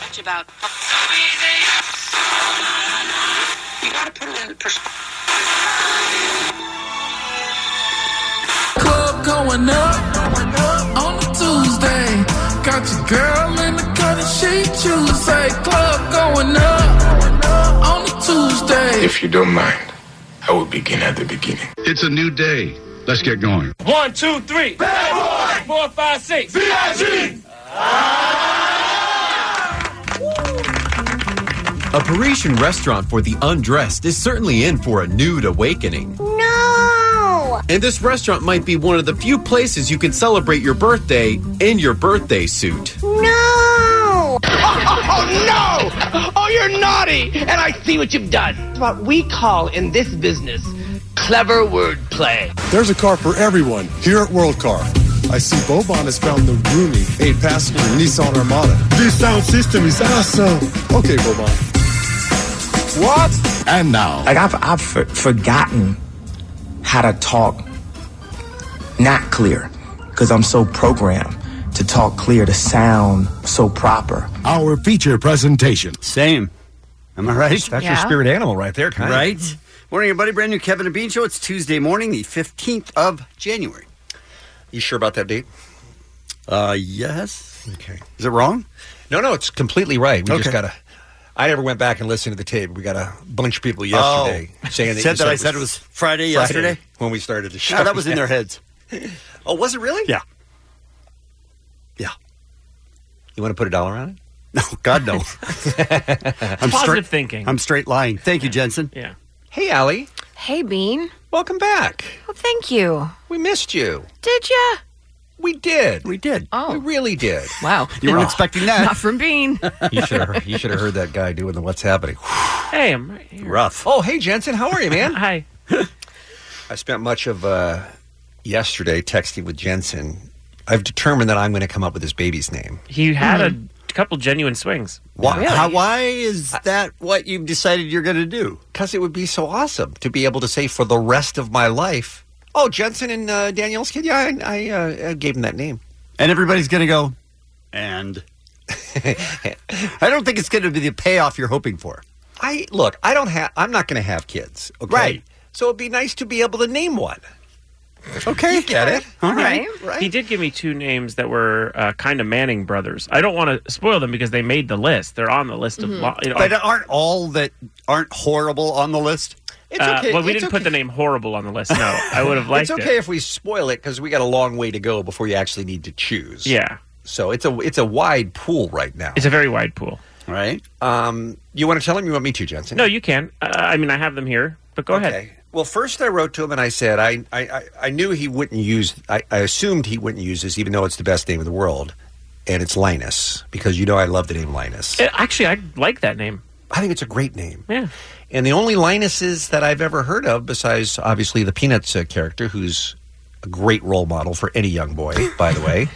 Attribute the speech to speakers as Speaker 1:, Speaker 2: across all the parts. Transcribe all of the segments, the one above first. Speaker 1: much about. You gotta put it in perspective.
Speaker 2: club going up on a Tuesday. Got your girl in the cut and she Tuesday. Club going up on a Tuesday.
Speaker 3: If you don't mind, I will begin at the beginning.
Speaker 4: It's a new day. Let's get going.
Speaker 5: One, two, three. Bad boy. Four, five, six.
Speaker 6: A Parisian restaurant for the undressed is certainly in for a nude awakening.
Speaker 7: No!
Speaker 6: And this restaurant might be one of the few places you can celebrate your birthday in your birthday suit.
Speaker 7: No!
Speaker 8: Oh no! Oh, you're naughty! And I see what you've done. It's what we call in this business clever wordplay.
Speaker 9: There's a car for everyone here at World Car. I see Bobon has found the roomy eight passenger Nissan Armada. This sound system is awesome. Okay, Bobon. What?
Speaker 4: And now,
Speaker 10: Like I've I've for, forgotten how to talk not clear because I'm so programmed to talk clear to sound so proper.
Speaker 4: our feature presentation.
Speaker 11: Same. Am I right?
Speaker 12: That's your Yeah. spirit
Speaker 11: animal right there, kind right? of. Right? Morning, everybody. Brand new Kevin and Bean Show. It's Tuesday morning, the 15th of January.
Speaker 13: You sure about that date?
Speaker 11: Uh, yes.
Speaker 13: Okay.
Speaker 11: Is it wrong?
Speaker 13: No, no, it's completely right. We
Speaker 11: Okay.
Speaker 13: just gotta. I never went back and listened to the tape. We got a bunch of people yesterday saying that
Speaker 11: Oh. said
Speaker 13: you
Speaker 11: that I said it was Friday,
Speaker 13: Friday
Speaker 11: yesterday.
Speaker 13: when we started the show.
Speaker 11: No, that was in their heads.
Speaker 13: Oh, was it really?
Speaker 11: Yeah. Yeah.
Speaker 13: You want to put a dollar on it?
Speaker 11: No, God no. I'm
Speaker 5: Positive
Speaker 11: straight.
Speaker 5: thinking.
Speaker 11: I'm straight lying. Thank you, Jensen.
Speaker 5: yeah.
Speaker 13: Hey, Allie,
Speaker 12: Hey, Bean.
Speaker 13: welcome back.
Speaker 12: Well, thank you.
Speaker 13: We missed you.
Speaker 12: Did ya?
Speaker 13: We did.
Speaker 11: We did.
Speaker 12: Oh.
Speaker 13: We really did.
Speaker 12: Wow.
Speaker 11: You weren't expecting
Speaker 12: Not
Speaker 11: that.
Speaker 12: from Bean.
Speaker 13: you should have. You should have heard that guy doing the "What's Happening."
Speaker 5: Hey, I'm right here.
Speaker 11: Rough.
Speaker 13: Oh, hey, Jensen, how are you, man?
Speaker 5: Hi.
Speaker 13: I spent much of uh, yesterday texting with Jensen. I've determined that I'm going to come up with his baby's name.
Speaker 5: He had
Speaker 13: Hmm.
Speaker 5: a couple genuine swings.
Speaker 11: Why, how, why is that what you've decided you're going to do?
Speaker 13: because it would be so awesome to be able to say for the rest of my life. Oh, Jensen and uh, Danielle's kid. Yeah, I, I uh, gave him that name.
Speaker 11: And everybody's going to go, and. I don't think it's going to be the payoff you're hoping for.
Speaker 13: I look. I don't have. I'm not going to have kids. Okay?
Speaker 11: Right.
Speaker 13: So it'd be nice to be able to name one. Okay, you get it.
Speaker 12: All right.
Speaker 13: Right.
Speaker 5: He did give me two names that were uh, kind of Manning brothers. I don't want to spoil them because they made the list. They're on the list
Speaker 13: Mm-hmm.
Speaker 5: of. Lo- you know,
Speaker 11: But
Speaker 5: uh,
Speaker 11: aren't all that aren't horrible on the list?
Speaker 13: It's okay.
Speaker 5: Uh, well, we
Speaker 13: it's
Speaker 5: didn't put
Speaker 13: okay.
Speaker 5: the name horrible on the list. No, I would have liked
Speaker 13: It's okay
Speaker 5: it.
Speaker 13: if we spoil it because we got a long way to go before you actually need to choose.
Speaker 5: Yeah,
Speaker 13: So it's a it's a wide pool right now.
Speaker 5: it's a very wide pool.
Speaker 11: Right?
Speaker 13: um, you want to tell him? You want me to, Jensen?
Speaker 5: No, you can. Uh, I mean, I have them here, but go ahead.
Speaker 13: Okay. Well, first I wrote to him and I said I I, I, I knew he wouldn't use. I, I assumed he wouldn't use this, even though it's the best name in the world, and it's Linus because you know I love the name Linus.
Speaker 5: Uh, Actually, I like that name.
Speaker 13: I think it's a great name.
Speaker 5: Yeah.
Speaker 13: And the only Linuses that I've ever heard of, besides obviously the Peanuts uh, character, who's a great role model for any young boy, by the way,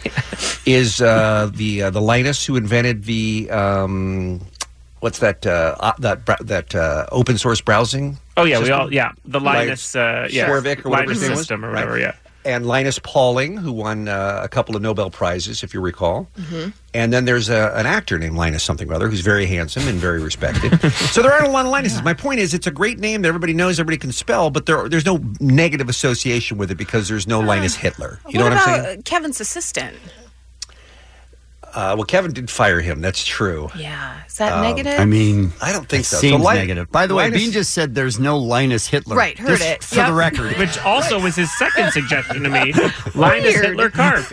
Speaker 13: is uh, the uh, the Linus who invented the um, what's that uh, uh, that br- that uh, open source browsing
Speaker 5: Oh yeah, we
Speaker 13: System?
Speaker 5: all yeah the Linus uh, yeah
Speaker 13: Swervik or whatever
Speaker 5: Linus
Speaker 13: his name was.
Speaker 5: system or whatever.
Speaker 13: Right.
Speaker 5: Yeah.
Speaker 13: and Linus Pauling, who won uh, a couple of Nobel prizes, if you recall.
Speaker 12: Mm-hmm.
Speaker 13: And then there's a, an actor named Linus something or other who's very handsome and very respected. so there aren't a lot of Linuses. My point is, it's a great name that everybody knows, everybody can spell, but there there's no negative association with it because there's no Linus Hitler. You know what I'm saying?
Speaker 12: Kevin's assistant?
Speaker 13: Uh, well, Kevin did fire him. That's true.
Speaker 12: Yeah. Is that
Speaker 11: I mean,
Speaker 13: I don't think
Speaker 11: it
Speaker 13: so. So
Speaker 11: seems
Speaker 13: Lin-
Speaker 11: negative. By the way,
Speaker 13: Linus-
Speaker 11: Bean just said there's no Linus Hitler.
Speaker 12: Right, heard
Speaker 11: Just
Speaker 12: it.
Speaker 11: For
Speaker 12: Yep.
Speaker 11: the record.
Speaker 5: Which also was his second suggestion to me, Linus
Speaker 12: Weird.
Speaker 5: Hitler Carp.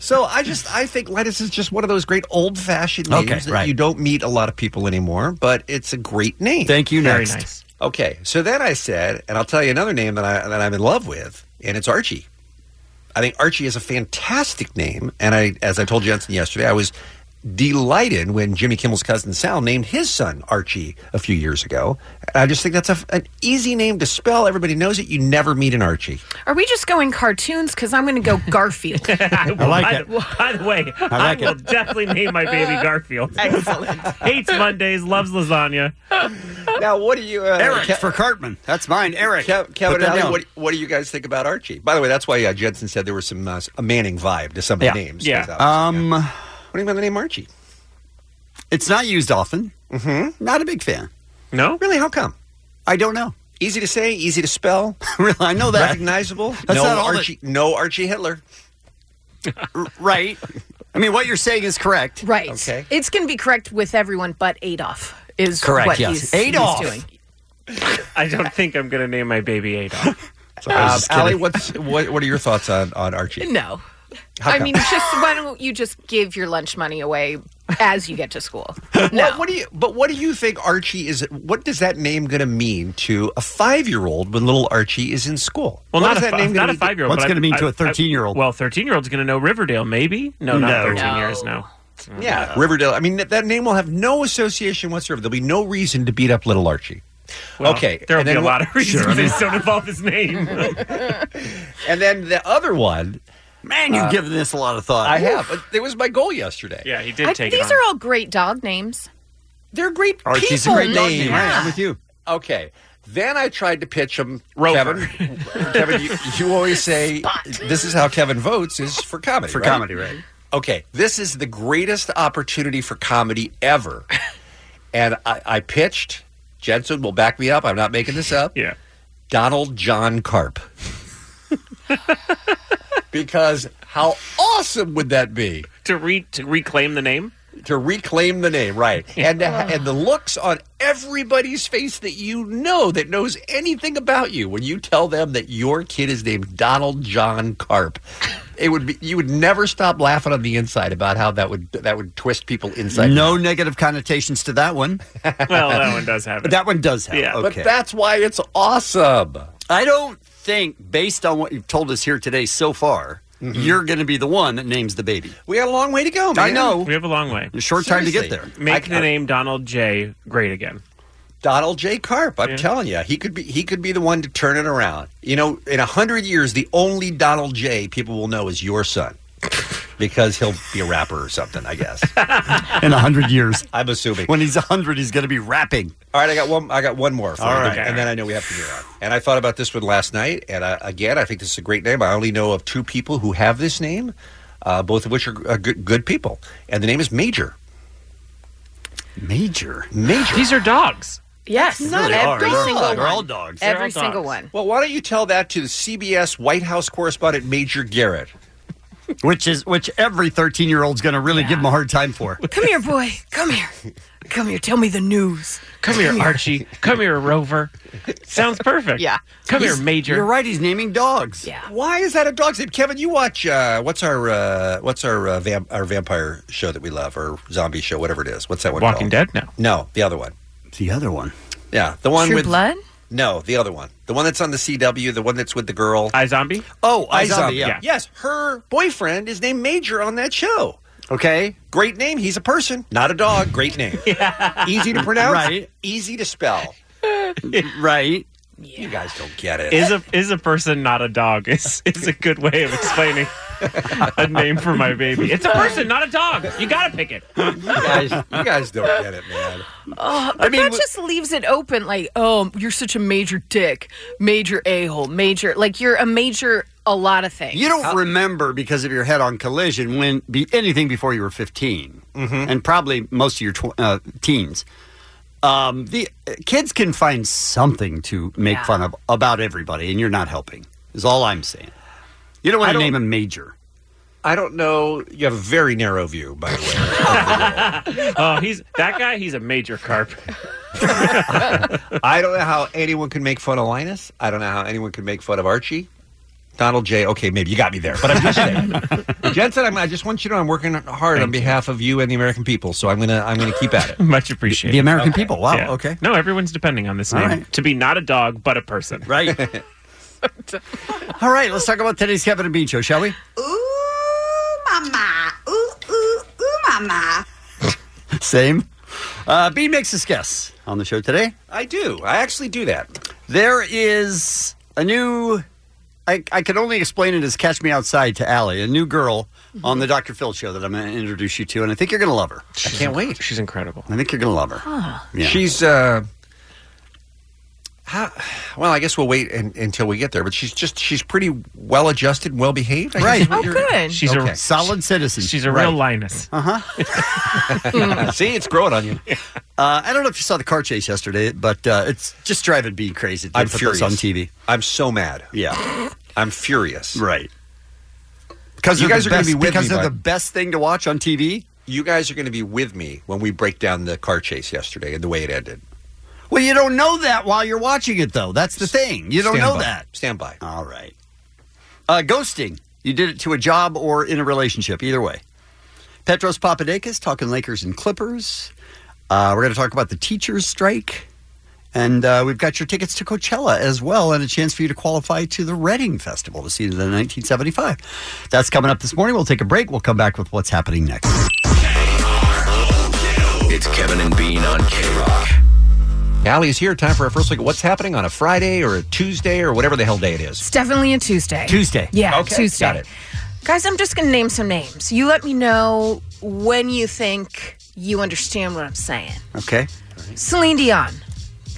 Speaker 13: So I just I think Linus is just one of those great old fashioned names
Speaker 11: Okay,
Speaker 13: that
Speaker 11: right.
Speaker 13: you don't meet a lot of people anymore, but it's a great name.
Speaker 11: Thank you.
Speaker 5: Very
Speaker 11: Next.
Speaker 5: nice.
Speaker 13: Okay, so then I said, and I'll tell you another name that I that I'm in love with, and it's Archie. I think Archie is a fantastic name, and I, as I told Jensen yesterday, I was delighted when Jimmy Kimmel's cousin Sal named his son Archie a few years ago. I just think that's a, an easy name to spell. Everybody knows it. You never meet an Archie.
Speaker 14: Are we just going cartoons? Because I'm going to go Garfield. I
Speaker 13: like
Speaker 5: by, the, by the way, I,
Speaker 13: like
Speaker 5: will
Speaker 13: it.
Speaker 5: definitely name my baby Garfield.
Speaker 14: Excellent.
Speaker 5: Hates Mondays, loves lasagna.
Speaker 13: Now, what do you, uh,
Speaker 11: Eric
Speaker 13: Ke-
Speaker 11: for Cartman? That's mine, Eric.
Speaker 13: Kev- Kevin,
Speaker 11: Put that
Speaker 13: Allen,
Speaker 11: down.
Speaker 13: what, what do you guys think about Archie? By the way, that's why uh, Jensen said there was some uh, a Manning vibe to some of the names. uh,
Speaker 11: Um, what
Speaker 13: do you mean by the name Archie?
Speaker 11: It's not used often. Mm-hmm. Not a big fan.
Speaker 5: No,
Speaker 13: really? How come?
Speaker 11: I don't know.
Speaker 13: Easy to say, easy to spell.
Speaker 11: really, I know that.
Speaker 13: Recognizable.
Speaker 11: That's
Speaker 13: no
Speaker 11: not all that-
Speaker 13: Archie. No Archie Hitler.
Speaker 11: right. I mean, what you're saying is correct.
Speaker 14: Right. It's going to be correct with everyone but Adolf is
Speaker 11: Correct,
Speaker 14: what
Speaker 11: yes.
Speaker 14: he's,
Speaker 11: Adolf.
Speaker 14: he's doing.
Speaker 5: I don't think I'm going to name my baby Adolf.
Speaker 13: Um, Allie, what's what? What are your thoughts on on Archie?
Speaker 14: No.
Speaker 13: How
Speaker 14: I
Speaker 13: come?
Speaker 14: mean, just why don't you just give your lunch money away as you get to school?
Speaker 13: What, what do you? But what do you think Archie is? What does that name going to mean to a five-year-old when little Archie is in school?
Speaker 5: Well,
Speaker 13: What
Speaker 5: not
Speaker 13: is
Speaker 5: a,
Speaker 13: that
Speaker 5: fi-
Speaker 13: name
Speaker 5: not
Speaker 13: gonna
Speaker 5: a five year old.
Speaker 13: thirteen-year-old?
Speaker 5: Well, thirteen year old's going to know Riverdale, maybe. No, not
Speaker 13: No.
Speaker 5: thirteen
Speaker 13: No.
Speaker 5: years. No.
Speaker 13: Yeah, Riverdale. I mean, that, that name will have no association whatsoever. There'll be no reason to beat up little Archie.
Speaker 5: Well,
Speaker 13: okay,
Speaker 5: There'll
Speaker 13: and
Speaker 5: be
Speaker 13: then
Speaker 5: a
Speaker 13: what-
Speaker 5: lot of reasons
Speaker 13: Sure, I mean-
Speaker 5: that don't involve his name.
Speaker 13: and then the other one. uh,
Speaker 11: Man, you've given this a lot of thought.
Speaker 13: I have. But it was my goal yesterday.
Speaker 5: Yeah, he
Speaker 14: I- these are all great dog names.
Speaker 13: They're great
Speaker 11: Archie's
Speaker 14: people
Speaker 11: a great dog
Speaker 14: name.
Speaker 11: name. Right, I'm with you.
Speaker 13: Okay. Then I tried to pitch him, Kevin. Kevin, you, you always say this is how Kevin votes is for comedy.
Speaker 11: For
Speaker 13: right?
Speaker 11: comedy, right.
Speaker 13: Okay, this is the greatest opportunity for comedy ever, and I, I pitched. Jensen will back me up. I'm not making this up.
Speaker 5: Yeah,
Speaker 13: Donald John Carp. because how awesome would that be
Speaker 5: to re to reclaim the name?
Speaker 13: To reclaim the name, right? And to ha- and the looks on everybody's face that you know that knows anything about you when you tell them that your kid is named Donald John Carp. It would be you would never stop laughing on the inside about how that would that would twist people inside.
Speaker 11: No negative connotations to that one. well,
Speaker 5: that one does have it.
Speaker 11: That one does have.
Speaker 13: Yeah.
Speaker 11: it.
Speaker 13: But
Speaker 11: Okay.
Speaker 13: that's why it's awesome.
Speaker 11: I don't think, based on what you've told us here today so far, you're going to be the one that names the baby.
Speaker 13: Mm-hmm. We got a long way to go,
Speaker 11: I know.
Speaker 5: We have a long way.
Speaker 11: A short time to get there.
Speaker 5: Make
Speaker 11: I-
Speaker 5: the name Donald J great again.
Speaker 13: Donald J. Carp. I'm telling you, he could be he could be the one to turn it around. You know, in a hundred years, the only Donald J. people will know is your son, because he'll be a rapper or something. I guess.
Speaker 11: In a hundred years,
Speaker 13: I'm assuming
Speaker 11: when he's a hundred, he's going to be rapping.
Speaker 13: All right, I got one. I got one more. For
Speaker 11: All
Speaker 13: you,
Speaker 11: right.
Speaker 13: and then I know we have to move on. And I thought about this one last night, and I, again, I think this is a great name. I only know of two people who have this name, uh, both of which are uh, good, good people, and the name is Major.
Speaker 11: Major.
Speaker 13: Major.
Speaker 5: These are dogs.
Speaker 14: Yes,
Speaker 13: Not
Speaker 14: every
Speaker 13: every
Speaker 14: single one.
Speaker 13: one.
Speaker 11: They're
Speaker 14: Every single one.
Speaker 13: Well, why don't you tell that to the CBS White House correspondent Major Garrett?
Speaker 11: Which is which every thirteen year old's going to really give him a hard time for.
Speaker 14: Come here, boy. Come here. Come here. Tell me the news.
Speaker 5: Come here, Archie. Come here, Rover. Sounds perfect.
Speaker 14: Yeah.
Speaker 5: Come
Speaker 13: He's-
Speaker 5: here, Major.
Speaker 13: you're
Speaker 11: right. He's naming dogs.
Speaker 14: Yeah.
Speaker 13: Why is that a dog's name? Kevin, you watch uh, what's our uh, what's our uh, vamp- our vampire show that we love or zombie show, whatever it is. What's that one?
Speaker 5: Walking
Speaker 13: called?
Speaker 5: Dead. No.
Speaker 13: No, the other one.
Speaker 11: The other one.
Speaker 13: Yeah, the one
Speaker 14: True
Speaker 13: with
Speaker 14: Blood?
Speaker 13: No, the other one. The one that's on the CW. The one that's with the girl.
Speaker 5: I Zombie.
Speaker 13: Oh, I
Speaker 11: iZombie,
Speaker 13: Zombie.
Speaker 11: yeah. Yeah.
Speaker 13: Yes, her boyfriend is named Major on that show.
Speaker 11: Okay.
Speaker 13: Great name. He's a person, not a dog. Great name. Easy to pronounce.
Speaker 11: Right.
Speaker 13: Easy to spell.
Speaker 11: right.
Speaker 13: You guys don't get it.
Speaker 5: Is a is a person not a dog? Is is a good way of explaining a name for my baby. It's a person, not a dog. You gotta pick it.
Speaker 13: You guys, you guys don't get it, man.
Speaker 14: Oh, but that just leaves it open. Like, oh, you're such a major dick, major a hole, major. Like you're a major a lot of things.
Speaker 11: You don't remember because of your head on collision when be anything before you were 15,
Speaker 13: Mm-hmm.
Speaker 11: and probably most of your tw- uh, teens. Um, the uh, kids can find something to make
Speaker 14: Yeah.
Speaker 11: fun of about everybody, and you're not helping. Is all I'm saying. You don't want
Speaker 13: I
Speaker 11: to
Speaker 13: don't-
Speaker 11: name a major.
Speaker 13: I don't know. You have a very narrow view, by the way.
Speaker 5: Oh, he's that guy. He's a major carp.
Speaker 13: I don't know how anyone can make fun of Linus. I don't know how anyone can make fun of Archie. Donald J. Okay, maybe you got me there, but I'm just saying, Jensen. I'm, I just want you to know I'm working hard on behalf of you and the American people. So I'm gonna I'm gonna keep at it.
Speaker 5: Much appreciated.
Speaker 11: The American people. Wow.
Speaker 5: Yeah.
Speaker 11: Okay.
Speaker 5: No, everyone's depending on this name to be not a dog but a person.
Speaker 11: Right. All right. Let's talk about today's Kevin and Bean show, shall we?
Speaker 7: Ooh, mama. Ooh, ooh, ooh, mama.
Speaker 11: Same. Uh, B makes his guess on the show today.
Speaker 13: I do. I actually do that.
Speaker 11: There is a new. I, I can only explain it as "Catch Me Outside" to Allie, a new girl on the Dr. Phil show that I'm going to introduce you to, and I think you're going to love her. I can't
Speaker 13: wait.
Speaker 11: She's incredible. I think you're going to love her.
Speaker 13: She's uh how, well, I guess we'll wait un until we get there. But she's just she's pretty well adjusted, well behaved. I guess
Speaker 11: Right.
Speaker 13: is
Speaker 14: Oh,
Speaker 13: what you're-
Speaker 5: She's
Speaker 13: Okay.
Speaker 5: a
Speaker 11: solid citizen.
Speaker 5: She's a
Speaker 13: Right. Uh-huh.
Speaker 5: real Linus.
Speaker 11: Uh huh.
Speaker 13: See, it's growing on you.
Speaker 11: Uh, I don't know if you saw the car chase yesterday, but uh, it's just driving me crazy. that
Speaker 13: I'm
Speaker 11: they put
Speaker 13: furious
Speaker 11: this on TV.
Speaker 13: I'm so mad.
Speaker 11: Yeah,
Speaker 13: I'm furious.
Speaker 11: Right. Because
Speaker 13: you
Speaker 11: they're
Speaker 13: guys
Speaker 11: the
Speaker 13: are going
Speaker 11: best-
Speaker 13: to be with
Speaker 11: because
Speaker 13: me.
Speaker 11: they're the
Speaker 13: best
Speaker 11: thing to watch on TV.
Speaker 13: You guys are going to be with me when we break down the car chase yesterday and the way it ended.
Speaker 11: Well, you don't know that while you're watching it, though. That's the thing. You don't
Speaker 13: Stand
Speaker 11: Oh, know
Speaker 13: by.
Speaker 11: that.
Speaker 13: Stand by.
Speaker 11: All right. Uh, ghosting. You did it to a job or in a relationship, either way. Petros Papadakis talking Lakers and Clippers. Uh, we're going to talk about the teachers' strike. And uh, we've got your tickets to Coachella as well, and a chance for you to qualify to the Reading Festival to see the 1975. That's coming up this morning. We'll take a break. We'll come back with what's happening next.
Speaker 15: It's Kevin and Bean on K Rock.
Speaker 13: Allie is here. Time for our first look at what's happening on a Friday or a Tuesday or whatever the hell day it is.
Speaker 14: It's definitely a Tuesday.
Speaker 13: Tuesday.
Speaker 14: Yeah,
Speaker 13: Okay,
Speaker 14: Tuesday.
Speaker 13: got it.
Speaker 14: Guys, I'm just going to name some names. You let me know when you think you understand what I'm saying.
Speaker 11: Okay.
Speaker 14: Celine Dion,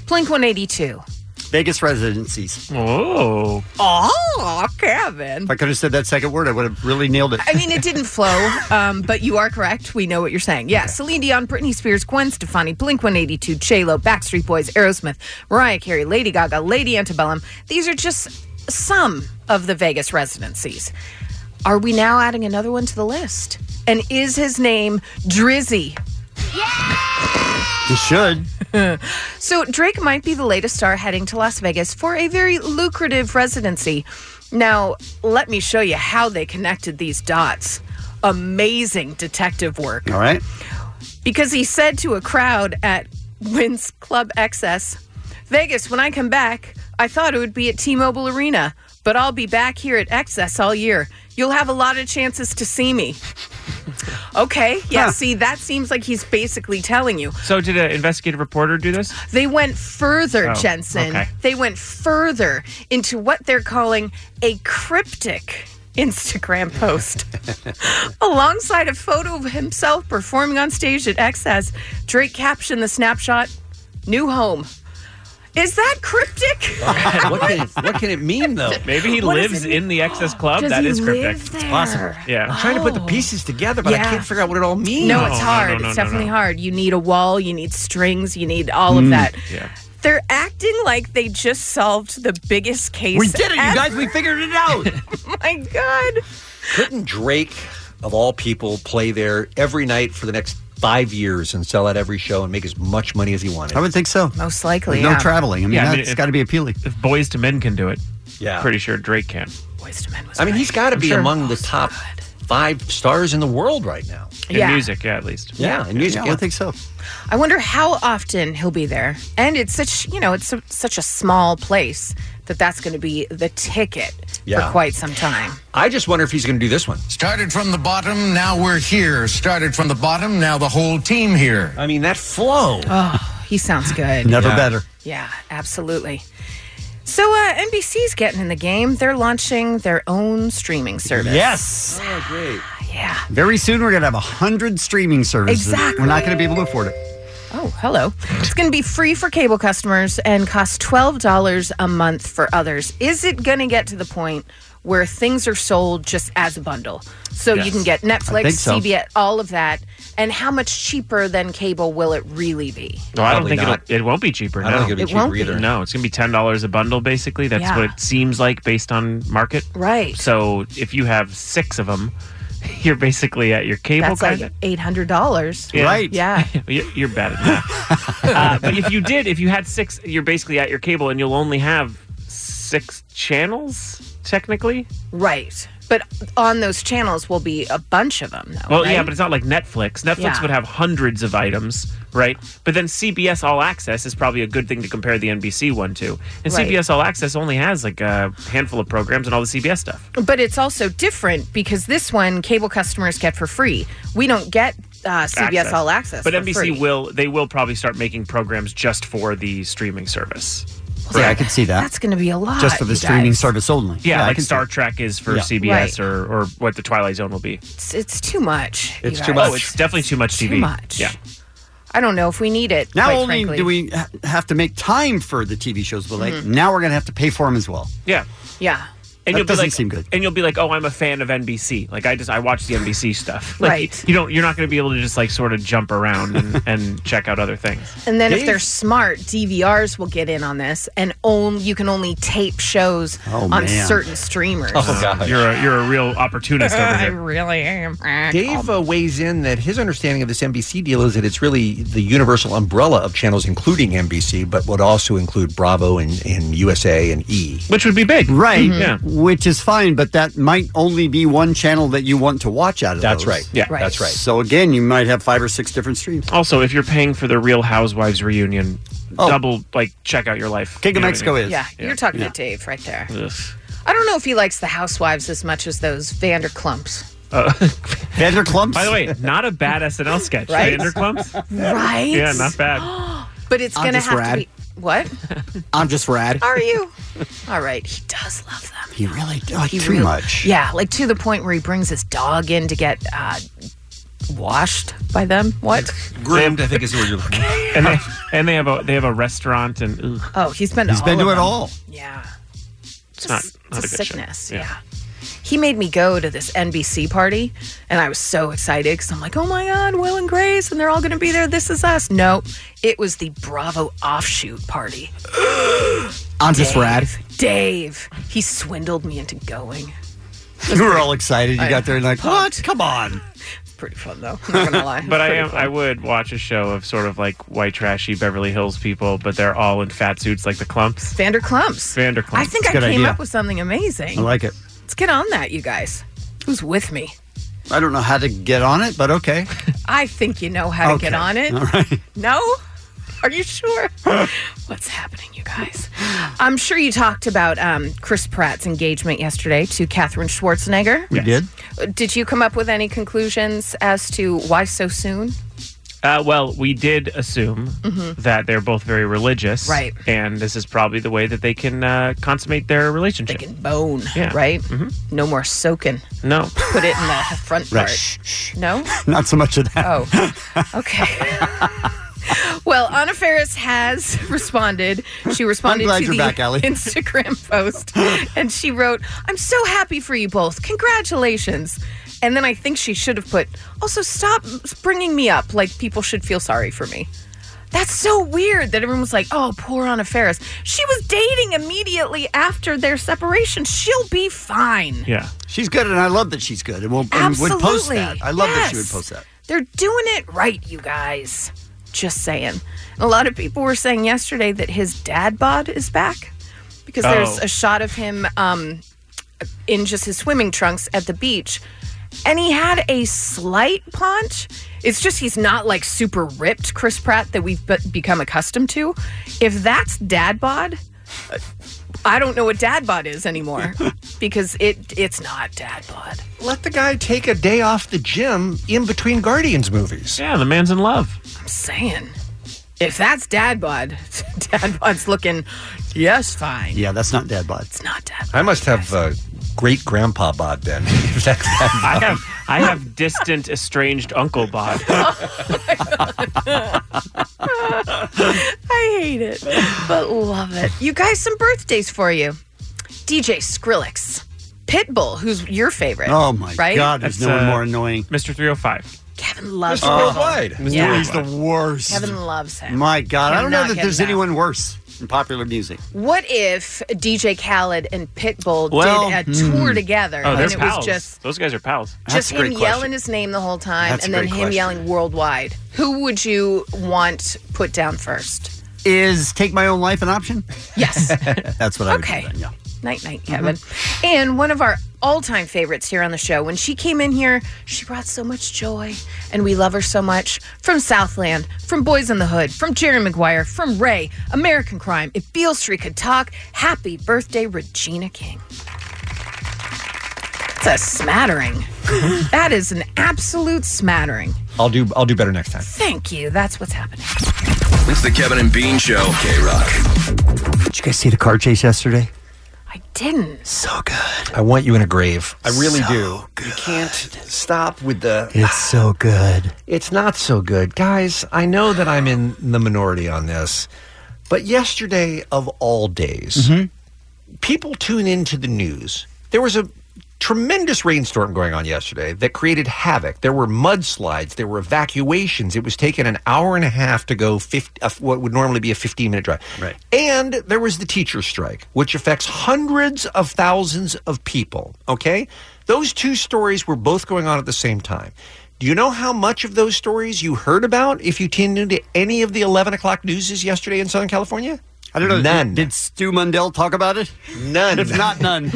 Speaker 14: Blink 182.
Speaker 11: Vegas residencies.
Speaker 5: Oh.
Speaker 14: Oh, Kevin.
Speaker 11: If I could have said that second word, I would have really nailed it.
Speaker 14: I mean, it didn't flow, um, but you are correct. We know what you're saying. Yeah, Celine Dion, Britney Spears, Gwen Stefani, Blink 182, J-Lo, Backstreet Boys, Aerosmith, Mariah Carey, Lady Gaga, Lady Antebellum. These are just some of the Vegas residencies. Are we now adding another one to the list? And is his name Drizzy?
Speaker 11: You should.
Speaker 14: So Drake might be the latest star heading to Las Vegas for a very lucrative residency. Now, let me show you how they connected these dots. Amazing detective work.
Speaker 11: All right.
Speaker 14: because he said to a crowd at Wynn's Club XS, Vegas, when I come back, I thought it would be at T Mobile Arena, but I'll be back here at XS all year. You'll have a lot of chances to see me. Okay, yeah, see, that seems like he's basically telling you.
Speaker 5: So did an investigative reporter do this?
Speaker 14: They went further,
Speaker 5: Oh,
Speaker 14: Jensen.
Speaker 5: okay.
Speaker 14: They went further into what they're calling a cryptic Instagram post. Alongside a photo of himself performing on stage at XS, Drake captioned the snapshot, New Home. Is that cryptic?
Speaker 13: what, can, what can it mean, though?
Speaker 5: Maybe he
Speaker 14: What does
Speaker 5: lives
Speaker 14: it mean?
Speaker 5: in the excess club.
Speaker 14: Does
Speaker 5: that
Speaker 14: he
Speaker 5: is cryptic.
Speaker 14: live It's possible. there?
Speaker 5: Yeah.
Speaker 13: I'm trying to put the pieces together, but I
Speaker 14: Yeah.
Speaker 13: can't figure out what it all means.
Speaker 14: No, it's hard. it's definitely hard. You need a wall, you need strings, you need all
Speaker 2: Hmm.
Speaker 14: of that.
Speaker 13: Hmm. Yeah.
Speaker 14: They're acting like they just solved the biggest case.
Speaker 13: We did it, you
Speaker 14: ever.
Speaker 13: guys.
Speaker 11: We figured it out.
Speaker 14: My God.
Speaker 13: Couldn't Drake, of all people, play there every night for the next five years and sell out every show and make as much money as he wanted?
Speaker 11: I would think so.
Speaker 14: Most likely.
Speaker 11: no
Speaker 5: yeah.
Speaker 11: traveling. I mean,
Speaker 5: Yeah, I
Speaker 11: that's
Speaker 5: mean, if-
Speaker 11: got to be appealing.
Speaker 5: If boys to men can do it,
Speaker 13: yeah,
Speaker 5: pretty sure Drake can.
Speaker 14: Boys to men was Oh,
Speaker 13: I mean, he's got to
Speaker 5: I'm
Speaker 13: be
Speaker 5: sure.
Speaker 13: among the top five stars in the world right now.
Speaker 14: In Yeah.
Speaker 5: music, yeah, at least.
Speaker 13: Yeah, in music.
Speaker 11: I think so.
Speaker 14: I wonder how often he'll be there. And it's such, you know, it's su- such a small place that that's going to be the ticket
Speaker 13: Yeah.
Speaker 14: for quite some time.
Speaker 13: I just wonder if he's going to do this one.
Speaker 4: Started from the bottom, now we're here. Started from the bottom, now the whole team here.
Speaker 13: I mean, that flow.
Speaker 14: Oh, he sounds good.
Speaker 4: Never Yeah. better.
Speaker 14: Yeah, absolutely. So uh, NBC's getting in the game. They're launching their own streaming service.
Speaker 11: Yes.
Speaker 13: Oh, great.
Speaker 14: Yeah.
Speaker 11: Very soon, we're going to have 100 streaming services.
Speaker 14: Exactly.
Speaker 11: We're not going to be able to afford it.
Speaker 14: Oh, hello. It's going to be free for cable customers and cost $12 a month for others. Is it going to get to the point where things are sold just as a bundle? So you
Speaker 16: Yes.
Speaker 14: can get
Speaker 16: I
Speaker 14: Netflix,
Speaker 16: think so.
Speaker 14: CBS, all of that. And how much cheaper than cable will it really be?
Speaker 5: No, I don't
Speaker 13: Probably
Speaker 5: think
Speaker 13: not.
Speaker 5: it'll, it won't be cheaper.
Speaker 13: I don't
Speaker 5: no.
Speaker 13: think it'll be It won't cheaper be. either.
Speaker 5: No, it's going to be ten dollars a bundle. Basically, that's
Speaker 14: Yeah.
Speaker 5: what it seems like based on market.
Speaker 14: Right.
Speaker 5: So if you have six of them, you're basically at your cable
Speaker 14: That's
Speaker 5: kind
Speaker 14: like $800.
Speaker 5: Yeah. Right.
Speaker 14: Yeah.
Speaker 5: You- You're bad at math. uh, but if you did, if you had six, you're basically at your cable, and you'll only have six channels technically.
Speaker 14: Right. But on those channels will be a bunch of them, though.
Speaker 5: Well, Oh, yeah,
Speaker 14: right?
Speaker 5: but it's not like Netflix. Netflix
Speaker 14: Yeah.
Speaker 5: would have hundreds of items, right? But then CBS All Access is probably a good thing to compare the NBC one to. And
Speaker 14: Right.
Speaker 5: CBS All Access only has like a handful of programs and all the CBS stuff.
Speaker 14: But it's also different because this one cable customers get for free. We don't get uh, CBS All Access.
Speaker 5: But
Speaker 14: for
Speaker 5: NBC
Speaker 14: free.
Speaker 5: will they will probably start making programs just for the streaming service.
Speaker 11: Yeah, I could see that.
Speaker 14: That's going to be a lot.
Speaker 11: Just for the
Speaker 14: you
Speaker 11: streaming
Speaker 14: guys.
Speaker 11: service only.
Speaker 5: Yeah,
Speaker 11: I
Speaker 5: like
Speaker 11: can see
Speaker 5: Star
Speaker 11: it.
Speaker 5: Trek is for
Speaker 11: Yeah.
Speaker 5: CBS
Speaker 14: Right.
Speaker 5: or or what the Twilight Zone will be.
Speaker 14: It's, it's too much. you
Speaker 5: It's too
Speaker 14: guys.
Speaker 5: much. it's definitely too much TV.
Speaker 14: much.
Speaker 5: Yeah.
Speaker 14: I don't know if we need it.
Speaker 11: Now
Speaker 14: quite
Speaker 11: only
Speaker 14: frankly.
Speaker 11: do we ha- have to make time for the TV shows, but like
Speaker 14: Mhm.
Speaker 11: now we're going to have to pay for them as well.
Speaker 5: Yeah.
Speaker 14: Yeah.
Speaker 5: And
Speaker 11: That
Speaker 5: you'll
Speaker 11: doesn't
Speaker 5: be like,
Speaker 11: seem good.
Speaker 5: And you'll be like, oh, I'm a fan of NBC. Like I just I watch the NBC stuff. Like,
Speaker 14: Right.
Speaker 5: You don't. You're not going to be able to just like sort of jump around and, and check out other things.
Speaker 14: And then if they're smart, DVRs will get in on this, and only you can only tape shows
Speaker 5: Oh,
Speaker 14: on
Speaker 5: man.
Speaker 14: certain streamers.
Speaker 13: Oh,
Speaker 5: gosh. Um, You're a, you're a real opportunist Oh, over
Speaker 14: I
Speaker 5: here.
Speaker 14: really am.
Speaker 13: Dave uh, weighs in that his understanding of this NBC deal is that it's really the universal umbrella of channels, including NBC, but would also include Bravo and, and USA and E.
Speaker 5: Which would be big. Mm-hmm.
Speaker 11: Right.
Speaker 13: Mhm. Yeah.
Speaker 11: Which is fine, but that might only be one channel that you want to watch out of
Speaker 13: That's
Speaker 11: those.
Speaker 13: right. Yeah, Right. that's right.
Speaker 11: So again, you might have five or six different streams.
Speaker 5: Also, if you're paying for the Real Housewives reunion,
Speaker 13: Oh.
Speaker 5: double like check out your life.
Speaker 11: King of Mexico is.
Speaker 14: Yeah, you're talking to Dave right there.
Speaker 5: Ugh.
Speaker 14: I don't know if he likes the housewives as much as those Vanderklumps.
Speaker 5: Uh,
Speaker 11: Vanderklumps.
Speaker 5: By the way, not a bad SNL sketch.
Speaker 14: Right?
Speaker 5: Vanderklumps.
Speaker 14: Right?
Speaker 5: Yeah, not bad.
Speaker 14: But it's
Speaker 11: I'm
Speaker 14: going to
Speaker 11: just
Speaker 14: have
Speaker 11: rad.
Speaker 14: to be. What?
Speaker 11: I'm just rad.
Speaker 14: Are you? All right. He does love them.
Speaker 11: He really does
Speaker 14: He
Speaker 11: too
Speaker 14: really-
Speaker 11: much.
Speaker 14: Yeah, like to the point where he brings his dog in to get uh, washed by them. What?
Speaker 13: Groomed, I think is what you're looking at.
Speaker 5: And they, and they have a they have a restaurant and ugh,
Speaker 14: Oh, he's been. to
Speaker 5: He's
Speaker 14: all
Speaker 5: been
Speaker 14: of
Speaker 5: to it
Speaker 14: them.
Speaker 5: all.
Speaker 14: Yeah.
Speaker 5: it's not
Speaker 14: It's
Speaker 5: not
Speaker 14: a
Speaker 5: a good show.
Speaker 14: sickness. Yeah. He made me go to this NBC party, and I was so excited because I'm like, oh my God, Will and Grace, and they're all going to be there. This is us. No, it was the Bravo offshoot party.
Speaker 11: I'm just
Speaker 14: Dave.
Speaker 11: rad.
Speaker 14: Dave, he swindled me into going.
Speaker 11: You were all excited. You
Speaker 14: I
Speaker 11: got there and like,
Speaker 14: pumped.
Speaker 11: what? Come on.
Speaker 14: It's pretty fun, though. I'm not going to lie.
Speaker 5: But I
Speaker 14: Pretty
Speaker 5: am.
Speaker 14: fun.
Speaker 5: I would watch a show of sort of like white trashy Beverly Hills people, but they're all in fat suits like the Clumps.
Speaker 14: Vanderklumps.
Speaker 5: Vanderklumps.
Speaker 14: I think I came up with something amazing.
Speaker 11: I like it.
Speaker 14: Let's get on that, you guys. Who's with me?
Speaker 11: I don't know how to get on it, but okay.
Speaker 14: I think you know how to get
Speaker 11: Okay.
Speaker 14: on it.
Speaker 11: All right.
Speaker 14: No? Are you sure? What's happening, you guys? I'm sure you talked about um, Chris Pratt's engagement yesterday to Katherine Schwarzenegger.
Speaker 11: We did.
Speaker 14: Did you come up with any conclusions as to why so soon?
Speaker 5: Uh, well, we did assume
Speaker 14: Mhm.
Speaker 5: that they're both very religious,
Speaker 14: Right.
Speaker 5: And this is probably the way that they can uh, consummate their relationship.
Speaker 14: Bone,
Speaker 5: Yeah.
Speaker 14: right? No more soaking.
Speaker 5: No.
Speaker 14: Put it in the front
Speaker 5: Right.
Speaker 14: part. No?
Speaker 11: Not so much of that.
Speaker 14: Oh. Well, Anna Ferris has responded. She responded
Speaker 11: glad
Speaker 14: to
Speaker 11: you're
Speaker 14: the
Speaker 11: back, Ally.
Speaker 14: Instagram post, and she wrote, "I'm so happy for you both. Congratulations." And then I think she should have put, "Also, stop bringing me up. Like people should feel sorry for me." That's so weird that everyone was like, "Oh, poor Anna Ferris. She was dating immediately after their separation. She'll be fine."
Speaker 5: Yeah.
Speaker 11: She's good, and I love that she's good. And, will and would post
Speaker 14: Absolutely.
Speaker 11: that. I love that she
Speaker 14: Yes.
Speaker 11: would post that.
Speaker 14: They're doing it right, you guys. Just saying. A lot of people were saying yesterday that his dad bod is back because there's
Speaker 16: Oh.
Speaker 14: a shot of him um, in just his swimming trunks at the beach. And he had a slight paunch. It's just he's not like super ripped Chris Pratt that we've be- become accustomed to. If that's dad bod, I don't know what dad bod is anymore because it it's not dad bod.
Speaker 13: Let the guy take a day off the gym in between Guardians movies.
Speaker 5: Yeah, the man's in love.
Speaker 14: I'm saying, if that's dad bod, dad bod's looking yes fine.
Speaker 11: Yeah, that's not dad bod. It's
Speaker 14: not dad.
Speaker 13: I must have uh, great grandpa bod then. if that's dad
Speaker 5: I have I have distant, estranged uncle bod.
Speaker 14: I hate it, but love it. You guys, some birthdays for you. DJ Skrillex, Pitbull, who's your favorite?
Speaker 11: Oh, my
Speaker 14: right?
Speaker 11: God. There's no one
Speaker 5: uh,
Speaker 11: more annoying.
Speaker 5: Mr. 305.
Speaker 14: Kevin loves
Speaker 11: Mr.
Speaker 14: Pitbull.
Speaker 11: Worldwide. Uh-huh. Mr.
Speaker 14: Yeah.
Speaker 11: He's the worst.
Speaker 14: Kevin loves him.
Speaker 11: My God. I don't know
Speaker 14: Cannot
Speaker 11: that
Speaker 14: get
Speaker 11: there's
Speaker 14: enough.
Speaker 11: anyone worse in popular music.
Speaker 14: What if DJ Khaled and Pitbull
Speaker 11: Well,
Speaker 14: did a tour
Speaker 11: hmm.
Speaker 14: together,
Speaker 5: Oh,
Speaker 14: and
Speaker 5: they're
Speaker 14: it
Speaker 5: pals.
Speaker 14: was just
Speaker 5: Those guys are pals.
Speaker 14: just him yelling his name the whole time,
Speaker 5: That's a
Speaker 14: and then
Speaker 5: great
Speaker 14: him
Speaker 5: question.
Speaker 14: yelling worldwide? Who would you want put down first?
Speaker 11: Is take my own life an option?
Speaker 14: Yes.
Speaker 11: that's what I would
Speaker 14: Okay.
Speaker 11: do then, yeah. Mm-hmm.
Speaker 14: Night, night, Kevin. And one of our all time favorites here on the show. When she came in here, she brought so much joy, and we love her so much. From Southland, from Boys in the Hood, from Jerry Maguire, from Ray, American Crime, It Feels Free Could Talk. Happy birthday, Regina King. It's a smattering. that is an absolute smattering.
Speaker 13: I'll do I'll do better next time.
Speaker 14: Thank you. That's what's happening.
Speaker 15: It's the Kevin and Bean Show. K Rock.
Speaker 11: Did you guys see the car chase yesterday?
Speaker 14: Didn't.
Speaker 11: So good.
Speaker 13: I want you in a grave. I really
Speaker 11: So
Speaker 13: do. You can't stop with the.
Speaker 11: It's so good.
Speaker 13: It's not so good. Guys, I know that I'm in the minority on this, but yesterday of all days,
Speaker 11: Mm-hmm.
Speaker 13: people tune into the news. There was a tremendous rainstorm going on yesterday that created havoc. There were mudslides, there were evacuations. It was taking an hour and a half to go 50, uh, what would normally be a 15 minute drive. Right. And there was the teacher strike, which affects hundreds of thousands of people. Okay? Those two stories were both going on at the same time. Do you know how much of those stories you heard about if you tuned into any of the 11 o'clock newses yesterday in Southern California?
Speaker 11: I don't know.
Speaker 13: None.
Speaker 11: Did Stu Mundell talk about it?
Speaker 13: None.
Speaker 11: If not, none.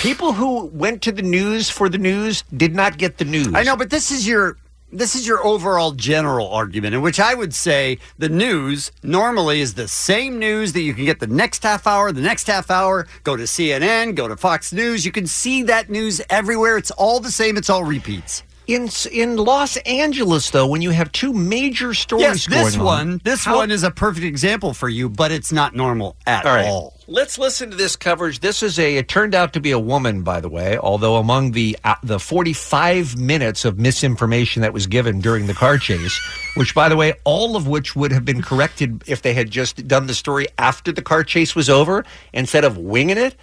Speaker 13: People who went to the news for the news did not get the news.
Speaker 11: I know, but this is your this is your overall general argument, in which I would say the news normally is the same news that you can get the next half hour, the next half hour. Go to CNN, go to Fox News. You can see that news everywhere. It's all the same. It's all repeats.
Speaker 13: In in Los Angeles, though, when you have two major
Speaker 11: yes,
Speaker 13: stories
Speaker 11: this
Speaker 13: going on,
Speaker 11: one, this
Speaker 13: how-
Speaker 11: one is a perfect example for you, but it's not normal at
Speaker 13: All right.
Speaker 11: all.
Speaker 13: Let's listen to this coverage. This is a. It turned out to be a woman, by the way. Although among the uh, the 45 minutes of misinformation that was given during the car chase, which, by the way, all of which would have been corrected if they had just done the story after the car chase was over instead of winging it.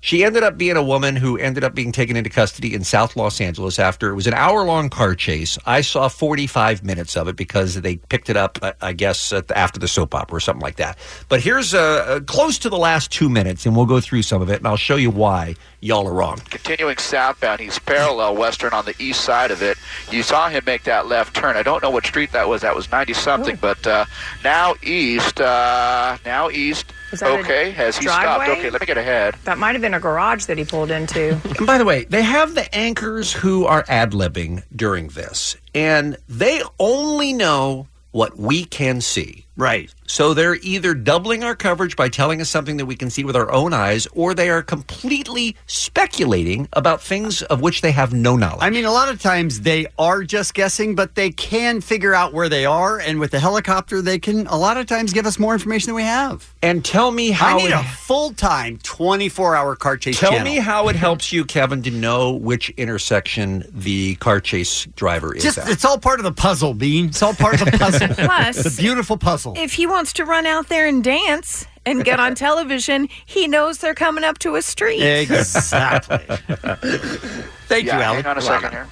Speaker 13: She ended up being a woman who ended up being taken into custody in South Los Angeles after it was an hour long car chase. I saw 45 minutes of it because they picked it up, I- I guess, at the- after the soap opera or something like that. But here's uh, uh, close to the last two minutes, and we'll go through some of it, and I'll show you why y'all are wrong.
Speaker 16: continuing southbound. He's parallel western on the east side of it. You saw him make that left turn. I don't know what street that was. That was 90
Speaker 17: Oh.
Speaker 16: something, but uh, now east. Uh, now east.
Speaker 17: Was that a
Speaker 16: Okay, has he stopped?
Speaker 17: driveway?
Speaker 16: Okay, let me get ahead.
Speaker 17: That might have been a garage that he pulled into.
Speaker 13: And by the way, they have the anchors who are ad libbing during this, and they only know what we can see.
Speaker 11: Right.
Speaker 13: So they're either doubling our coverage by telling us something that we can see with our own eyes, or they are completely speculating about things of which they have no knowledge.
Speaker 11: I mean, a lot of times they are just guessing, but they can figure out where they are, and with the helicopter, they can a lot of times give us more information than we have.
Speaker 13: And tell me
Speaker 11: I
Speaker 13: how
Speaker 11: need
Speaker 13: it-
Speaker 11: a full time twenty four hour car chase.
Speaker 13: Tell
Speaker 11: channel.
Speaker 13: me how it helps you, Kevin, to know which intersection the car chase driver is
Speaker 11: Just
Speaker 13: at.
Speaker 11: it's all part of the puzzle, Bean. It's all part of the puzzle.
Speaker 14: Plus-
Speaker 11: the beautiful puzzle.
Speaker 14: If he wants to run out there and dance and get on television, he knows they're coming up to a street.
Speaker 11: Exactly. Thank
Speaker 16: yeah,
Speaker 11: you,
Speaker 16: Hang
Speaker 11: Alec.
Speaker 16: on a second here.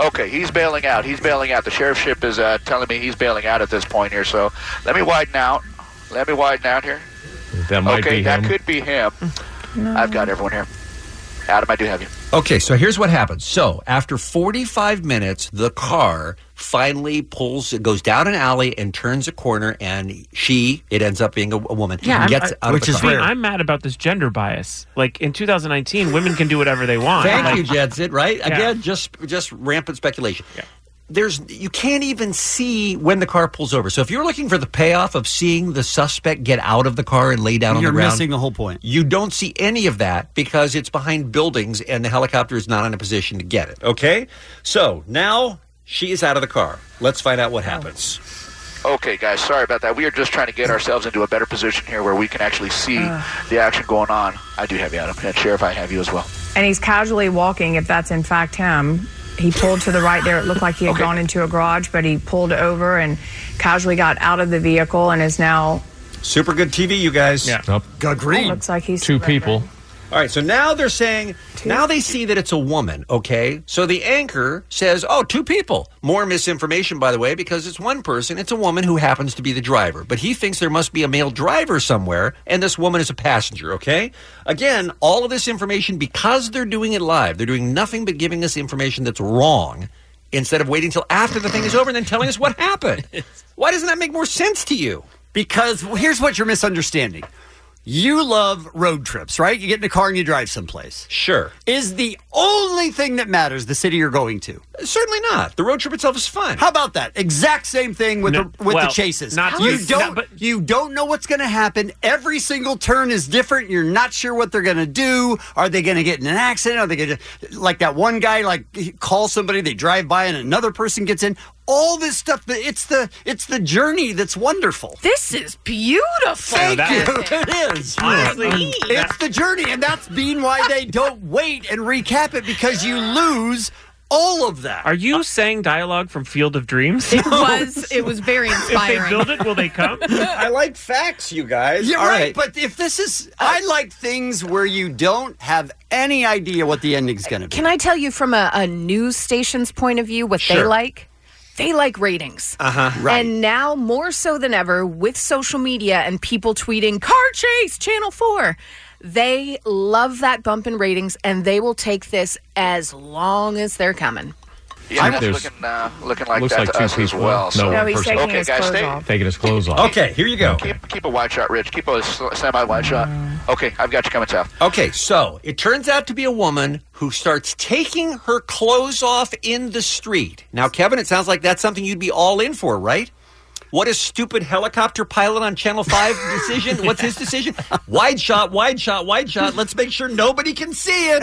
Speaker 16: Okay, he's bailing out. He's bailing out. The sheriff's ship is uh, telling me he's bailing out at this point here. So let me widen out. Let me widen out here.
Speaker 13: That
Speaker 16: okay, that could be him. I've got everyone here. Adam, I do have you.
Speaker 13: Okay, so here's what happens. So after 45 minutes, the car finally pulls, it goes down an alley and turns a corner, and she, it ends up being a, a woman, gets out of the car.
Speaker 5: See, I'm mad about this gender bias. Like in 2019, women can do whatever they want.
Speaker 13: Thank
Speaker 5: Like,
Speaker 13: you, Jensen. Right
Speaker 5: Yeah.
Speaker 13: again, just just rampant speculation. There's you can't even see when the car pulls over. So if you're looking for the payoff of seeing the suspect get out of the car and lay down on
Speaker 11: You're
Speaker 13: the ground,
Speaker 11: missing the whole point.
Speaker 13: You don't see any of that because it's behind buildings and the helicopter is not in a position to get it. Okay, so now she is out of the car. Let's find out what happens.
Speaker 16: Okay, guys, sorry about that. We are just trying to get ourselves into a better position here where we can actually see the action going on. I do have you, Adam. And Sheriff, I have you as well.
Speaker 17: And he's casually walking, if that's in fact him. He pulled to the right there. It looked like he had gone into a garage, but he pulled over and casually got out of the vehicle and is now.
Speaker 13: Super good TV, you guys. Yeah,
Speaker 17: Agreed. Looks like he's surrendered.
Speaker 13: All right, so now they're saying now they see that it's a woman. Okay, so the anchor says, "Oh, two people." More misinformation, by the way, because it's one person. It's a woman who happens to be the driver, but he thinks there must be a male driver somewhere, and this woman is a passenger. Okay, again, all of this information because they're doing it live. They're doing nothing but giving us information that's wrong instead of waiting till after the thing is over and then telling us what happened. Why doesn't that make more sense to you?
Speaker 11: Because here's what you're misunderstanding. You love road trips, right? You get in a car and you drive someplace.
Speaker 13: Sure.
Speaker 11: Is the only thing that matters the city you're going to?
Speaker 13: Certainly not. The road trip itself is fun.
Speaker 11: How about that? Exact same thing with
Speaker 13: No,
Speaker 11: the with
Speaker 13: well,
Speaker 11: the chases.
Speaker 13: not-
Speaker 11: you
Speaker 13: not-
Speaker 11: don't you don't know what's going to happen. Every single turn is different. You're not sure what they're going to do. Are they going to get in an accident? Are they going to like that one guy like he calls somebody, they drive by and another person gets in. All this stuff, but it's the it's the journey that's wonderful.
Speaker 14: This is beautiful.
Speaker 11: Thank you.
Speaker 14: That-
Speaker 11: It is.
Speaker 14: Honestly,
Speaker 11: it's the journey, and that's being why they don't wait and recap it because you lose all of that.
Speaker 5: Are you saying dialogue from Field of Dreams?
Speaker 14: It was it was very inspiring.
Speaker 5: If they build it, will they come?
Speaker 13: I like facts, you guys.
Speaker 11: You're
Speaker 13: All
Speaker 11: right, but if this is, I like things where you don't have any idea what the ending's going to be.
Speaker 14: Can I tell you from a, a news station's point of view what they
Speaker 11: Sure.
Speaker 14: like? They like ratings.
Speaker 11: Uh huh. Right.
Speaker 14: And now more so than ever with social media and people tweeting car chase channel 4. They love that bump in ratings and they will take this as long as they're coming.
Speaker 16: Yeah,
Speaker 18: I-
Speaker 16: it's
Speaker 18: there's-
Speaker 16: looking, uh, looking like
Speaker 18: looks
Speaker 16: that
Speaker 18: like
Speaker 16: to
Speaker 18: two
Speaker 16: us as
Speaker 18: people.
Speaker 16: well.
Speaker 18: No,
Speaker 16: so-
Speaker 18: No, he's taking
Speaker 16: okay,
Speaker 18: his
Speaker 16: guys,
Speaker 18: clothes
Speaker 16: stay,
Speaker 18: off. Taking his clothes off.
Speaker 13: Okay, here you go.
Speaker 16: Keep, keep a wide shot, Rich. Keep a semi wide shot. Okay, I've got you coming south.
Speaker 13: Okay, so it turns out to be a woman who starts taking her clothes off in the street. Now, Kevin, it sounds like that's something you'd be all in for, right? What a stupid helicopter pilot on Channel 5 decision. What's his decision? Wide shot, wide shot, wide shot. Let's make sure nobody can see it.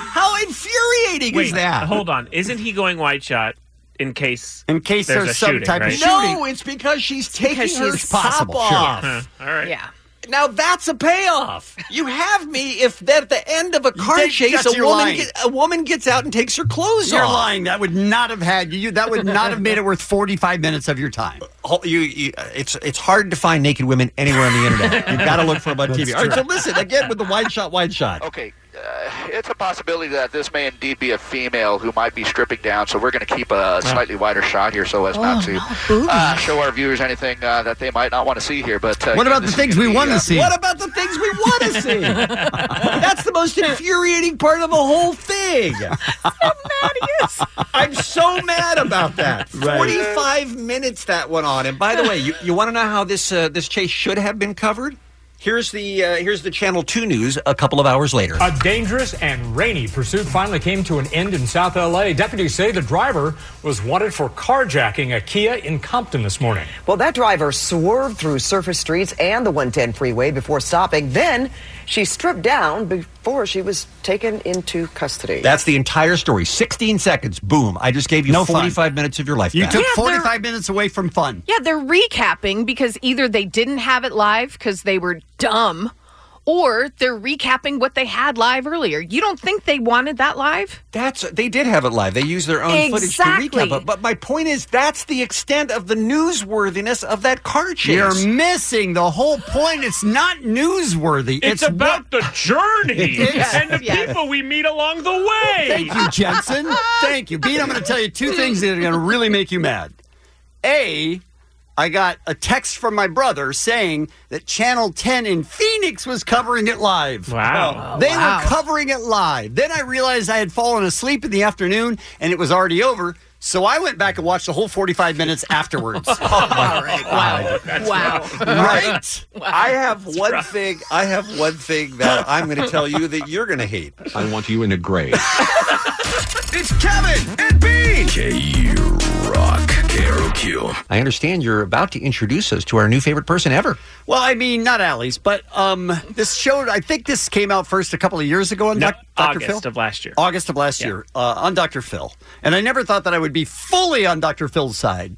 Speaker 13: How infuriating
Speaker 5: Wait,
Speaker 13: is that?
Speaker 5: hold on. Isn't he going wide shot in case
Speaker 11: in case
Speaker 5: there's, a shooting, right?
Speaker 13: No, it's because she's taking
Speaker 5: Because
Speaker 13: her
Speaker 5: she's
Speaker 13: top
Speaker 5: possible, sure.
Speaker 13: off.
Speaker 5: Huh, all right.
Speaker 14: Yeah.
Speaker 13: Now that's a payoff. You have me if that at the end of a car
Speaker 11: That-
Speaker 13: chase,
Speaker 11: that's-
Speaker 13: a
Speaker 11: you're
Speaker 13: woman
Speaker 11: lying.
Speaker 13: get, a woman gets out and takes her clothes
Speaker 11: You're
Speaker 13: off.
Speaker 11: lying. That would not have had you. That would not have made it worth 45 minutes of your time.
Speaker 13: Oh, you, you, it's it's hard to find naked women anywhere on the internet. You've got to look for them on
Speaker 16: That's
Speaker 13: TV. All right, so
Speaker 16: true.
Speaker 13: listen again with the wide shot, wide shot.
Speaker 16: Okay, uh, it's a possibility that this may indeed be a female who might be stripping down, so we're going to keep a slightly wider shot here so as not to uh, show our viewers anything uh, that they might not want to see here. But uh,
Speaker 11: What
Speaker 16: again,
Speaker 11: about
Speaker 16: this
Speaker 11: the things
Speaker 16: is gonna
Speaker 11: we
Speaker 16: be,
Speaker 11: wanna
Speaker 16: uh,
Speaker 11: see?
Speaker 13: What about the things we want to see? That's the most infuriating part of the whole thing. I'm so mad about that.
Speaker 11: Right.
Speaker 13: 45 minutes that went on. And by the way, you, you want to know how this uh, this chase should have been covered? Here's the uh, here's the Channel 2 news a couple of hours later.
Speaker 19: A dangerous and rainy pursuit finally came to an end in South LA. Deputies say the driver was wanted for carjacking a Kia in Compton this morning.
Speaker 20: Well, that driver swerved through surface streets and the 110 freeway before stopping. Then she stripped down before she was taken into custody.
Speaker 13: That's the entire story. 16 seconds. Boom. I just gave you
Speaker 11: No fun.
Speaker 13: 45 minutes of your life.
Speaker 11: You
Speaker 13: back.
Speaker 11: took 45 minutes away from fun.
Speaker 14: Yeah, they're recapping because either they didn't have it live because they were dumb, or they're recapping what they had live earlier. You don't think they wanted that live?
Speaker 13: That's they did have it live. They used their own
Speaker 14: Exactly.
Speaker 13: footage to recap it. But my point is, that's the extent of the newsworthiness of that car chase.
Speaker 11: You're missing the whole point. It's not newsworthy.
Speaker 5: It's about the journey and the people we meet along the way.
Speaker 11: Thank you, Jensen. Thank you. Bean, I'm going to tell you two things that are going to really make you mad. A, I got a text from my brother saying that Channel 10 in Phoenix was covering it live.
Speaker 5: Wow.
Speaker 11: They
Speaker 5: Wow.
Speaker 11: were covering it live. Then I realized I had fallen asleep in the afternoon and it was already over. So I went back and watched the whole 45 minutes afterwards.
Speaker 13: Wow.
Speaker 14: Wow.
Speaker 11: Right?
Speaker 13: I have one thing. I have one thing that I'm going to tell you that you're going to hate.
Speaker 15: I want you in a grave.
Speaker 13: It's Kevin and Bean.
Speaker 15: K Rock. K R O Q.
Speaker 13: I understand you're about to introduce us to our new favorite person ever.
Speaker 11: Well, I mean, not Allie's, but um, this showed. I think this came out first a couple of years ago on
Speaker 5: No,
Speaker 11: Doc- Dr.
Speaker 5: August
Speaker 11: Phil.
Speaker 5: of last year.
Speaker 11: August of last year uh, on Dr. Phil. And I never thought that I would be fully on Dr. Phil's side,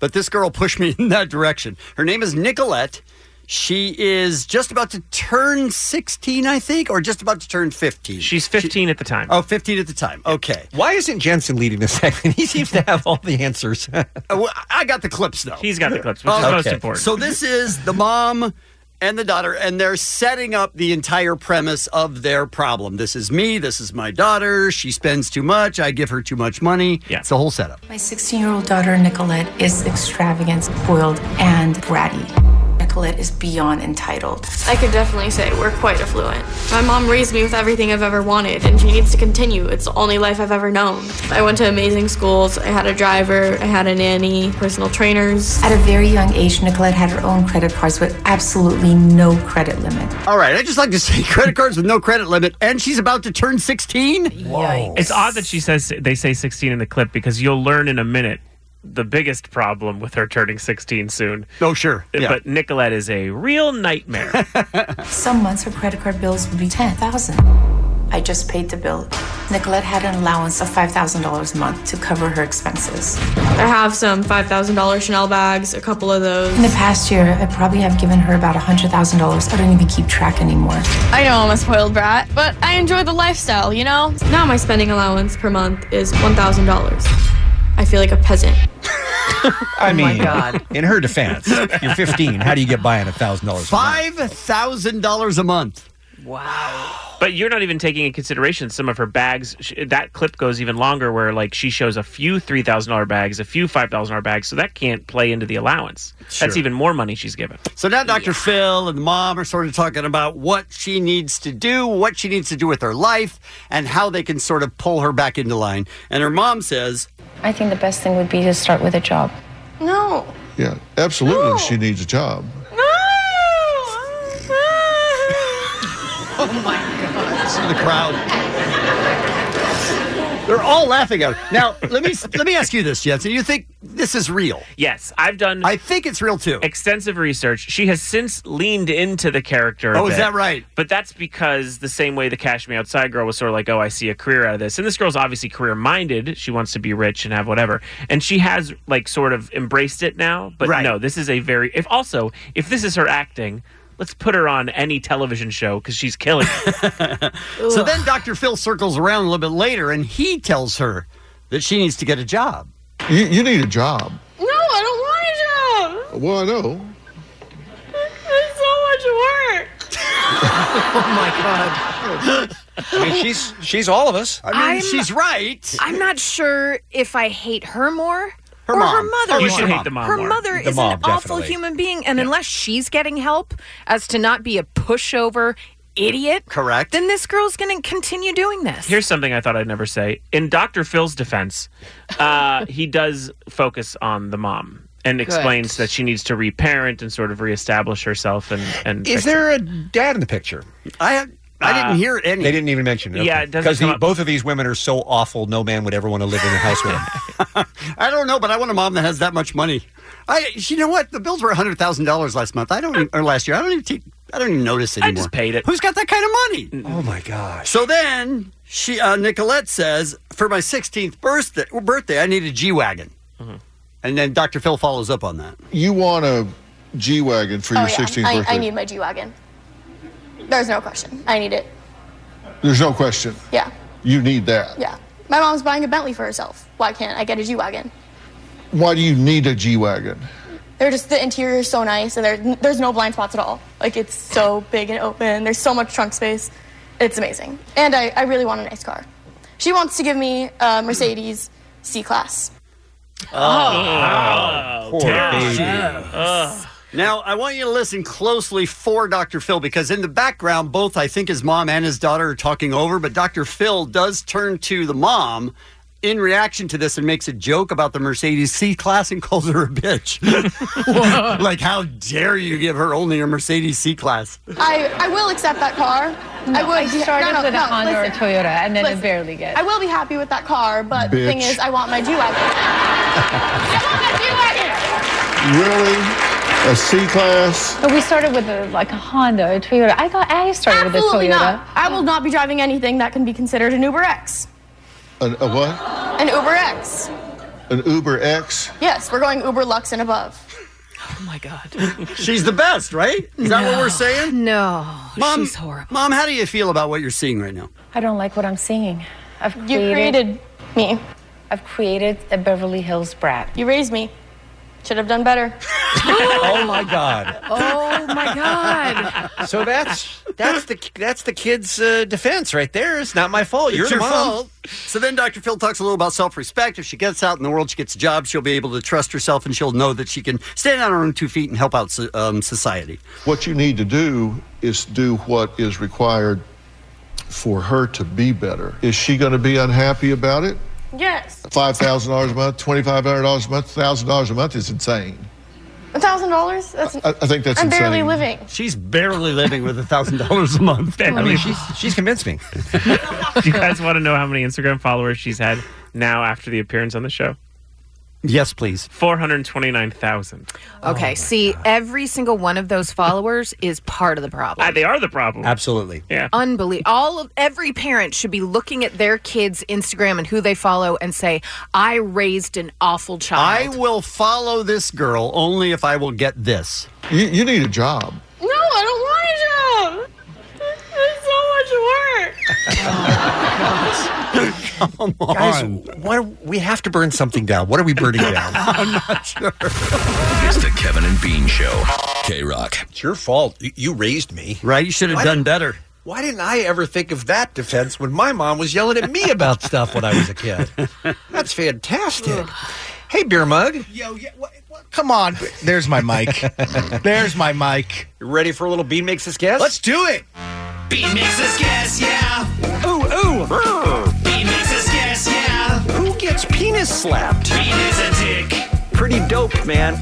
Speaker 11: but this girl pushed me in that direction. Her name is Nicolette. She is just about to turn 16, I think, or just about to turn 15. She's
Speaker 5: 15 at the time.
Speaker 11: Oh, 15 at the time. Okay.
Speaker 13: Why isn't Jensen leading this segment? He seems to have all the answers.
Speaker 11: Uh, well, I got the clips though.
Speaker 5: He's got the clips, which is most important.
Speaker 11: So this is the mom and the daughter, and they're setting up the entire premise of their problem. This is me. This is my daughter. She spends too much. I give her too much money. Yeah. It's the whole setup.
Speaker 21: My 16 year old daughter, Nicolette, is extravagant, spoiled, and bratty. I
Speaker 22: Nicolette is beyond entitled. I could definitely say we're quite affluent. My mom raised me with everything I've ever wanted, and she needs to continue. It's the only life I've ever known. I went to amazing schools. I had a driver, I had a nanny, personal trainers.
Speaker 18: At a very young age, Nicolette had her own credit cards with absolutely no credit limit.
Speaker 11: All right, I just like to say credit cards with no credit limit, and she's about to turn 16.
Speaker 5: It's odd that she says they say 16 in the clip because you'll learn in a minute the biggest problem with her turning 16 soon. Uh,
Speaker 11: Oh, sure. Yeah.
Speaker 5: But Nicolette is a real nightmare.
Speaker 18: Some months her credit card bills would be 10,000. I just paid the bill. Nicolette had an allowance of $5,000 a month to cover her expenses.
Speaker 22: I have some $5,000 Chanel bags, a couple of those.
Speaker 18: In the past year, I probably have given her about $100,000. I don't even keep track anymore.
Speaker 22: I know I'm a spoiled brat, but I enjoy the lifestyle, you know? Now my spending allowance per month is $1,000. I feel like a peasant.
Speaker 13: I mean, in her defense, you're 15. How do you get by on $1,000 a month?
Speaker 11: $5,000 a month.
Speaker 5: But you're not even taking in consideration some of her bags. Sh- That clip goes even longer, where like she shows a few three thousand dollar bags, a few five thousand dollar bags. So that can't play into the allowance.
Speaker 11: Sure.
Speaker 5: That's even more money she's given.
Speaker 11: So now Dr. Phil and the mom are sort of talking about what she needs to do, what she needs to do with her life, and how they can sort of pull her back into line. And her mom says,
Speaker 18: I think the best thing would be to start with a job.
Speaker 22: No.
Speaker 9: Yeah, absolutely. She needs a job.
Speaker 11: Oh my God. To the crowd. They're all laughing at her. Now, let me let me ask you this, Jensen. You think this is real?
Speaker 5: Yes, I've done.
Speaker 11: I think it's real too.
Speaker 5: Extensive research. She has since leaned into the character. a
Speaker 11: Oh, is
Speaker 5: bit.
Speaker 11: that right?
Speaker 5: But that's because the same way the Cash Me Outside girl was sort of like, oh, I see a career out of this, and this girl's obviously career minded. She wants to be rich and have whatever, and she has like sort of embraced it now. But
Speaker 11: Right.
Speaker 5: no, this is a very. If also, if this is her acting. Let's put her on any television show because she's killing. it.
Speaker 11: So then Dr. Phil circles around a little bit later and he tells her that she needs to get a job.
Speaker 9: You, you need a job.
Speaker 22: No, I don't want a job.
Speaker 9: Well, I know.
Speaker 22: It's so much work.
Speaker 11: oh
Speaker 13: my god! I mean, she's she's all of us.
Speaker 14: I'm- I'm not sure if I hate her more. or her
Speaker 13: mom.
Speaker 14: mother.
Speaker 13: You
Speaker 14: more.
Speaker 13: should hate the mom
Speaker 14: Her
Speaker 13: more.
Speaker 14: mother
Speaker 13: The
Speaker 14: is
Speaker 13: mom,
Speaker 14: an awful
Speaker 13: definitely.
Speaker 14: human being, and unless she's getting help as to not be a pushover idiot,
Speaker 11: correct?
Speaker 14: Then this girl's going to continue doing this.
Speaker 5: Here's something I thought I'd never say. In Dr. Phil's defense, uh, he does focus on the mom and
Speaker 13: Good.
Speaker 5: explains that she needs to reparent and sort of reestablish herself. And, and
Speaker 13: Is there a dad in the picture?
Speaker 11: I
Speaker 13: I
Speaker 5: Uh,
Speaker 13: didn't
Speaker 11: hear any.
Speaker 13: They didn't even mention it.
Speaker 5: Yeah, it doesn't
Speaker 13: because
Speaker 5: come up-
Speaker 13: both of these women are so awful. No man would ever want to live in a house with them.
Speaker 11: I don't know, but I want a mom that has that much money. I, you know what? The bills were hundred thousand dollars last month. I don't, even, or last year. I don't even, take, I don't even notice anymore. I just
Speaker 5: paid it.
Speaker 11: Who's got that kind of money?
Speaker 13: Oh my gosh!
Speaker 11: So then she, uh, Nicolette says, for my sixteenth birthday, birthday, I need a G wagon,
Speaker 13: Mm-hmm.
Speaker 11: and then Dr. Phil follows up on that.
Speaker 9: You want a G Wagon for your 16th
Speaker 22: Oh, I,
Speaker 9: birthday.
Speaker 22: I need my G wagon. There's no question. I need it.
Speaker 9: There's no question.
Speaker 22: Yeah,
Speaker 9: You need that.
Speaker 22: yeah. My mom's buying a Bentley for herself. Why can't I get a G wagon?
Speaker 9: Why do you need a G Wagon?
Speaker 22: They're just the interior is so nice, and there, there's no blind spots at all. Like it's so big and open. There's so much trunk space. It's amazing. And I, I really want a nice car. She wants to give me a Mercedes C class.
Speaker 11: Oh,
Speaker 13: poor baby.
Speaker 11: Now, I want you to listen closely for Dr. Phil because in the background, both I think his mom and his daughter are talking over, but Dr. Phil does turn to the mom in reaction to this and makes a joke about the Mercedes C Class and calls her a bitch. like, how dare you give her only a Mercedes C Class?
Speaker 22: I, I will accept that car. I
Speaker 21: No,
Speaker 22: would.
Speaker 21: I started
Speaker 22: no, no,
Speaker 21: with a
Speaker 22: no,
Speaker 21: Honda or
Speaker 22: listen.
Speaker 21: Toyota, and then it
Speaker 22: Listen.
Speaker 21: barely gets-
Speaker 22: I will be happy with that car, but the thing
Speaker 9: Bitch.
Speaker 22: is, I want my G wagon.
Speaker 9: Really? A C Class?
Speaker 21: But we started with a, like a Honda, a Toyota. I thought I started
Speaker 22: Absolutely
Speaker 21: with a Toyota.
Speaker 22: not. I will not be driving anything that can be considered an Uber X.
Speaker 9: An, a what?
Speaker 22: An Uber X.
Speaker 9: An Uber X?
Speaker 22: Yes, we're going Uber Lux and above.
Speaker 14: Oh my god.
Speaker 11: She's the best, right? Is that what
Speaker 21: No.
Speaker 11: we're saying?
Speaker 14: No.
Speaker 11: Mom,
Speaker 21: she's horrible.
Speaker 11: Mom, how do you feel about what you're seeing right now?
Speaker 21: I don't like what I'm seeing. I've
Speaker 22: You
Speaker 21: created,
Speaker 22: created me.
Speaker 21: I've created a Beverly Hills brat.
Speaker 22: You raised me. Should have done better.
Speaker 13: oh my god!
Speaker 14: Oh my god!
Speaker 13: So that's that's the that's the kid's uh, defense right there. It's not my fault.
Speaker 11: It's
Speaker 13: You're the
Speaker 11: your
Speaker 13: mom.
Speaker 11: fault. So then Dr. Phil talks a little about self respect. If she gets out in the world, she gets a job, she'll be able to trust herself and she'll know that she can stand on her own two feet and help out so- um, society.
Speaker 23: What you need to do is do what is required for her to be better. Is she going to be unhappy about it?
Speaker 22: Yes.
Speaker 23: $5,000 a month, $2,500 a month, $1,000 a month is insane.
Speaker 22: A thousand dollars? That's.
Speaker 23: I, I think that's
Speaker 22: I'm
Speaker 23: insane.
Speaker 22: barely living.
Speaker 11: She's barely living with $1,000 a month.
Speaker 5: Barely.
Speaker 13: she's, she's convinced me.
Speaker 5: Do you guys want to know how many Instagram followers she's had now after the appearance on the show?
Speaker 11: Yes, please.
Speaker 5: 429,000.
Speaker 14: Okay, see, every single one of those followers is part of the problem.
Speaker 5: Ah, they are the problem.
Speaker 13: Absolutely.
Speaker 5: Yeah.
Speaker 14: Unbelievable. All of every parent should be looking at their kids' Instagram and who they follow and say, "I raised an awful
Speaker 11: I
Speaker 14: child."
Speaker 11: will follow this girl only if I will get this.
Speaker 23: You, you need a job.
Speaker 22: No, I don't want a job. It's so much work.
Speaker 13: Come on. Guys, what are, we have to burn something down. What are we burning down?
Speaker 15: I'm not sure. It's the Kevin and Bean Show. K Rock.
Speaker 13: It's your fault. You- You raised me.
Speaker 11: Right? You should have done better.
Speaker 13: Why didn't I ever think of that defense when my mom was yelling at me about stuff when I was a kid? That's fantastic. hey, beer mug. Yo, yeah, come on.
Speaker 1: There's my mic. There's my mic.
Speaker 13: You ready for a little bean makes this guess?
Speaker 1: Let's do it.
Speaker 2: Bean makes us guess, yeah.
Speaker 13: Ooh, ooh.
Speaker 2: Bean makes us guess, yeah.
Speaker 13: Who gets penis slapped?
Speaker 2: Bean is a dick.
Speaker 13: Pretty dope, man.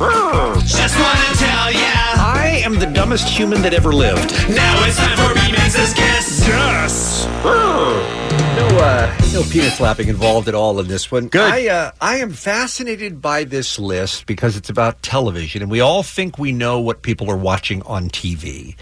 Speaker 2: Just wanna tell ya.
Speaker 13: I am the dumbest human that ever lived.
Speaker 2: Now it's time for Bean makes us guess.
Speaker 13: Yes. No, uh, no penis slapping involved at all in this one. Good. I, uh, I am fascinated by this list because it's about television, and we all think we know what people are watching on TV.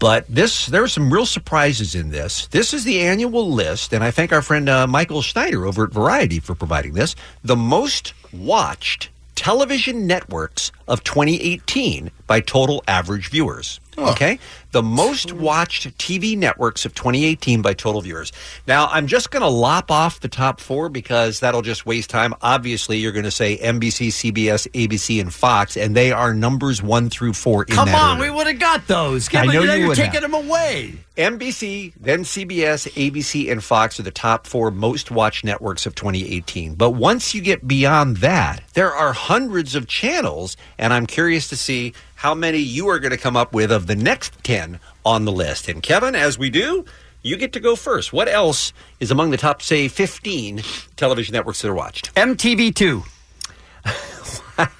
Speaker 13: But this, there are some real surprises in this. This is the annual list, and I thank our friend uh, Michael Schneider over at Variety for providing this. The most watched television networks of 2018 by total average viewers. Okay, the most watched TV networks of 2018 by total viewers. Now, I'm just going to lop off the top four because that'll just waste time. Obviously, you're going to say NBC, CBS, ABC, and Fox, and they are numbers one through four. In
Speaker 11: Come
Speaker 13: that
Speaker 11: on,
Speaker 13: order.
Speaker 11: we would have got those.
Speaker 13: I
Speaker 11: Give
Speaker 13: know
Speaker 11: it, now
Speaker 13: you
Speaker 11: you're
Speaker 13: would
Speaker 11: taking
Speaker 13: have.
Speaker 11: them away.
Speaker 13: NBC, then CBS, ABC, and Fox are the top four most watched networks of 2018. But once you get beyond that, there are hundreds of channels, and I'm curious to see how many you are going to come up with of the next 10 on the list. And Kevin, as we do, you get to go first. What else is among the top, say, 15 television networks that are watched?
Speaker 11: MTV2.
Speaker 13: I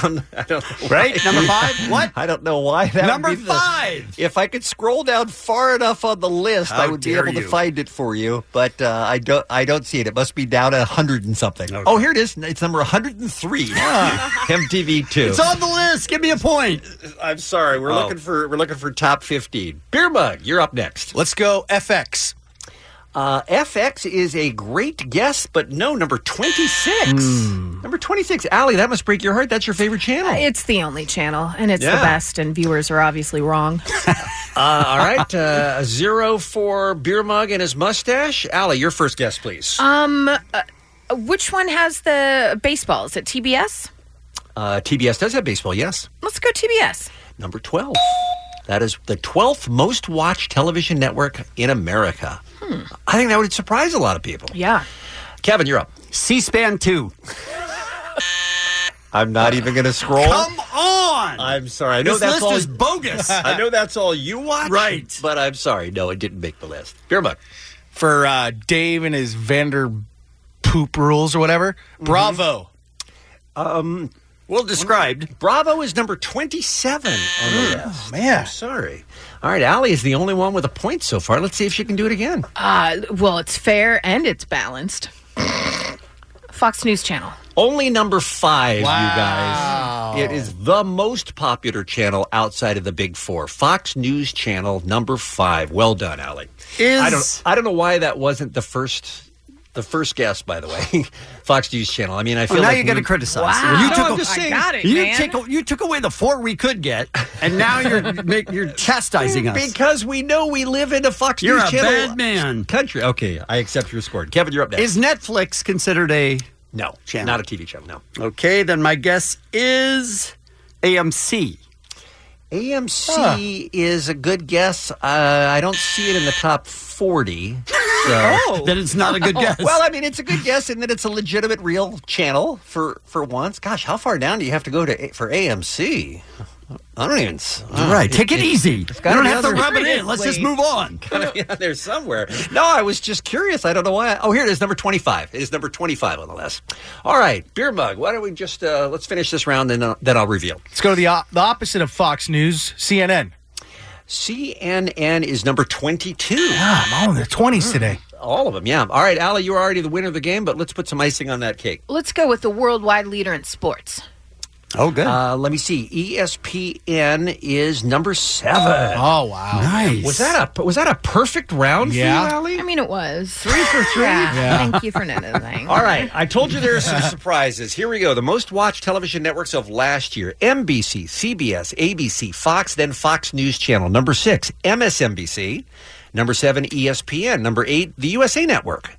Speaker 13: don't. I don't. know why.
Speaker 11: Right? Number five? What?
Speaker 13: I don't know why that. would
Speaker 11: Number
Speaker 13: be the-
Speaker 11: five.
Speaker 13: If I could scroll down far enough on the list, I
Speaker 11: How
Speaker 13: would be
Speaker 11: dare
Speaker 13: able to
Speaker 11: you.
Speaker 13: find it for you. But uh, I don't. I don't see it. It must be down a hundred and something. Oh, here it is. It's number one hundred and three. MTV two.
Speaker 11: It's on the list. Give me a point.
Speaker 13: I'm sorry. We're
Speaker 11: Oh.
Speaker 13: looking for. We're looking for top fifteen. Beer mug. You're up next. Let's go FX. Uh, FX is a great guess, but no, number 26.
Speaker 11: Hmm.
Speaker 13: Number 26. Allie, that must break your heart. That's your favorite channel.
Speaker 14: It's the only channel, and it's
Speaker 13: Yeah.
Speaker 14: the best. And viewers are obviously wrong.
Speaker 13: Uh, all right, uh, a zero for beer mug and his mustache. Allie, your first guess, please.
Speaker 14: um, uh, which one has the baseball? Is it TBS?
Speaker 13: Uh, TBS does have baseball, yes.
Speaker 14: Let's go TBS.
Speaker 13: Number twelve. That is the twelfth most watched television network in America. I think that would surprise a lot of people.
Speaker 14: Yeah.
Speaker 13: Kevin, you're up.
Speaker 11: C-SPAN two.
Speaker 13: I'm not even going to scroll.
Speaker 11: Come on.
Speaker 13: I'm sorry. I know
Speaker 11: This
Speaker 13: that's
Speaker 11: list
Speaker 13: all
Speaker 11: is bogus.
Speaker 13: I know that's all you watch.
Speaker 11: Right.
Speaker 13: But I'm sorry. No, it didn't make the list. Beer mug.
Speaker 1: For uh, Dave and his Vander poop rules or whatever. Bravo.
Speaker 13: Mm-hmm. Um,
Speaker 11: well described.
Speaker 13: Bravo is number 27 on
Speaker 11: Hmm.
Speaker 13: the
Speaker 11: Oh,
Speaker 13: list. Man. I'm sorry. All right, Allie is the only one with a point so far. Let's see if she can do it again.
Speaker 14: Uh, well, it's fair and it's balanced. Fox News Channel.
Speaker 13: Only number five, you guys. It is the most popular channel outside of the big four. Fox News Channel number five. Well done, Allie.
Speaker 11: Is-
Speaker 13: I don't I don't know why that wasn't the first the first guess, by the way. Fox News Channel. I mean I feel
Speaker 11: Oh, now
Speaker 13: like
Speaker 11: you're going to
Speaker 13: we-
Speaker 11: criticize.
Speaker 13: Wow.
Speaker 11: You
Speaker 13: No,
Speaker 11: took
Speaker 13: I'm
Speaker 11: a-
Speaker 13: just saying-
Speaker 11: you Took, you took away the four we could get, and now you're make, you're chastising us.
Speaker 13: Because we know we live in a Fox
Speaker 11: You're
Speaker 13: News
Speaker 11: a
Speaker 13: Channel
Speaker 11: bad man.
Speaker 13: country. Okay, I accept your score. Kevin, you're up next.
Speaker 11: Is Netflix considered a
Speaker 13: no
Speaker 11: channel?
Speaker 13: not a TV channel? No.
Speaker 11: Okay, then my guess is AMC.
Speaker 13: AMC
Speaker 11: is a good guess. Uh, I don't see it in the top 40. So
Speaker 2: Oh.
Speaker 11: Then it's not a good guess.
Speaker 13: Oh. Well, I mean, it's a good guess in that it's a legitimate, real channel for for once. Gosh, how far down do you have to go to A- for AMC? I don't even. s- uh,
Speaker 11: All right, take it easy.
Speaker 13: it's gotta
Speaker 11: You don't
Speaker 13: be
Speaker 11: have to
Speaker 13: other-
Speaker 11: rub it in. Let's just move on.
Speaker 13: Gotta be out there somewhere. No, I was just curious. I don't know why. oh, here it is, number twenty-five. It is number twenty-five on the list. All right, beer mug. Why don't we just uh, let's finish this round, then uh, then I'll reveal.
Speaker 1: Let's go to the, op- the opposite of Fox News, CNN.
Speaker 13: CNN is number twenty-two. Hmm.
Speaker 1: I'm on the 20s today.
Speaker 13: All of them, yeah. All right, Allie, you're already the winner of the game, but let's put some icing on that cake.
Speaker 14: Let's go with the worldwide leader in sports.
Speaker 13: Oh, good. Uh, let me see. ESPN is number seven.
Speaker 1: Oh, wow.
Speaker 13: Nice. Was that a was that a perfect round for you, Allie?
Speaker 14: I mean, it was
Speaker 13: Three for three?
Speaker 14: Yeah.
Speaker 13: Yeah.
Speaker 14: Thank you for noticing.
Speaker 13: All right, I told you there are some surprises. Here we go. The most watched television networks of last year NBC, CBS, ABC, Fox, then Fox News Channel. Number six, MSNBC. Number seven, E ESPN. Number eight, the USA Network.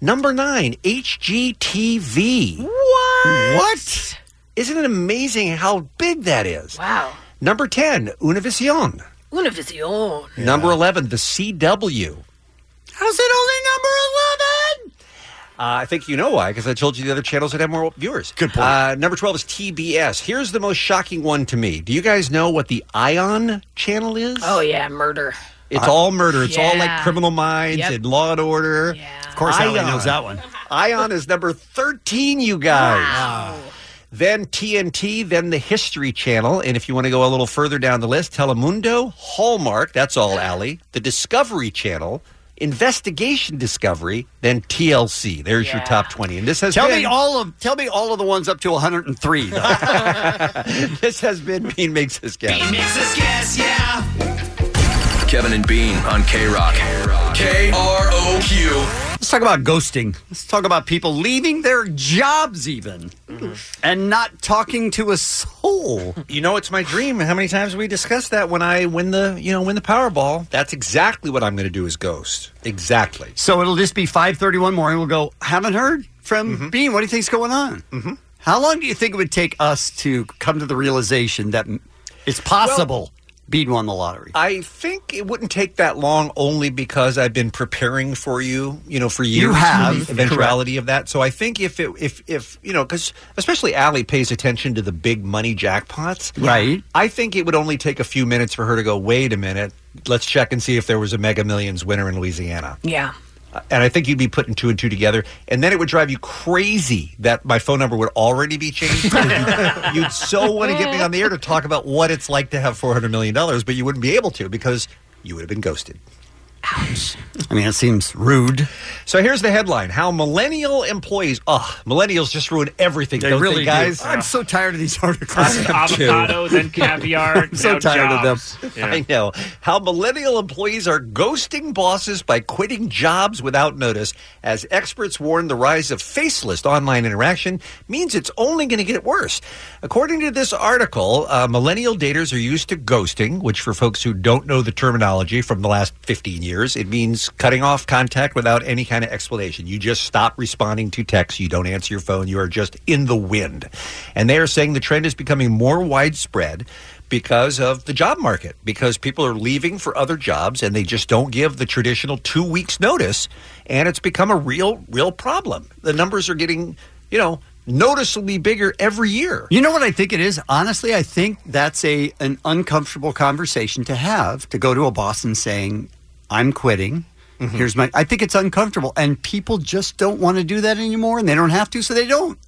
Speaker 13: Number nine, HGTV. What? What? Isn't it amazing how big that is?
Speaker 14: Wow.
Speaker 13: Number 10, Univision.
Speaker 14: Univision.
Speaker 13: Number 11, the CW. How's it only number 11? Uh, I think you know why, because I told you the other channels that have more viewers. Good point. Uh, number 12 is TBS. Here's the most shocking one to me. Do you guys know what the ION channel is?
Speaker 14: Oh, yeah, murder.
Speaker 13: It's all murder. It's all like
Speaker 14: Yeah.
Speaker 13: criminal minds
Speaker 14: Yep.
Speaker 13: and law and order. Of
Speaker 11: course Allie knows that
Speaker 13: one. Ion is number 13, you guys. Then TNT, then the History Channel. And if you want to go a little further down the list, Telemundo, Hallmark, that's all, Allie. The Discovery Channel, Investigation Discovery, then TLC. There's your top 20. And this has
Speaker 11: Tell
Speaker 13: been,
Speaker 11: me all of tell me all of the ones up to 103. though.
Speaker 13: this has been Bean Makes His Guess.
Speaker 2: Makes us guess, yeah.
Speaker 15: Kevin and Bean on K Rock. K R O Q.
Speaker 11: Let's talk about ghosting. Let's talk about people leaving their jobs even and not talking to a soul.
Speaker 13: You know, it's my dream. How many times we discussed that when I win the, you know, win the Powerball? That's exactly what I'm going to do is ghost. Exactly.
Speaker 11: So it'll just be 5:31 morning. We'll go. Haven't heard from
Speaker 13: Mm-hmm.
Speaker 11: Bean. What do you think's going on? Mm-hmm. How long do you think it would take us to come to the realization that m- it's possible Bean won the lottery?
Speaker 13: I think it wouldn't take that long only because I've been preparing for you, you know, for years.
Speaker 11: You have,
Speaker 13: for the eventuality of that. So I think if it, if, if, you know, because especially Allie pays attention to the big money jackpots.
Speaker 11: Right.
Speaker 13: I think it would only take a few minutes for her to go, wait a minute, let's check and see if there was a mega millions winner in Louisiana.
Speaker 14: Yeah.
Speaker 13: And I think you'd be putting two and two together. And then it would drive you crazy that my phone number would already be changed. You'd so want to get me on the air to talk about what it's like to have $400 million, but you wouldn't be able to because you would have been ghosted.
Speaker 11: I mean, it seems rude.
Speaker 13: So here's the headline How Millennial Employees, oh, millennials just ruin everything,
Speaker 11: They
Speaker 13: don't they,
Speaker 11: really do.
Speaker 13: guys?
Speaker 11: I'm so tired of these
Speaker 13: I
Speaker 11: articles.
Speaker 13: am
Speaker 5: Avocado,
Speaker 13: too.
Speaker 5: then caviar.
Speaker 13: I'm so
Speaker 5: now
Speaker 13: tired
Speaker 5: jobs.
Speaker 13: of them.
Speaker 5: Yeah.
Speaker 13: I know. How millennial employees are ghosting bosses by quitting jobs without notice, as experts warn the rise of faceless online interaction means it's only going to get worse. According to this article, uh, millennial daters are used to ghosting, which, for folks who don't know the terminology from the last 15 years, it means cutting off contact without any kind of explanation. You just stop responding to texts, you don't answer your phone, you are just in the wind. And they are saying the trend is becoming more widespread because of the job market, because people are leaving for other jobs and they just don't give the traditional two weeks notice. And it's become a real, real problem. The numbers are getting, you know, noticeably bigger every year.
Speaker 11: You know what I think it is? Honestly, I think that's a an uncomfortable conversation to have to go to a boss and saying, "I'm quitting."
Speaker 13: Mm-hmm.
Speaker 11: Here's my I think it's uncomfortable and people just don't want to do that anymore and they don't have to so they don't.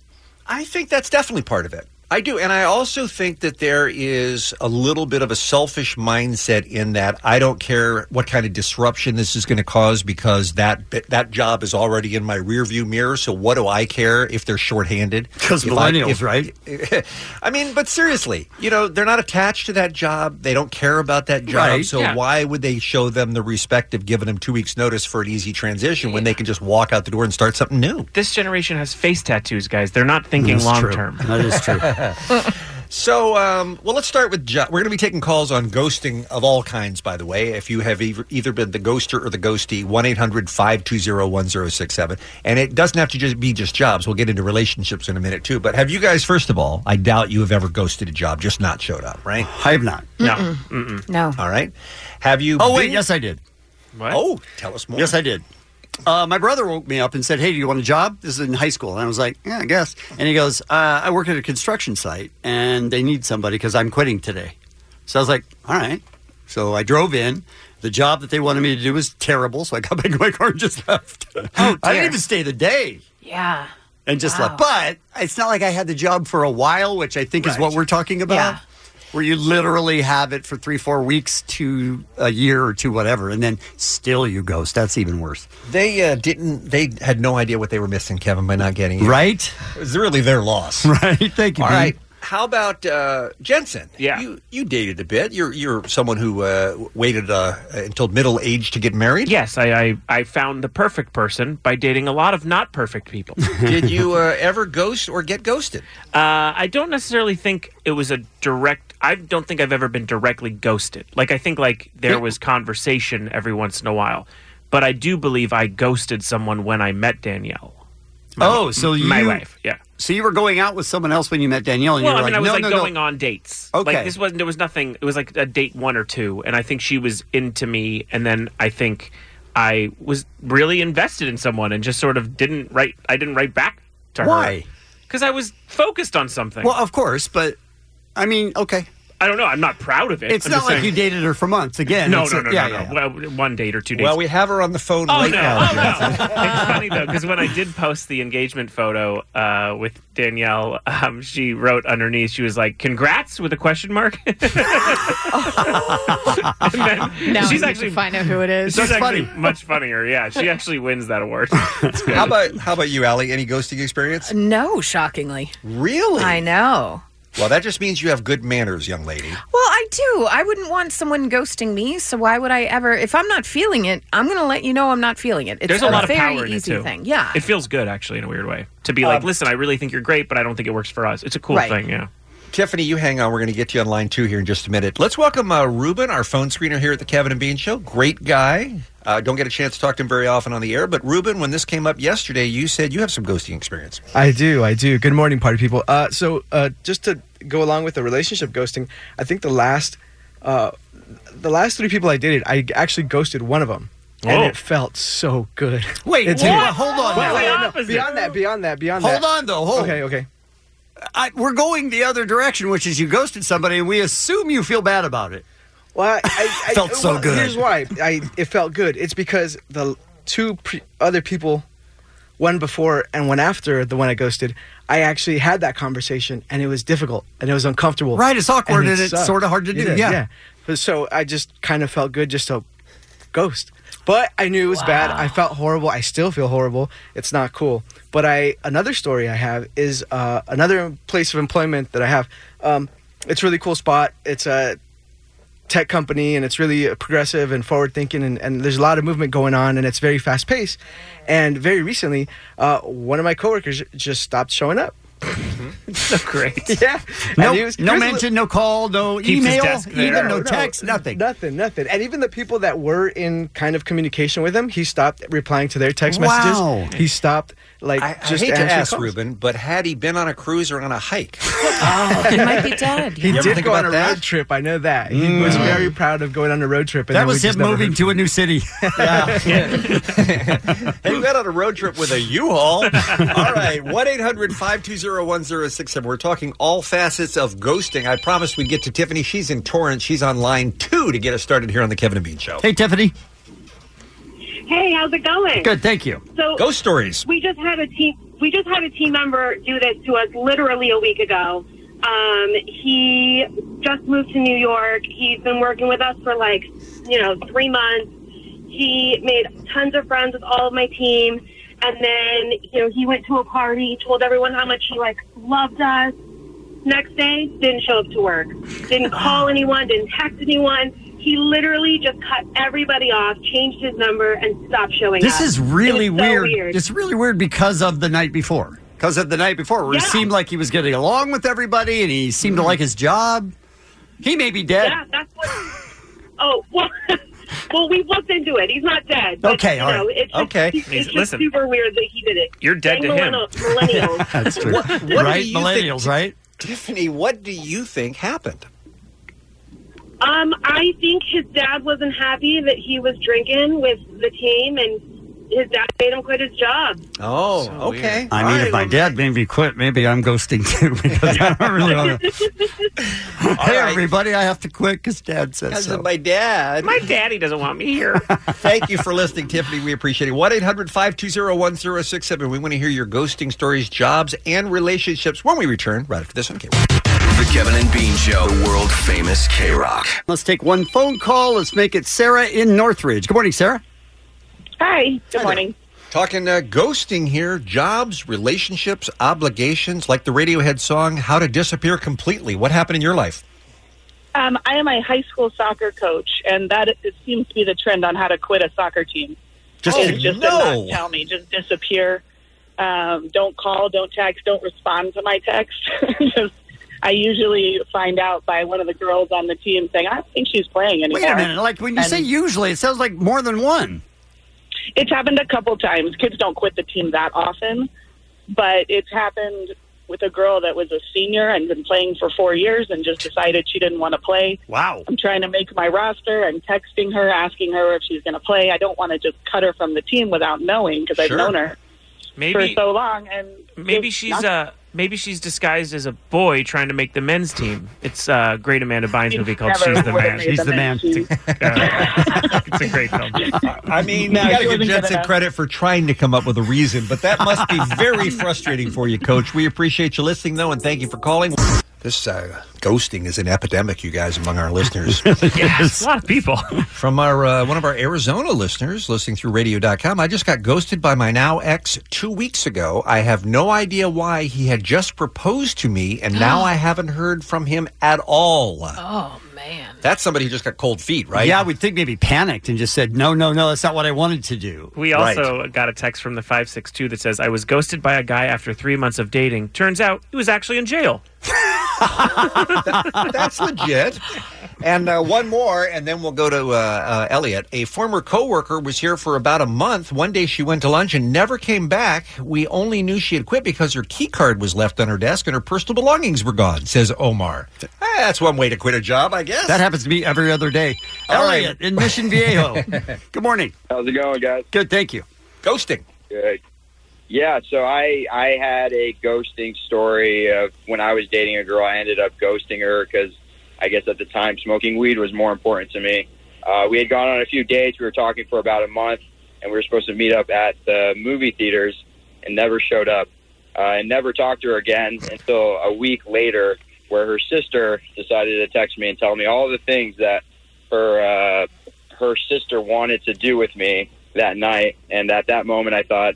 Speaker 13: I think that's definitely part of it. I do. And I also think that there is a little bit of a selfish mindset in that I don't care what kind of disruption this is going to cause because that bit- that job is already in my rearview mirror. So what do I care if they're shorthanded?
Speaker 11: 'Cause
Speaker 13: If I-
Speaker 11: millennials,
Speaker 13: if-
Speaker 11: right?
Speaker 13: I mean, but seriously, you know, they're not attached to that job. They don't care about that job.
Speaker 11: Right,
Speaker 13: So
Speaker 11: yeah.
Speaker 13: why would they show them the respect of giving them two weeks' notice for an easy transition when they can just walk out the door and start something new?
Speaker 5: This generation has face tattoos, guys. They're not thinking
Speaker 13: That's
Speaker 5: long
Speaker 13: true.
Speaker 5: term.
Speaker 11: That is true.
Speaker 13: So, um, well, let's start with John. We're going to be taking calls on ghosting of all kinds, by the way. If you have either, either been the ghoster or the ghosty, 1 800 520 1067. And it doesn't have to just be just jobs. We'll get into relationships in a minute, too. But have you guys, first of all, I doubt you have ever ghosted a job, just not showed up, right?
Speaker 11: I have not.
Speaker 13: No.
Speaker 14: No.
Speaker 13: All right. Have you.
Speaker 11: Oh, wait, yes, I did.
Speaker 13: Oh, tell us more.
Speaker 11: Yes, I did. Uh, my brother woke me up and said, "Hey, do you want a job?" This is in high school, and I was like, "Yeah, I guess." And he goes, uh, "I work at a construction site, and they need somebody because I'm quitting today." So I was like, "All right." So I drove in. The job that they wanted me to do was terrible, so I got back in my car and just left. Oh, I didn't even stay the day
Speaker 21: Yeah.
Speaker 11: and just
Speaker 21: Wow.
Speaker 11: left. But it's not like I had the job for a while, which I think is what we're talking about.
Speaker 21: Yeah.
Speaker 11: Where you literally have it for three, four weeks to a year or two, whatever, and then still you ghost. That's even worse.
Speaker 13: They uh, didn't. They had no idea what they were missing, Kevin, by not getting you.
Speaker 11: Right?
Speaker 13: It was really their loss.
Speaker 11: Right. Thank you.
Speaker 13: All
Speaker 11: Pete.
Speaker 13: right. How about uh, Jensen? Yeah, you you dated a bit. You're you're someone who uh, waited uh, until middle age to get married.
Speaker 5: Yes, I, I I found the perfect person by dating a lot of not perfect people.
Speaker 13: Did you uh, ever ghost or get ghosted?
Speaker 5: Uh, I don't necessarily think it was a direct. I don't think I've ever been directly ghosted. Like I think like there was conversation every once in a while, but I do believe I ghosted someone when I met Danielle. My-
Speaker 11: oh, so you,
Speaker 5: my wife, yeah.
Speaker 11: So you were going out with someone else when you met Danielle, and
Speaker 5: well,
Speaker 11: you
Speaker 5: I
Speaker 11: were
Speaker 5: mean,
Speaker 11: like,
Speaker 5: I was
Speaker 11: no,
Speaker 5: like
Speaker 11: no,
Speaker 5: going
Speaker 11: no.
Speaker 5: on dates.
Speaker 11: Okay.
Speaker 5: like this wasn't. There was nothing. It was like a date one or two, and I think she was into me, and then I think I was really invested in someone, and just sort of didn't write. I didn't write back to her.
Speaker 11: Why?
Speaker 5: Because I was focused on something.
Speaker 11: Well, oh of course, but I mean, okay.
Speaker 5: I don't know. I'm not proud of it.
Speaker 11: It's
Speaker 5: I'm
Speaker 11: not
Speaker 5: just
Speaker 11: like
Speaker 5: saying-
Speaker 11: you dated her for months again.
Speaker 5: No,
Speaker 11: It's
Speaker 5: no,
Speaker 11: a-
Speaker 5: no,
Speaker 11: yeah,
Speaker 5: no,
Speaker 11: yeah.
Speaker 5: no. Well, one date or two days.
Speaker 13: Well, we have her on the phone
Speaker 5: Oh
Speaker 13: right
Speaker 5: no!
Speaker 13: now.
Speaker 5: Oh, no. it's funny though because when I did post the engagement photo uh, with Danielle, um, she wrote underneath, she was like, "Congrats!" with a question mark. And then
Speaker 21: Now
Speaker 5: she's
Speaker 21: I need
Speaker 5: actually
Speaker 21: to find out who it is.
Speaker 5: she's actually much funnier. Yeah, she actually wins that award.
Speaker 13: How about how about you, Allie? Any ghosting experience?
Speaker 14: No, shockingly.
Speaker 13: Really?
Speaker 14: I know.
Speaker 13: Well, that just means you have good manners, young lady.
Speaker 14: Well, I do. I wouldn't want someone ghosting me, so why would I ever? If I'm not feeling it, I'm going to let you know I'm not feeling it. It's
Speaker 5: There's a lot of
Speaker 14: very
Speaker 5: power in it
Speaker 14: easy
Speaker 5: too.
Speaker 14: thing. Yeah.
Speaker 5: it feels good actually in a weird way to be like, "Listen, I really think you're great, but I don't think it works for us." It's a cool
Speaker 13: Right.
Speaker 5: thing. Yeah.
Speaker 13: Tiffany, you hang on. We're going to get you on line two here in just a minute. Let's welcome uh, Ruben, our phone screener here at the Kevin and Bean Show. Great guy. Uh, don't get a chance to talk to him very often on the air. But Ruben, when this came up yesterday, you said you have some ghosting experience.
Speaker 3: I do, I do. Good morning, party people. Uh, so, uh, just to go along with the relationship ghosting, I think the last, uh, the last three people I dated, I actually ghosted one of them, and
Speaker 6: Oh.
Speaker 3: it felt so good.
Speaker 6: Wait,
Speaker 3: It's
Speaker 6: what?
Speaker 3: weird.
Speaker 6: Hold on
Speaker 3: Wait,
Speaker 6: now.
Speaker 3: wait,
Speaker 6: The
Speaker 3: no,
Speaker 6: opposite.
Speaker 3: Beyond that, beyond that, beyond that. that. Hold on,
Speaker 11: though, hold.
Speaker 3: Okay, okay.
Speaker 11: I, we're going the other direction, which is you ghosted somebody, and we assume you feel bad about it.
Speaker 3: Well, I, I
Speaker 11: Felt so
Speaker 3: well,
Speaker 11: good.
Speaker 3: Here's why I it felt good. It's because the two pre- other people, one before and one after the one I ghosted, I actually had that conversation, and it was difficult and it was uncomfortable.
Speaker 11: Right, it's awkward and it's
Speaker 3: sucked.
Speaker 11: sorta hard to do,
Speaker 3: It is,
Speaker 11: yeah.
Speaker 3: But So I just kind of felt good just to ghost, but I knew it was bad. I felt horrible. I still feel horrible. It's not cool. But I another story I have is uh, another place of employment that I have. Um, it's a really cool spot. It's a tech company and it's really uh, progressive and forward thinking and, and there's a lot of movement going on and it's very fast paced and very recently uh, one of my coworkers just stopped showing up
Speaker 5: so great
Speaker 3: yeah No- no mention,
Speaker 11: no call no
Speaker 3: Keeps his email, desk even there.
Speaker 11: no
Speaker 3: No,
Speaker 11: text,
Speaker 3: no,
Speaker 11: nothing.
Speaker 3: Nothing, nothing. And even the people that were in kind of communication with him, he stopped replying to their text messages.
Speaker 13: Wow.
Speaker 3: He stopped like
Speaker 13: I, I
Speaker 3: just
Speaker 13: hate to
Speaker 3: answering
Speaker 13: ask
Speaker 3: calls.
Speaker 13: Ruben, but had he been on a cruise or on a hike,
Speaker 3: Oh, he might
Speaker 13: be dead.
Speaker 3: He
Speaker 13: You ever
Speaker 3: did
Speaker 13: think
Speaker 3: go on a
Speaker 13: about that?
Speaker 3: road trip. I know that. He was
Speaker 13: Mm.
Speaker 3: very proud of going on a road trip. And
Speaker 13: That
Speaker 3: then we
Speaker 13: was
Speaker 3: just
Speaker 13: him
Speaker 3: never
Speaker 13: moving
Speaker 3: heard
Speaker 11: to a new city.
Speaker 13: he went on a road trip with a U-Haul. All right, 1-800-520-1067. We're talking all facets of ghosting. I promised we'd get to Tiffany. She's in Torrance. She's on line two to get us started here on the Kevin and Bean Show.
Speaker 11: Hey, Tiffany.
Speaker 8: Hey, how's it going?
Speaker 13: Good, thank you.
Speaker 8: So
Speaker 13: Ghost stories.
Speaker 8: We just had a team. We just had a team member do this to us literally a week ago. Um, he just moved to New York. He's been working with us for like you know three months. He made tons of friends with all of my team, and then you know he went to a party, told everyone how much he like loved us. Next day, didn't show up to work. Didn't call anyone, didn't text anyone. He literally just cut everybody off, changed his number, and stopped showing up.
Speaker 11: This is really
Speaker 8: It was so
Speaker 11: weird. It's really weird because of the night before. because of the night before, where he
Speaker 8: Yeah.
Speaker 11: seemed like he was getting along with everybody and he seemed to like his job. He may be dead.
Speaker 8: Yeah, that's what. Oh well, well, we looked into it. He's not dead. but,
Speaker 11: Okay,
Speaker 8: you
Speaker 11: all
Speaker 8: know,
Speaker 11: right.
Speaker 8: It's just,
Speaker 11: Okay.
Speaker 8: it's
Speaker 11: He's-
Speaker 8: just
Speaker 11: listen.
Speaker 8: super weird that he did it.
Speaker 11: You're dead
Speaker 8: Dang
Speaker 11: to him.
Speaker 8: millennial- Millennials.
Speaker 11: That's true. right? Millennials, right?
Speaker 13: Tiffany, what do you think happened?
Speaker 8: Um, I think his dad wasn't happy that he was drinking with the team, and his dad made him quit his job.
Speaker 13: Oh, okay.
Speaker 11: I mean, if my dad made me quit, maybe I'm ghosting too because I don't really want to. hey, everybody, I have to quit because dad says
Speaker 13: Because
Speaker 11: so.
Speaker 13: of my dad.
Speaker 5: My daddy doesn't want me here.
Speaker 13: Thank you for listening, Tiffany. We appreciate it. 1 800 520 1067. We want to hear your ghosting stories, jobs, and relationships when we return right after this on K1.
Speaker 15: The Kevin and Bean Show, the world famous K Rock.
Speaker 11: Let's take one phone call. Let's make it Sarah in Northridge. Good morning, Sarah.
Speaker 8: Hi. Good
Speaker 13: morning. Talking uh, ghosting here, jobs, relationships, obligations, like the Radiohead song, How to Disappear Completely. What happened in your life?
Speaker 12: Um, I am a high school soccer coach, and that is, it seems to be the trend on how to quit a soccer team.
Speaker 13: Just
Speaker 12: Is
Speaker 13: to
Speaker 12: just
Speaker 13: know.
Speaker 12: not tell me, just disappear. Um, don't call, don't text, don't respond to my text. just, I usually find out by one of the girls on the team saying, "I don't think she's playing anymore."
Speaker 11: Wait a minute. Like when you
Speaker 12: And
Speaker 11: say usually, it sounds like more than one.
Speaker 12: it's happened a couple times. Kids don't quit the team that often, but it's happened with a girl that was a senior and been playing for four years and just decided she didn't want to play.
Speaker 11: Wow.
Speaker 12: I'm trying to make my roster. I'm texting her, asking her if she's going to play. I don't want to just cut her from the team without knowing because I've
Speaker 5: Sure.
Speaker 12: known her
Speaker 5: Maybe
Speaker 12: for so long. And
Speaker 5: maybe
Speaker 12: just
Speaker 5: she's
Speaker 12: nothing.
Speaker 5: uh maybe she's disguised as a boy trying to make the men's team. It's uh, great Amanda Bynes movie called
Speaker 12: Never
Speaker 5: She's the
Speaker 12: would've
Speaker 5: Man.
Speaker 12: made She's the the Man.
Speaker 5: It's a great film.
Speaker 13: I mean, uh,
Speaker 12: No,
Speaker 13: you got to give
Speaker 12: she wasn't good
Speaker 13: Jensen
Speaker 12: enough.
Speaker 13: credit for trying to come up with a reason, but that must be very frustrating for you, Coach. We appreciate you listening, though, and thank you for calling. This uh, ghosting is an epidemic, you guys, among our listeners.
Speaker 5: yes, a lot of people.
Speaker 13: From our uh, one of our Arizona listeners listening through radio.com, I just got ghosted by my now ex two weeks ago. I have no idea why he had just proposed to me, and now I haven't heard from him at all.
Speaker 14: Oh, man.
Speaker 13: That's somebody who just got cold feet, right?
Speaker 11: Yeah, we'd think maybe panicked and just said, no, no, no, that's not what I wanted to do.
Speaker 5: We also got a text from the 562 that says, I was ghosted by a guy after three months of dating. Turns out he was actually in jail.
Speaker 13: That's legit. And uh, one more, and then we'll go to uh, uh, Elliot. A former coworker was here for about a month. One day she went to lunch and never came back. We only knew she had quit because her key card was left on her desk and her personal belongings were gone, says Omar. Eh, that's one way to quit a job, I guess.
Speaker 11: That happens to me every other day. Elliot in Mission Viejo. Good morning.
Speaker 6: How's it going, guys?
Speaker 11: Good, thank you.
Speaker 13: Ghosting.
Speaker 6: Good. Yeah, so I I had a ghosting story of when I was dating a girl. I ended up ghosting her because I guess at the time smoking weed was more important to me. Uh, we had gone on a few dates. We were talking for about a month, and we were supposed to meet up at the movie theaters, and never showed up. Uh, and never talked to her again until a week later, where her sister decided to text me and tell me all the things that her uh, her sister wanted to do with me that night. And at that moment, I thought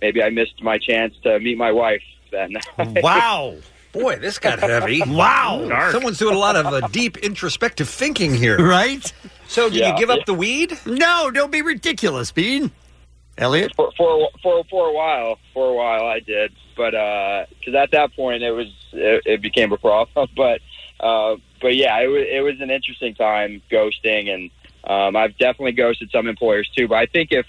Speaker 6: maybe I missed my chance to meet my wife that night.
Speaker 13: Wow. Boy, this got heavy.
Speaker 6: Wow. Dark.
Speaker 13: Someone's doing a lot of uh, deep introspective thinking here.
Speaker 11: Right?
Speaker 13: So, did
Speaker 6: Yeah.
Speaker 13: you give up the weed?
Speaker 11: No, don't be ridiculous, Bean. Elliot?
Speaker 6: For, for for for a while, for a while, I did, but because at that point it was it, it became a problem. But uh, but yeah, it was it was an interesting time ghosting, and um, I've definitely ghosted some employers too. But I think if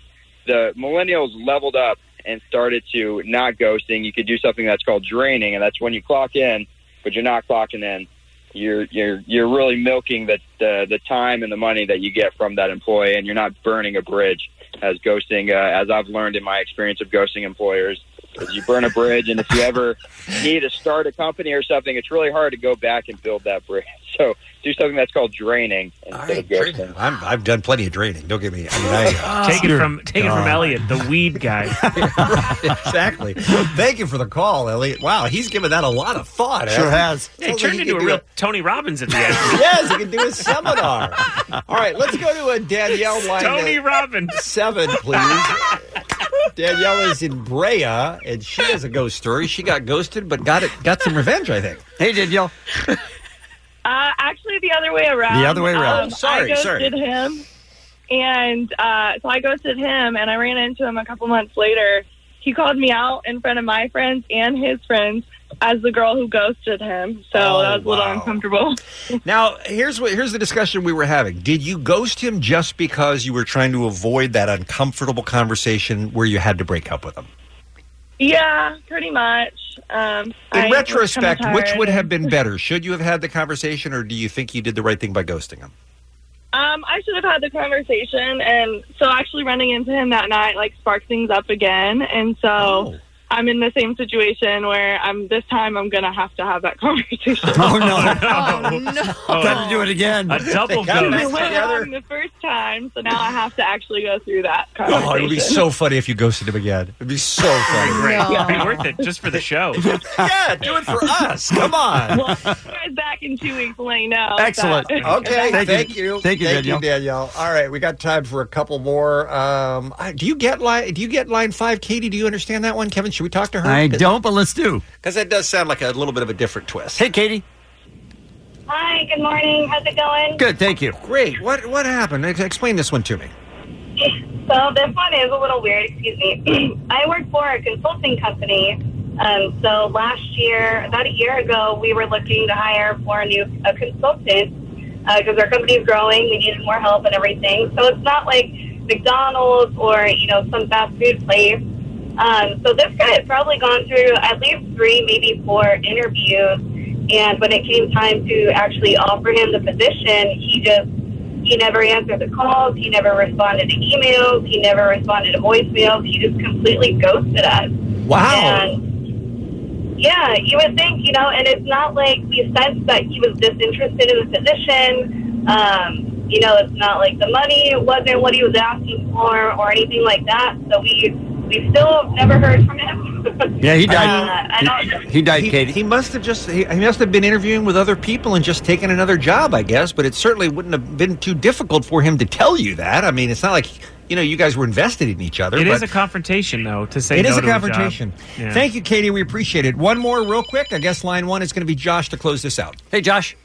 Speaker 6: the millennials leveled up and started to not ghosting, you could do something that's called draining, and that's when you clock in, but you're not clocking in. You're you're you're really milking the the, the time and the money that you get from that employee, and you're not burning a bridge. As ghosting, uh, as I've learned in my experience of ghosting employers, is you burn a bridge, and if you ever need to start a company or something, it's really hard to go back and build that bridge. So do something that's called draining instead of ghosting.
Speaker 13: I'm, I've done plenty of draining. Don't get me. I mean, I, uh,
Speaker 5: Take it from take it from
Speaker 13: God.
Speaker 5: Elliot, the weed guy.
Speaker 13: exactly. Thank you for the call, Elliot. Wow, he's given that a lot of thought.
Speaker 5: Sure
Speaker 13: hasn't
Speaker 5: has.
Speaker 13: he?
Speaker 5: Yeah, he
Speaker 13: Sounds
Speaker 5: turned
Speaker 13: like
Speaker 5: into a
Speaker 13: could do
Speaker 5: real Tony Robbins at the end.
Speaker 13: yes, he can do a seminar. All right, let's go to a Danielle line.
Speaker 5: Tony
Speaker 13: Robbins. Seven, please. Danielle is in Brea, and she has a ghost story. She got ghosted, but got it, got some revenge, I think.
Speaker 11: Hey, Danielle.
Speaker 12: Uh, actually, the other way around.
Speaker 13: The other way around.
Speaker 12: Um,
Speaker 13: Sorry,
Speaker 12: I
Speaker 13: sorry.
Speaker 12: ghosted him, and uh, so I ghosted him, and I ran into him a couple months later,
Speaker 4: he called me out in front of my friends and his friends as the girl who ghosted him. So
Speaker 13: Oh,
Speaker 4: that was a little
Speaker 13: wow.
Speaker 4: uncomfortable.
Speaker 13: Now, here's what here's the discussion we were having. Did you ghost him just because you were trying to avoid that uncomfortable conversation where you had to break up with him?
Speaker 4: Yeah, pretty much. Um,
Speaker 13: In
Speaker 4: I was
Speaker 13: retrospect,
Speaker 4: kinda
Speaker 13: which
Speaker 4: tired
Speaker 13: would have
Speaker 4: and-
Speaker 13: been better? Should you have had the conversation or do you think you did the right thing by ghosting him?
Speaker 4: Um, I should have had the conversation, and so actually running into him that night like sparked things up again, and so.
Speaker 13: Oh.
Speaker 4: I'm in the same situation where I'm this time I'm gonna have to have that conversation.
Speaker 11: Oh no!
Speaker 14: oh no!
Speaker 11: Time to do it again.
Speaker 5: A double
Speaker 4: I
Speaker 5: ghost.
Speaker 4: went wrong the first time, so now I have to actually go through that conversation.
Speaker 13: Oh, it would be so funny if you ghosted him again. It'd be so funny.
Speaker 4: Great. It'd be
Speaker 5: worth it just for the show.
Speaker 13: yeah, do it for us. Come on.
Speaker 4: Well, you guys back in two weeks, let me know.
Speaker 13: Excellent.
Speaker 4: But-
Speaker 13: Okay. Thank, you. Danielle. All right, we got time for a couple more. Um, I- do you get line? Do you get line five, Katie? Do you understand that one, Kevin? Should we talk to her?
Speaker 11: I don't, but let's do.
Speaker 13: because that does sound like a little bit of a different twist.
Speaker 11: Hey, Katie.
Speaker 7: Hi, good morning. How's it going?
Speaker 13: Good. Thank you. Great. What What happened? Ex- Explain this one to me.
Speaker 7: So this one is a little weird. Excuse me. I work for a consulting company. Um, so last year, about a year ago, we were looking to hire for a new a consultant because our company is growing. We needed more help and everything. So it's not like McDonald's or you know some fast food place. Um, so this guy had probably gone through at least three, maybe four interviews. And when it came time to actually offer him the position, he just He never answered the calls. He never responded to emails. He never responded to voicemails. He just completely ghosted us.
Speaker 13: Wow.
Speaker 7: And yeah, you would think, you know, and it's not like we sensed that he was disinterested in the position. Um, you know, it's not like the money wasn't what he was asking for or anything like that. So we we still have never heard from him.
Speaker 11: Yeah, he
Speaker 7: Uh, I don't,
Speaker 11: died. he died, Katie.
Speaker 13: He must have just he, he must have been interviewing with other people and just taken another job, I guess. But it certainly wouldn't have been too difficult for him to tell you that. I mean, it's not like you know you guys were invested in each other.
Speaker 5: It
Speaker 13: but
Speaker 5: is a confrontation, though, to say
Speaker 13: It is
Speaker 5: no
Speaker 13: a
Speaker 5: to job.
Speaker 13: confrontation.
Speaker 5: Yeah.
Speaker 13: Thank you, Katie. We appreciate it. One more, real quick. I guess line one is going to be Josh to close this out.
Speaker 11: Hey, Josh.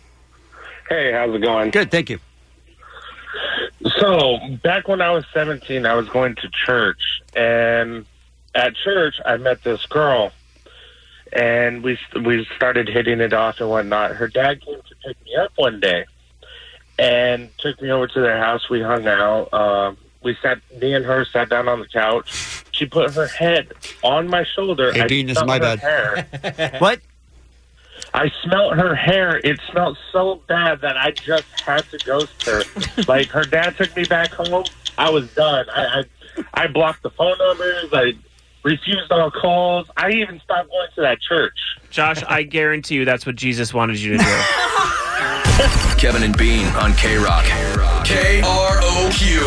Speaker 10: Hey, how's it going?
Speaker 11: Good, thank you.
Speaker 10: So, back when I was 17, I was going to church. And at church, I met this girl. And we, we started hitting it off and whatnot. Her dad came to pick me up one day and took me over to their house. We hung out. Um, we sat, me and her sat down on the couch. She put her head on my shoulder.
Speaker 11: Hey,
Speaker 10: I
Speaker 11: Dean, this is
Speaker 10: smelled
Speaker 11: my
Speaker 10: her
Speaker 11: bad.
Speaker 10: hair.
Speaker 11: what?
Speaker 10: I smelt her hair. It smelled so bad that I just had to ghost her. like her dad took me back home. I was done. I I, I blocked the phone numbers. I refused all calls. I even stopped going to that church.
Speaker 5: Josh, I guarantee you that's what Jesus wanted you to do.
Speaker 15: Kevin and Bean on K Rock. K R O Q.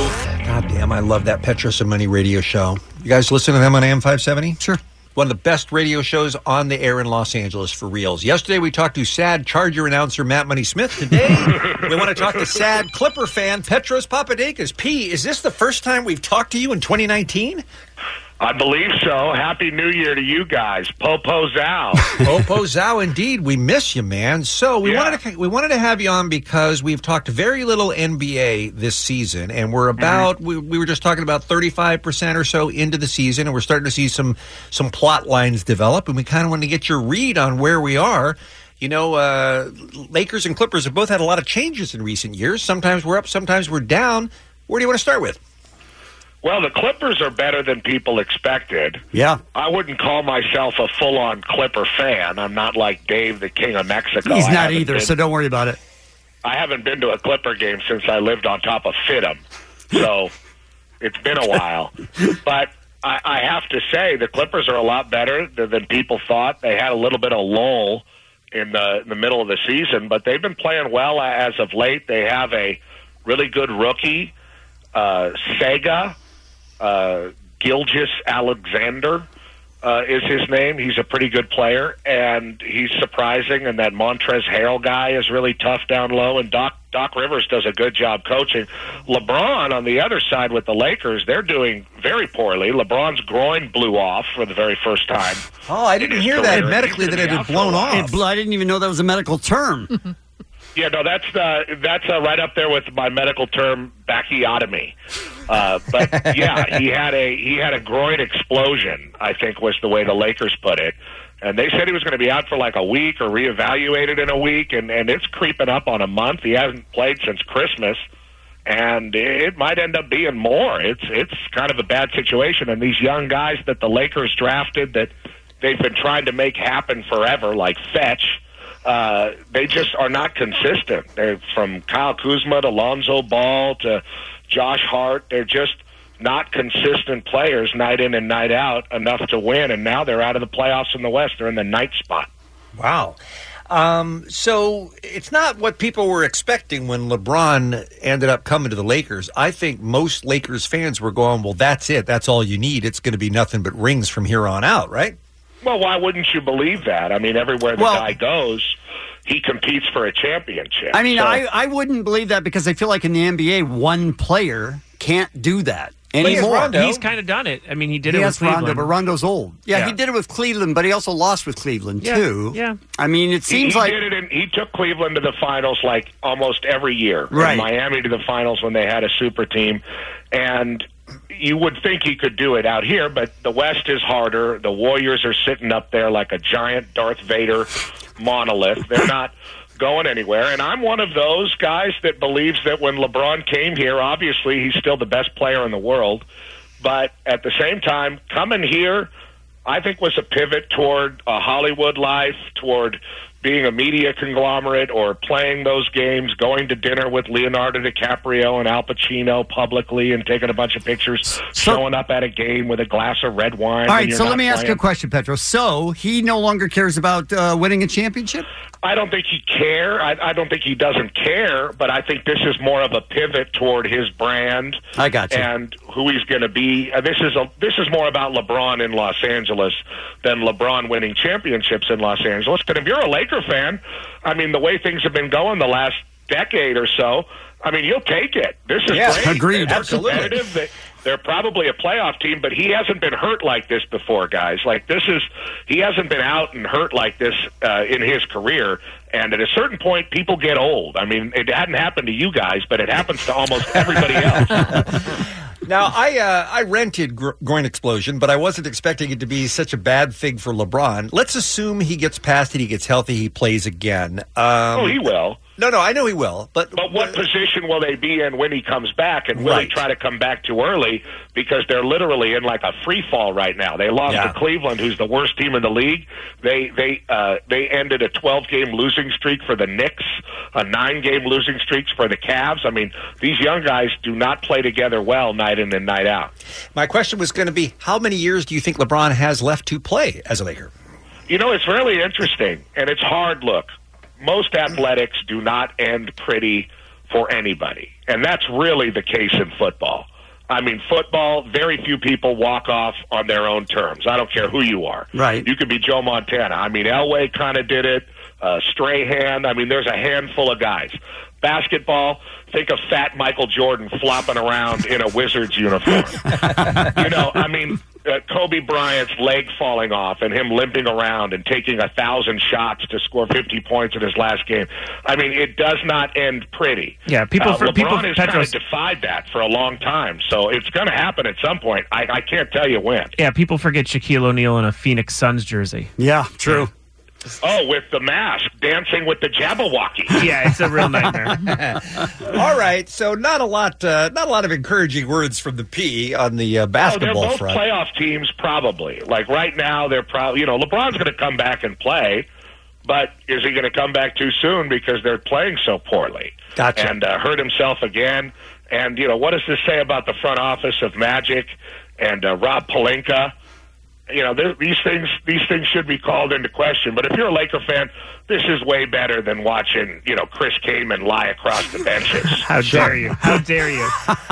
Speaker 13: God damn, I love that Petros and Money radio show. You guys listen to them on AM 570? Sure. One of the best radio shows on the air in Los Angeles for reals. Yesterday we talked to sad Charger announcer Matt Money Smith. Today we want to talk to sad Clipper fan Petros Papadakis. P, is this the first time we've talked to you in 2019?
Speaker 24: I believe so. Happy New Year to you guys. Popo's out.
Speaker 13: Popo Zhao, indeed, we miss you, man. So we wanted to we wanted to have you on because we've talked very little NBA this season, and we're about we, we were just talking about thirty five percent or so into the season, and we're starting to see some some plot lines develop, and we kind of wanted to get your read on where we are. You know, uh, Lakers and Clippers have both had a lot of changes in recent years. Sometimes we're up, sometimes we're down. Where do you want to start with?
Speaker 24: Well, the Clippers are better than people expected.
Speaker 11: Yeah.
Speaker 24: I wouldn't call myself a full on Clipper fan. I'm not like Dave, the King of Mexico.
Speaker 11: He's
Speaker 24: I
Speaker 11: not
Speaker 24: haven't
Speaker 11: either,
Speaker 24: been-
Speaker 11: so don't worry about it.
Speaker 24: I haven't been to a Clipper game since I lived on top of Fidham. So it's been a while. But I, I have to say, the Clippers are a lot better than, than people thought. They had a little bit of lull in the, in the middle of the season, but they've been playing well as of late. They have a really good rookie, uh, Sega, uh, Gilgis Alexander uh, is his name. He's a pretty good player, and he's surprising. And that Montrez Harrell guy is really tough down low. And Doc Doc Rivers does a good job coaching. LeBron on the other side with the Lakers, they're doing very poorly. LeBron's groin blew off for the very first time.
Speaker 11: Oh, I
Speaker 24: didn't hear that medically that it had blown off.
Speaker 11: It blew- I didn't even know that was a medical term.
Speaker 24: Yeah, no, that's uh, that's uh, right up there with my medical term bacchiotomy. Uh, but yeah, he had a he had a groin explosion. I think was the way the Lakers put it, and they said he was going to be out for like a week or reevaluated in a week, and and it's creeping up on a month. He hasn't played since Christmas, and it might end up being more. It's it's kind of a bad situation, and these young guys that the Lakers drafted that they've been trying to make happen forever, like Fetch. Uh, they just are not consistent. They're from Kyle Kuzma to Lonzo Ball to Josh Hart. They're just not consistent players night in and night out enough to win. And now they're out of the playoffs in the West. They're in the ninth spot.
Speaker 13: Wow. Um, so it's not what people were expecting when LeBron ended up coming to the Lakers. I think most Lakers fans were going, well, that's it. That's all you need. It's going to be nothing but rings from here on out, right?
Speaker 24: Well, why wouldn't you believe that? I mean, everywhere the
Speaker 11: Well-
Speaker 24: guy goes, he competes for a championship.
Speaker 11: I mean,
Speaker 24: So-
Speaker 11: I, I wouldn't believe that because I feel like in the NBA, one player can't do that
Speaker 5: He's-
Speaker 11: anymore.
Speaker 5: He's kind of done it. I mean, he did
Speaker 11: He
Speaker 5: it
Speaker 11: has
Speaker 5: with Cleveland.
Speaker 11: Rondo, but Rondo's old. Yeah,
Speaker 5: Yeah.
Speaker 11: he did it with Cleveland, but he also lost with Cleveland
Speaker 5: Yeah,
Speaker 11: too.
Speaker 5: yeah.
Speaker 11: I mean, it
Speaker 24: he,
Speaker 11: seems
Speaker 24: he
Speaker 11: like
Speaker 24: did it in, he took Cleveland to the finals like almost every year. and
Speaker 11: Right.
Speaker 24: Miami to the finals when they had a super team, and you would think he could do it out here, but the West is harder. The Warriors are sitting up there like a giant Darth Vader monolith. They're not going anywhere. And I'm one of those guys that believes that when LeBron came here, obviously he's still the best player in the world. But at the same time, coming here, I think was a pivot toward a Hollywood life, toward being a media conglomerate or playing those games, going to dinner with Leonardo DiCaprio and Al Pacino publicly and taking a bunch of pictures, showing up at a game with a glass of red wine.
Speaker 11: All
Speaker 24: when
Speaker 11: right,
Speaker 24: you're
Speaker 11: so let
Speaker 24: not
Speaker 11: me ask you a
Speaker 24: playing.
Speaker 11: question, Petro. So he no longer cares about uh, winning a championship?
Speaker 24: I don't think he care. I, I don't think he doesn't care, but I think this is more of a pivot toward his brand.
Speaker 11: I got you.
Speaker 24: And who he's going to be. Uh, This is a this is more about LeBron in Los Angeles than LeBron winning championships in Los Angeles. But if you're a Laker fan, I mean, the way things have been going the last decade or so, I mean, you'll take it. This is
Speaker 11: Yeah,
Speaker 24: great.
Speaker 11: agreed.
Speaker 24: They're
Speaker 11: Absolutely.
Speaker 24: competitive. They- They're probably a playoff team, but he hasn't been hurt like this before, guys. Like this is he hasn't been out and hurt like this uh, in his career. And at a certain point, people get old. I mean, it hadn't happened to you guys, but it happens to almost everybody else.
Speaker 13: Now, I uh, I rented gro- groin explosion, but I wasn't expecting it to be such a bad thing for LeBron. Let's assume he gets past it, he gets healthy, he plays again. Um,
Speaker 24: oh, he will.
Speaker 13: No, no, I know he will. But
Speaker 24: but what position will they be in when he comes back? And will
Speaker 13: Right.
Speaker 24: he try to come back too early because they're literally in like a free fall right now? They lost
Speaker 13: Yeah.
Speaker 24: to Cleveland, who's the worst team in the league. They they uh, they ended a 12 game losing streak for the Knicks, a nine game losing streak for the Cavs. I mean, these young guys do not play together well night in and night out.
Speaker 13: My question was going to be how many years do you think LeBron has left to play as a Laker?
Speaker 24: You know, it's really interesting, and it's hard. Look, most athletics do not end pretty for anybody, and that's really the case in football. I mean, football, very few people walk off on their own terms. I don't care who you are.
Speaker 11: Right.
Speaker 24: You could be Joe Montana. I mean, Elway kind of did it. Uh, Strahan. I mean, there's a handful of guys. Basketball, think of fat Michael Jordan flopping around in a Wizards uniform you know, I mean, uh, Kobe Bryant's leg falling off and him limping around and taking a thousand shots to score fifty points in his last game. I mean, it does not end pretty.
Speaker 5: Yeah, people
Speaker 24: Uh,
Speaker 5: for-
Speaker 24: LeBron
Speaker 5: people-
Speaker 24: has
Speaker 5: Petros-
Speaker 24: kind of defied that for a long time, so it's going to happen at some point. I, I can't tell you when.
Speaker 5: Yeah, people forget Shaquille O'Neal in a Phoenix Suns jersey.
Speaker 11: Yeah, true.
Speaker 24: Oh, with the mask, dancing with the Jabberwocky.
Speaker 5: Yeah, it's a real nightmare.
Speaker 13: All right, so not a lot, uh, not a lot of encouraging words from the P on the uh,
Speaker 24: oh,
Speaker 13: basketball
Speaker 24: they're both
Speaker 13: front.
Speaker 24: playoff teams, probably. Like right now, they're probably. You know, LeBron's going to come back and play, but is he going to come back too soon because they're playing so poorly?
Speaker 13: Gotcha.
Speaker 24: And uh, hurt himself again. And you know, what does this say about the front office of Magic and uh, Rob Palinka? You know, there- these things these things should be called into question. But if you're a Laker fan, this is way better than watching you know Chris Kaman lie across the benches.
Speaker 5: How dare you? How dare you?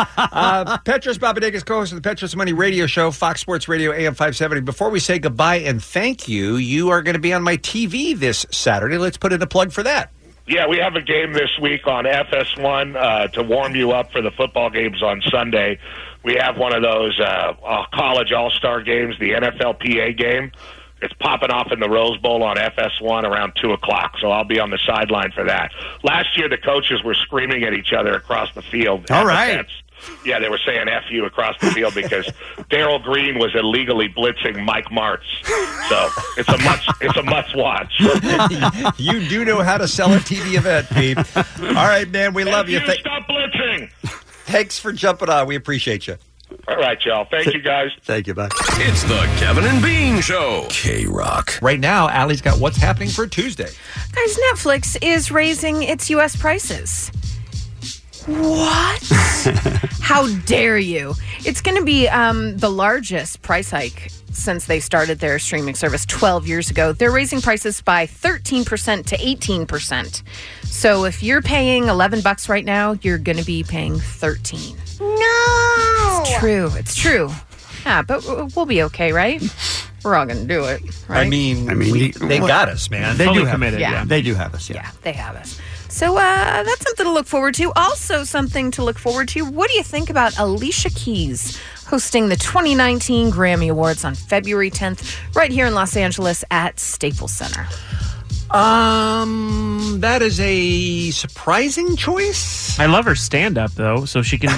Speaker 13: uh, Petros Papadakis, co-host of the Petros Money Radio Show, Fox Sports Radio, AM 570. Before we say goodbye and thank you, you are going to be on my TV this Saturday. Let's put in a plug for that.
Speaker 24: Yeah, we have a game this week on FS1 uh, to warm you up for the football games on Sunday. We have one of those uh, uh, college all star games, the NFLPA game, It's popping off in the Rose Bowl on FS1 around 2 o'clock, so I'll be on the sideline for that. Last year, the coaches were screaming at each other across the field.
Speaker 11: All
Speaker 24: at the
Speaker 11: right.
Speaker 24: fence. Yeah, they were saying F you across the field because Daryl Green was illegally blitzing Mike Martz. So it's a much it's a must watch.
Speaker 13: you do know how to sell a TV event, Pete. All right, man. We love you.
Speaker 24: you stop blitzing.
Speaker 13: Thanks for jumping on. uh, We appreciate you.
Speaker 24: All right, y'all. Thank you guys.
Speaker 13: Thank you. Bye.
Speaker 15: It's the Kevin and Bean Show. K Rock.
Speaker 13: Right now, Allie's got what's happening for Tuesday.
Speaker 14: Guys, Netflix is raising its U.S. prices. What? How dare you? It's going to be um, the largest price hike since they started their streaming service 12 years ago. They're raising prices by 13% to 18%. So if you're paying 11 bucks right now, you're going to be paying 13. No. It's true. It's true. Yeah, but w- we'll be okay, right? We're all going to do it, right?
Speaker 13: I mean, I mean, they
Speaker 14: well,
Speaker 13: got us, man.
Speaker 14: they
Speaker 13: Fully
Speaker 14: do have-
Speaker 13: committed.
Speaker 14: yeah.
Speaker 11: They do have us. Yeah.
Speaker 14: they have us. So uh, that's something to look forward to. Also, something to look forward to. What do you think about Alicia Keys hosting the 2019 Grammy Awards on February 10th, right here in Los Angeles at Staples Center?
Speaker 13: Um, that is a surprising choice.
Speaker 5: I love her stand up though, so she can.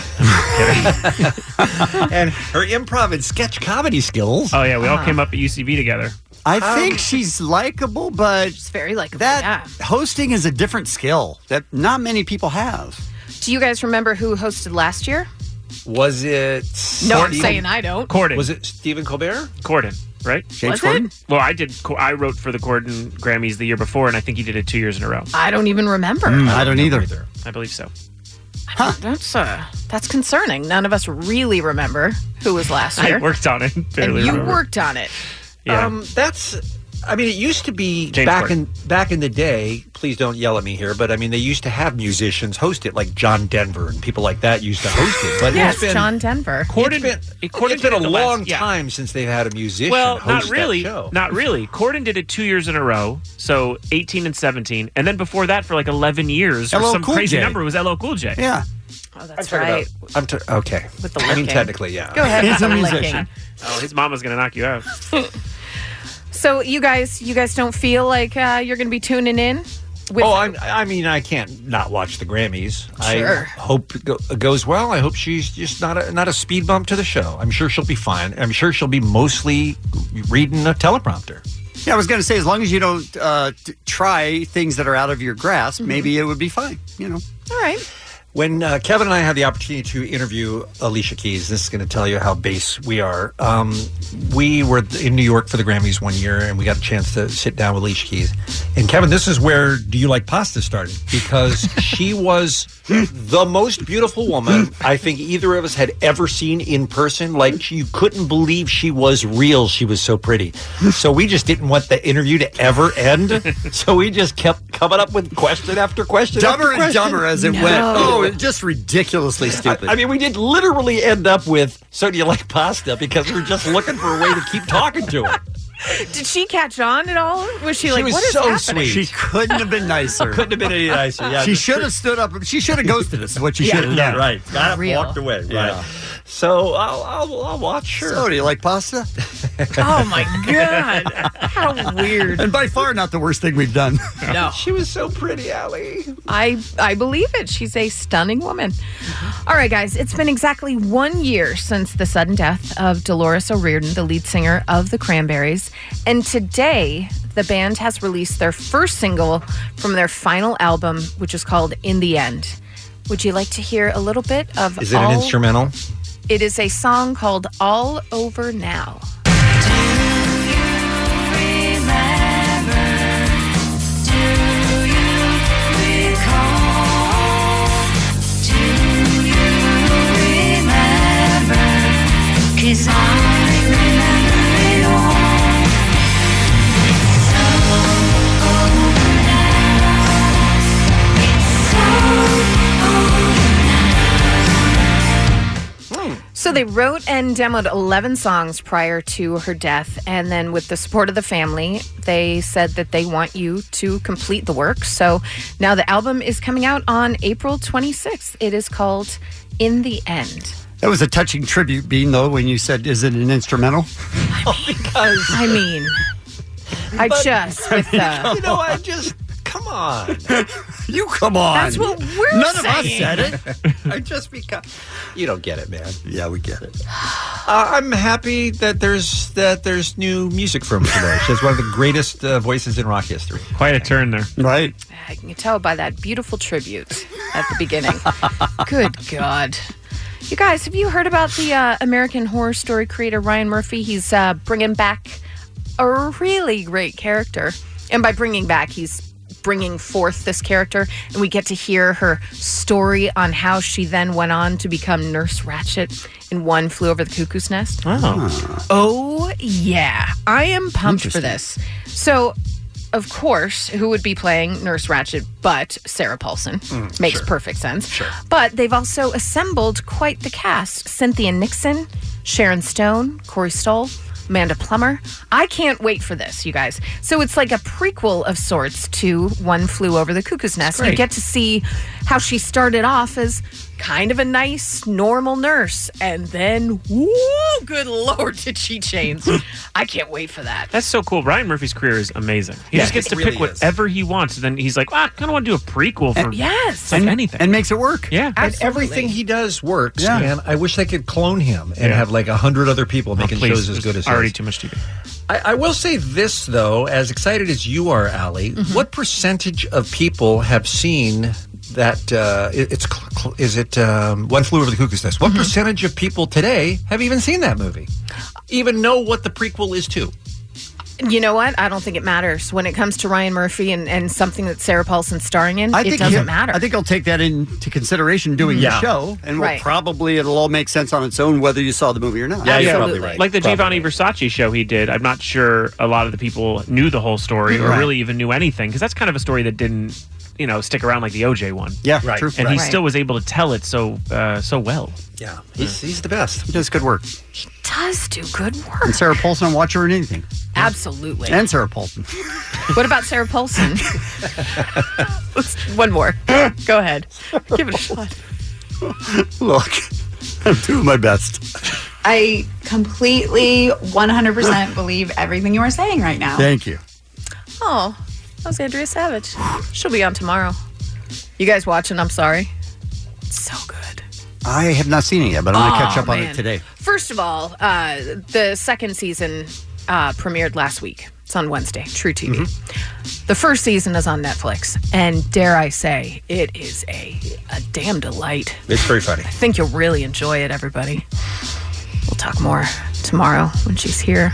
Speaker 13: and her improv and sketch comedy skills.
Speaker 5: Oh yeah, we all
Speaker 11: Ah.
Speaker 5: came up at UCB together.
Speaker 11: I
Speaker 13: Um,
Speaker 11: think she's likable, but she's
Speaker 14: very likable.
Speaker 11: That hosting is a different skill that not many people have.
Speaker 14: Do you guys remember who hosted last year?
Speaker 13: Was it?
Speaker 14: No, I'm saying I don't.
Speaker 5: Corden.
Speaker 13: Oh, Was it Stephen Colbert?
Speaker 5: Corden, right?
Speaker 14: James Was Corden?
Speaker 5: Well, I did. Co- I wrote for the Corden Grammys the year before, and I think he did it two years in a row.
Speaker 14: I don't even remember.
Speaker 13: Mm,
Speaker 5: I believe so.
Speaker 14: That's uh, that's concerning. None of us really remember who was last year.
Speaker 5: I worked on it. Barely
Speaker 14: and you
Speaker 5: remember.
Speaker 14: worked on it.
Speaker 5: Yeah.
Speaker 13: Um, that's. I mean, it used to be
Speaker 5: James
Speaker 13: back
Speaker 5: Corden.
Speaker 13: in back in the day. Please don't yell at me here, but I mean, they used to have musicians host it, like John Denver and people like that used to host it. But
Speaker 14: yes,
Speaker 13: it's been
Speaker 14: John Denver.
Speaker 13: Corden, it's been a long time since they've had a musician.
Speaker 5: Well,
Speaker 13: host
Speaker 5: not
Speaker 13: that
Speaker 5: really.
Speaker 13: show.
Speaker 5: Not really. Corden did it two years in a row, so 18 and 17, and then before that for like 11 years, or
Speaker 13: LL
Speaker 5: some
Speaker 13: Cool
Speaker 5: crazy
Speaker 13: J.
Speaker 5: number it was LL Cool J.
Speaker 13: Yeah.
Speaker 14: Oh, that's
Speaker 13: Talking
Speaker 14: right.
Speaker 13: about- I'm t- okay.
Speaker 14: With the
Speaker 13: I mean,
Speaker 14: licking.
Speaker 13: technically, yeah.
Speaker 14: Go ahead. He's a musician.
Speaker 5: Oh, his mama's gonna knock you out.
Speaker 14: So you guys, you guys don't feel like uh, you're going to be tuning in. With
Speaker 13: oh, I'm, I mean, I can't not watch the Grammys. I
Speaker 14: Sure.
Speaker 13: hope it go, it goes well. I hope she's just not a, not a speed bump to the show. I'm sure she'll be fine. I'm sure she'll be mostly reading a teleprompter.
Speaker 11: Yeah, I was going to say, as long as you don't uh, t- try things that are out of your grasp, maybe it would be fine. You know.
Speaker 14: Mm-hmm. All right.
Speaker 13: When uh, Kevin and I had the opportunity to interview Alicia Keys, this is going to tell you how base we are. Um, we were in New York for the Grammys one year, and we got a chance to sit down with Alicia Keys. And Kevin, this is where Do You Like Pasta started because she was the most beautiful woman I think either of us had ever seen in person. Like you couldn't believe she was real. She was so pretty. So we just didn't want the interview to ever end. So we just kept coming up with question after question,
Speaker 11: Dumber
Speaker 13: after
Speaker 11: and
Speaker 13: question.
Speaker 11: dumber as it went. Oh, it just ridiculously stupid.
Speaker 13: I, I mean, we did literally end up with "So do you like pasta?" because we were just looking for a way to keep talking to her.
Speaker 14: Did she catch on at all? Was she, like,
Speaker 13: was
Speaker 14: what is
Speaker 13: so
Speaker 14: happening?
Speaker 13: sweet.
Speaker 11: She couldn't have been nicer.
Speaker 13: Couldn't have been any nicer, yeah.
Speaker 11: she should have stood up. She should have ghosted us. Is what she should have done.
Speaker 13: Got up, walked away. Right. So I'll, I'll, I'll watch. Sure.
Speaker 11: So, do you like pasta?
Speaker 14: oh my god! How weird.
Speaker 11: And by far, not the worst thing we've done.
Speaker 14: No.
Speaker 13: She was so pretty, Allie.
Speaker 14: I I believe it. She's a stunning woman.
Speaker 13: Mm-hmm.
Speaker 14: All right, guys, it's been exactly one year since the sudden death of Dolores O'Riordan, the lead singer of the Cranberries, and today the band has released their first single from their final album, which is called "In the End." Would you like to hear a little bit of?
Speaker 13: Is it
Speaker 14: all-
Speaker 13: an instrumental?
Speaker 14: It is a song called "All Over Now."
Speaker 2: Cause I remember it all.
Speaker 14: So they wrote and demoed 11 songs prior to her death. And then, with the support of the family, they said that they want you to complete the work. So now the album is coming out on April 26th. It is called In the End.
Speaker 11: That was a
Speaker 13: Oh,
Speaker 11: touching tribute, Bean, though, when you said, "Is it an instrumental?"
Speaker 14: I mean, I just with the.
Speaker 13: you know, I just come on.
Speaker 11: you come on.
Speaker 14: That's what we're
Speaker 13: None of us
Speaker 14: saying.
Speaker 13: said it. I just because you don't get it, man.
Speaker 11: Yeah, we get it.
Speaker 13: Uh, I'm happy that there's that there's new music from Solange. She's one of the greatest uh, voices in rock history.
Speaker 5: Quite a turn there,
Speaker 11: right?
Speaker 14: I can tell by that beautiful tribute at the beginning. Good God. You guys, have you heard about the uh, American Horror Story creator Ryan Murphy? He's uh, bringing back a really great character. And by bringing back, he's bringing forth this character. And we get to hear her story on how she then went on to become Nurse Ratchet in One Flew Over the Cuckoo's Nest.
Speaker 2: Oh.
Speaker 14: Oh, yeah. I am pumped for this.
Speaker 2: Interesting.
Speaker 14: So, of course, who would be playing Nurse Ratched but Sarah Paulson?
Speaker 2: Mm,
Speaker 14: Makes
Speaker 2: sure.
Speaker 14: perfect sense. But they've also assembled quite the cast Cynthia Nixon, Sharon Stone, Corey Stoll. Amanda Plummer. I can't wait for this, you guys. So it's like a prequel of sorts to One Flew Over the Cuckoo's Nest. You
Speaker 21: great.
Speaker 14: get to see how she started off as kind of a nice, normal nurse, and then, woo, good lord, did she change. I can't wait for that.
Speaker 5: That's so cool. Ryan Murphy's career is amazing. He
Speaker 14: Yeah,
Speaker 5: just gets
Speaker 14: it
Speaker 5: to
Speaker 14: really
Speaker 5: pick whatever he wants, and then he's like, "Ah, I kind of want to do a prequel for
Speaker 11: Uh,
Speaker 14: And- yes.
Speaker 5: like
Speaker 14: And-
Speaker 5: anything,
Speaker 11: and makes it work.
Speaker 5: Yeah,
Speaker 13: And everything he does works.
Speaker 5: Yeah.
Speaker 13: man. I wish they could clone him and
Speaker 5: Yeah. Oh,
Speaker 13: have like a hundred other people making
Speaker 5: please.
Speaker 13: shows as good as
Speaker 5: There's already
Speaker 13: his.
Speaker 5: too much TV.
Speaker 13: I, I will say this though, as excited as you are, Allie,
Speaker 14: Mm-hmm.
Speaker 13: what percentage of people have seen that? Uh, it- it's cl- cl- is it um, One Flew Over the Cuckoo's Nest?
Speaker 14: Mm-hmm.
Speaker 13: What percentage of people today have even seen that movie? Even know what the prequel is to?
Speaker 14: You know what? I don't think it matters when it comes to Ryan Murphy and, and something that Sarah Paulson's starring in.
Speaker 11: I
Speaker 14: it
Speaker 11: think
Speaker 14: doesn't
Speaker 11: he'll-
Speaker 14: matter.
Speaker 11: I think I'll take that into consideration doing
Speaker 5: Yeah.
Speaker 11: the show, and
Speaker 14: Right.
Speaker 11: we'll probably it'll all make sense on its own whether you saw the movie or not.
Speaker 5: Like the
Speaker 11: Probably.
Speaker 5: Giovanni Versace show he did, I'm not sure a lot of the people knew the whole story or
Speaker 11: Right.
Speaker 5: really even knew anything because that's kind of a story that didn't, you know, stick around like the OJ one.
Speaker 11: Yeah, Right. true.
Speaker 5: And he
Speaker 11: Right.
Speaker 5: still was able to tell it so uh, so well.
Speaker 13: Yeah, he's he's the best.
Speaker 11: He does good work.
Speaker 14: does do good work.
Speaker 11: And Sarah Paulson, on Watcher and anything,
Speaker 14: Absolutely.
Speaker 11: and Sarah Paulson.
Speaker 14: what about Sarah Paulson? Let's, one more. Go ahead. Give it a shot.
Speaker 11: Look, I'm doing my best.
Speaker 16: I completely 100% believe everything you are saying right now.
Speaker 11: Thank you.
Speaker 14: Oh, that was Andrea Savage. She'll be on tomorrow. You guys watching? I'm sorry. So good.
Speaker 11: I have not seen it yet, but I'm going to
Speaker 14: Oh,
Speaker 11: catch up on
Speaker 14: man.
Speaker 11: it today.
Speaker 14: First of all, uh, the second season uh, premiered last week. It's on Wednesday, True TV. The first season is on Netflix, and dare I say, it is a, a damn delight.
Speaker 13: It's very funny.
Speaker 14: I think you'll really enjoy it, everybody. We'll talk more tomorrow when she's here.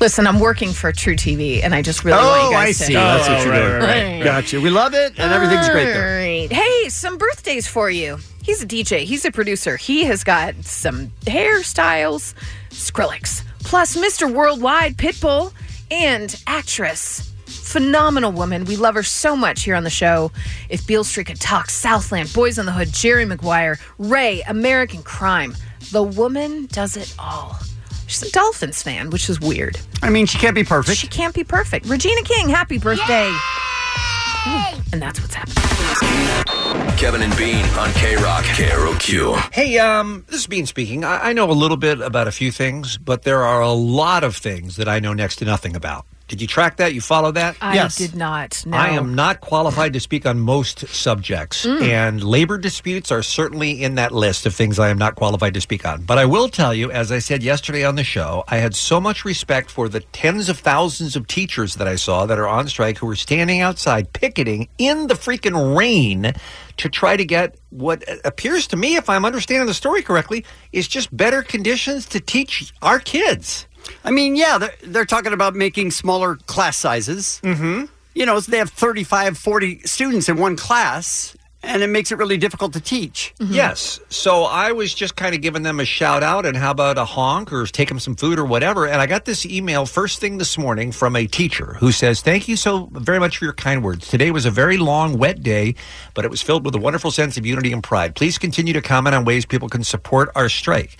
Speaker 14: Listen, I'm working for True TV, and I just really want
Speaker 11: oh,
Speaker 14: you guys
Speaker 11: I
Speaker 14: to.
Speaker 11: see. That's what you're doing. Gotcha. We love it, and everything's great there.
Speaker 14: Alright. Hey, some birthdays for you. He's a DJ, he's a producer. He has got some hairstyles, Skrillex, plus Mr. Worldwide Pitbull, and actress. Phenomenal woman. We love her so much here on the show. If Beale Street could talk, Southland, Boys on the Hood, Jerry Maguire, Ray, American Crime. The woman does it all. She's a Dolphins fan, which is weird.
Speaker 11: I mean, she can't be perfect.
Speaker 14: She can't be perfect. Regina King, happy birthday. And that's what's happening.
Speaker 15: Kevin and Bean on K Rock. KROQ.
Speaker 13: Hey, um, this is Bean speaking. I, I know a little bit about a few things, but there are a lot of things that I know next to nothing about. Did you track that? You follow that?
Speaker 14: I did not. No.
Speaker 13: I am not qualified to speak on most subjects,
Speaker 14: Mm.
Speaker 13: and labor disputes are certainly in that list of things I am not qualified to speak on. But I will tell you, as I said yesterday on the show, I had so much respect for the tens of thousands of teachers that I saw that are on strike who were standing outside picketing in the freaking rain to try to get what appears to me, if I'm understanding the story correctly, is just better conditions to teach our kids.
Speaker 11: I mean, yeah, they're, they're talking about making smaller class sizes. Mm-hmm. You know, so they have 35, 40 students in one class, and it makes it really difficult to teach.
Speaker 14: Mm-hmm.
Speaker 13: Yes. So I was just kind of giving them a shout out and how about a honk or take them some food or whatever. And I got this email first thing this morning from a teacher who says, Thank you so very much for your kind words. Today was a very long, wet day, but it was filled with a wonderful sense of unity and pride. Please continue to comment on ways people can support our strike.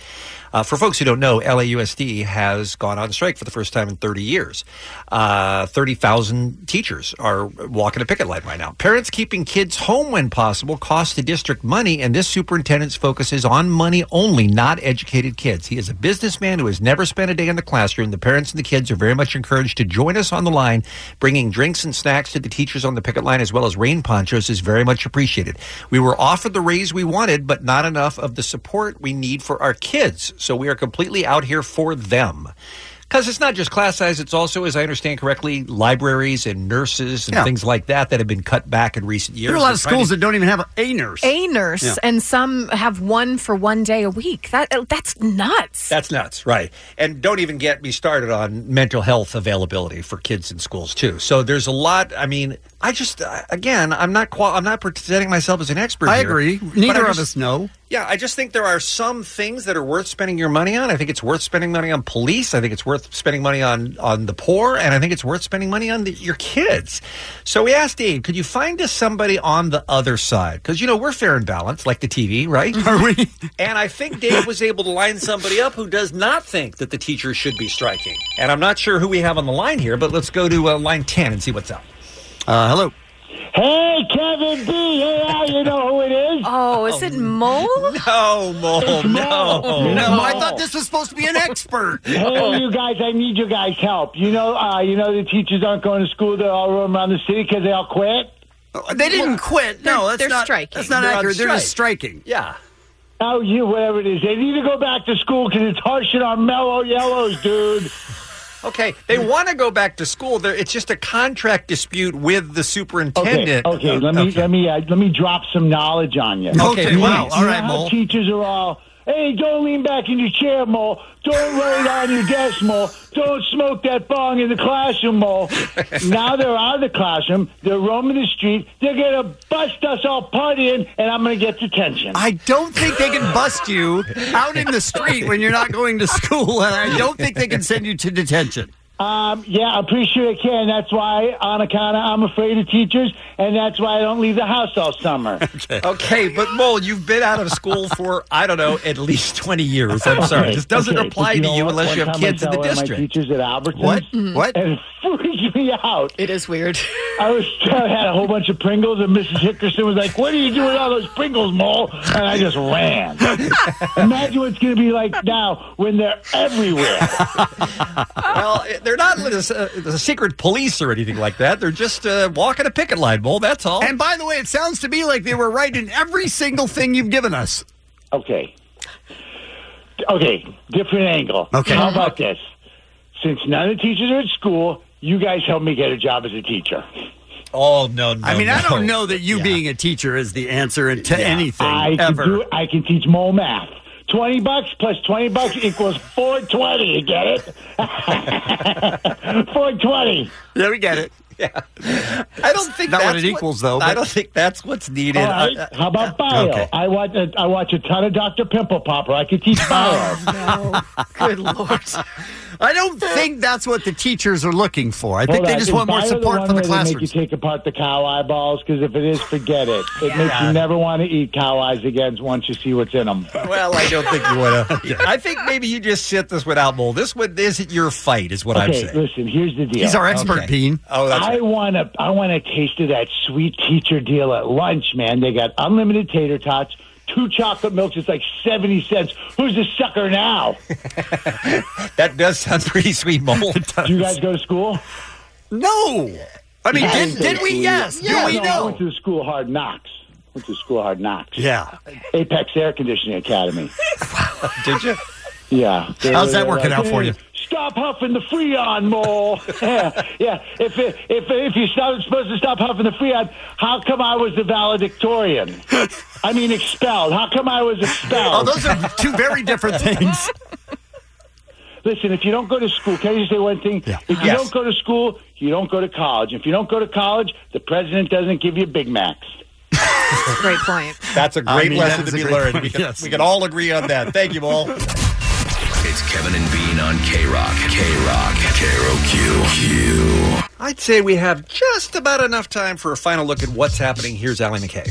Speaker 13: Uh, for folks who don't know, LAUSD has gone on strike for the first time in 30 years. Uh, 30,000 teachers are walking a picket line right now. Parents keeping kids home when possible costs the district money, and this superintendent's focus is on money only, not educated kids. He is a businessman who has never spent a day in the classroom. The parents and the kids are very much encouraged to join us on the line, bringing drinks and snacks to the teachers on the picket line as well as rain ponchos is very much appreciated. We were offered the raise we wanted, but not enough of the support we need for our kids, so we are completely out here for them. Because it's not just class size, it's also, as I understand correctly, libraries and nurses and
Speaker 11: Yeah.
Speaker 13: things like that that have been cut back in recent years.
Speaker 11: There are a lot of
Speaker 13: They're trying
Speaker 11: schools
Speaker 13: to-
Speaker 11: that don't even have a nurse.
Speaker 14: A nurse,
Speaker 13: Yeah.
Speaker 14: and some have one for one day a week. That uh, that's nuts.
Speaker 13: That's nuts, right? And don't even get me started on mental health availability for kids in schools too. So there's a lot. I mean, I just uh, again, I'm not qual- I'm not presenting myself as an expert.
Speaker 11: I
Speaker 13: here,
Speaker 11: agree.
Speaker 13: but
Speaker 11: Neither
Speaker 13: I
Speaker 11: of
Speaker 13: just-
Speaker 11: us know.
Speaker 13: Yeah, I just think there are some things that are worth spending your money on. I think it's worth spending money on police. I think it's worth spending money on on the poor, and I think it's worth spending money on the, your kids. So we asked Dave, could you find us somebody on the other side? Because you know we're fair and balanced, like the TV, right? Are we? And I think Dave was able to line somebody up who does not think that the teachers should be striking. And I'm not sure who we have on the line here, but let's go to uh, line ten and see what's up.
Speaker 11: Uh, hello.
Speaker 17: Hey, Kevin B. Hey, Al, you know who it is?
Speaker 14: Oh, is it Mole?
Speaker 13: No, Mole.
Speaker 11: No.
Speaker 13: Oh,
Speaker 17: No.
Speaker 11: No, I thought this was supposed to be an expert.
Speaker 17: Hey, Oh, you guys, I need you guys' help. You know, uh, you know the teachers aren't going to school. They're all roaming around the city because they all quit.
Speaker 11: Oh, They didn't quit. No, that's
Speaker 17: they're
Speaker 11: not
Speaker 17: striking.
Speaker 11: That's not
Speaker 17: They're on
Speaker 11: accurate. They're just
Speaker 17: strike.
Speaker 11: striking.
Speaker 13: Yeah.
Speaker 17: Oh, you, whatever it is. They need to go back to school because it's harshing our mellow yellows, dude.
Speaker 13: Okay, they want to go back to school. There, it's just a contract dispute with the
Speaker 17: Okay,
Speaker 13: superintendent.
Speaker 17: okay let me let me uh, let me drop some knowledge on you.
Speaker 13: Okay,
Speaker 17: You
Speaker 13: wow,
Speaker 17: know
Speaker 13: all right,
Speaker 17: how
Speaker 13: Mole.
Speaker 17: Teachers are all, hey, don't lean back in your chair, Mole. Don't lay it on your desk, Mole. Don't smoke that bong in the classroom, Mole. now they're out of the classroom. They're roaming the street. They're gonna bust us all partying, and I'm gonna get detention.
Speaker 11: I don't think they can bust you out in the street when you're not going to school, and I don't think they can send you to detention.
Speaker 17: Um, yeah, I'm pretty sure they can. That's why, on account of I'm afraid of teachers, and that's why I don't leave the house all summer.
Speaker 13: Okay, but Mole, you've been out of school for I don't know at least twenty years. I'm sorry,
Speaker 17: Okay,
Speaker 13: this doesn't
Speaker 17: okay,
Speaker 13: apply
Speaker 17: but you
Speaker 13: to
Speaker 17: know
Speaker 13: you
Speaker 17: what?
Speaker 13: unless
Speaker 17: One
Speaker 13: you have
Speaker 17: time I
Speaker 13: kids in
Speaker 17: saw
Speaker 13: the
Speaker 17: one of my
Speaker 13: district.
Speaker 17: teachers at Albertsons.
Speaker 13: What? What?
Speaker 17: And it freaked me out.
Speaker 14: Mm-hmm. It is weird.
Speaker 17: I was I had a whole bunch of Pringles, and Mrs. Hickerson was like, "What are you doing with all those Pringles, Mole?" And I just ran. Imagine what it's going to be like now when they're everywhere.
Speaker 13: well, they're not the, uh, the secret police or anything like that. They're just uh, walking a picket line, Mole. That's all.
Speaker 11: And by the way, it sounds to me like they were right in every single thing you've given us.
Speaker 17: Okay. Okay, different angle. Okay. How about this? Since none of the teachers are at school, you guys help me get a job as a teacher.
Speaker 13: Oh no! no
Speaker 11: I mean, I
Speaker 17: no.
Speaker 11: don't know that you being a teacher is the answer to anything
Speaker 17: I
Speaker 11: ever.
Speaker 17: Can do, I can teach mole math. Twenty bucks plus twenty bucks equals four twenty. You get it? four twenty.
Speaker 11: Yeah, we get it.
Speaker 13: Yeah. I don't think
Speaker 17: Not what
Speaker 13: that's
Speaker 17: it equals, though,
Speaker 13: I
Speaker 17: but-
Speaker 13: don't think that's what's needed. Uh,
Speaker 17: All right.
Speaker 13: I- I-
Speaker 17: How about bio?
Speaker 13: Okay.
Speaker 17: I watch a, I watch a ton of Doctor Pimple Popper. I could teach bio.
Speaker 14: Good lord.
Speaker 11: I don't think that's what the teachers are looking for. I think
Speaker 17: Hold
Speaker 11: they
Speaker 17: on,
Speaker 11: just
Speaker 17: is
Speaker 11: want more
Speaker 17: bio
Speaker 11: support
Speaker 17: one
Speaker 11: from the
Speaker 17: where they
Speaker 11: classroom.
Speaker 17: Make you take apart the cow eyeballs because if it is, forget it. It makes
Speaker 13: Yeah.
Speaker 17: you never want to eat cow eyes again once you see what's in them.
Speaker 13: Well, I don't think you want to. I think maybe you just sit this one out, Mole. This one isn't your fight, is what I'm
Speaker 17: Okay,
Speaker 13: saying.
Speaker 17: listen, here's the deal.
Speaker 13: He's our expert,
Speaker 17: Okay.
Speaker 11: Bean.
Speaker 13: Oh, that's
Speaker 17: I
Speaker 13: right.
Speaker 17: want to. I want a taste of that sweet teacher deal at lunch, man. They got unlimited tater tots, two chocolate milks. It's like seventy cents. Who's the sucker now?
Speaker 13: That does sound pretty sweet, Mole.
Speaker 17: Do you guys go to school?
Speaker 11: No. I mean,
Speaker 17: Yes,
Speaker 11: did- did we?
Speaker 17: absolutely.
Speaker 11: Yes. Do
Speaker 17: Yeah,
Speaker 11: we
Speaker 17: no,
Speaker 11: know?
Speaker 17: I went to the school Hard Knocks. Went to the school Hard Knocks.
Speaker 11: Yeah.
Speaker 17: Apex Air Conditioning Academy.
Speaker 13: Did you?
Speaker 17: Yeah. They
Speaker 11: How's
Speaker 17: were
Speaker 11: that working
Speaker 17: like,
Speaker 11: out for
Speaker 17: "Hey,
Speaker 11: you?"
Speaker 17: Stop huffing the freon, Mole. yeah, yeah. If it, if if you're not supposed to stop huffing the freon, how come I was the valedictorian? I mean, expelled. How come I was expelled?
Speaker 11: Oh, those are two very different things.
Speaker 17: Listen, if you don't go to school, can I just say one thing? If you
Speaker 11: Yes.
Speaker 17: don't go to school, you don't go to college. If you don't go to college, the president doesn't give you Big Macs.
Speaker 14: Great point.
Speaker 13: That's a
Speaker 17: I
Speaker 13: great
Speaker 17: mean, that
Speaker 13: lesson
Speaker 17: is
Speaker 13: to
Speaker 17: a
Speaker 13: be
Speaker 17: great
Speaker 13: learned.
Speaker 17: point,
Speaker 13: We, can,
Speaker 17: yes.
Speaker 13: we can all agree on that. Thank you, Mole.
Speaker 15: It's Kevin and Bean 9 on K Rock. K Rock. K Q.
Speaker 11: I'd say we have just about enough time for a final look at what's happening. Here's Allie McKay.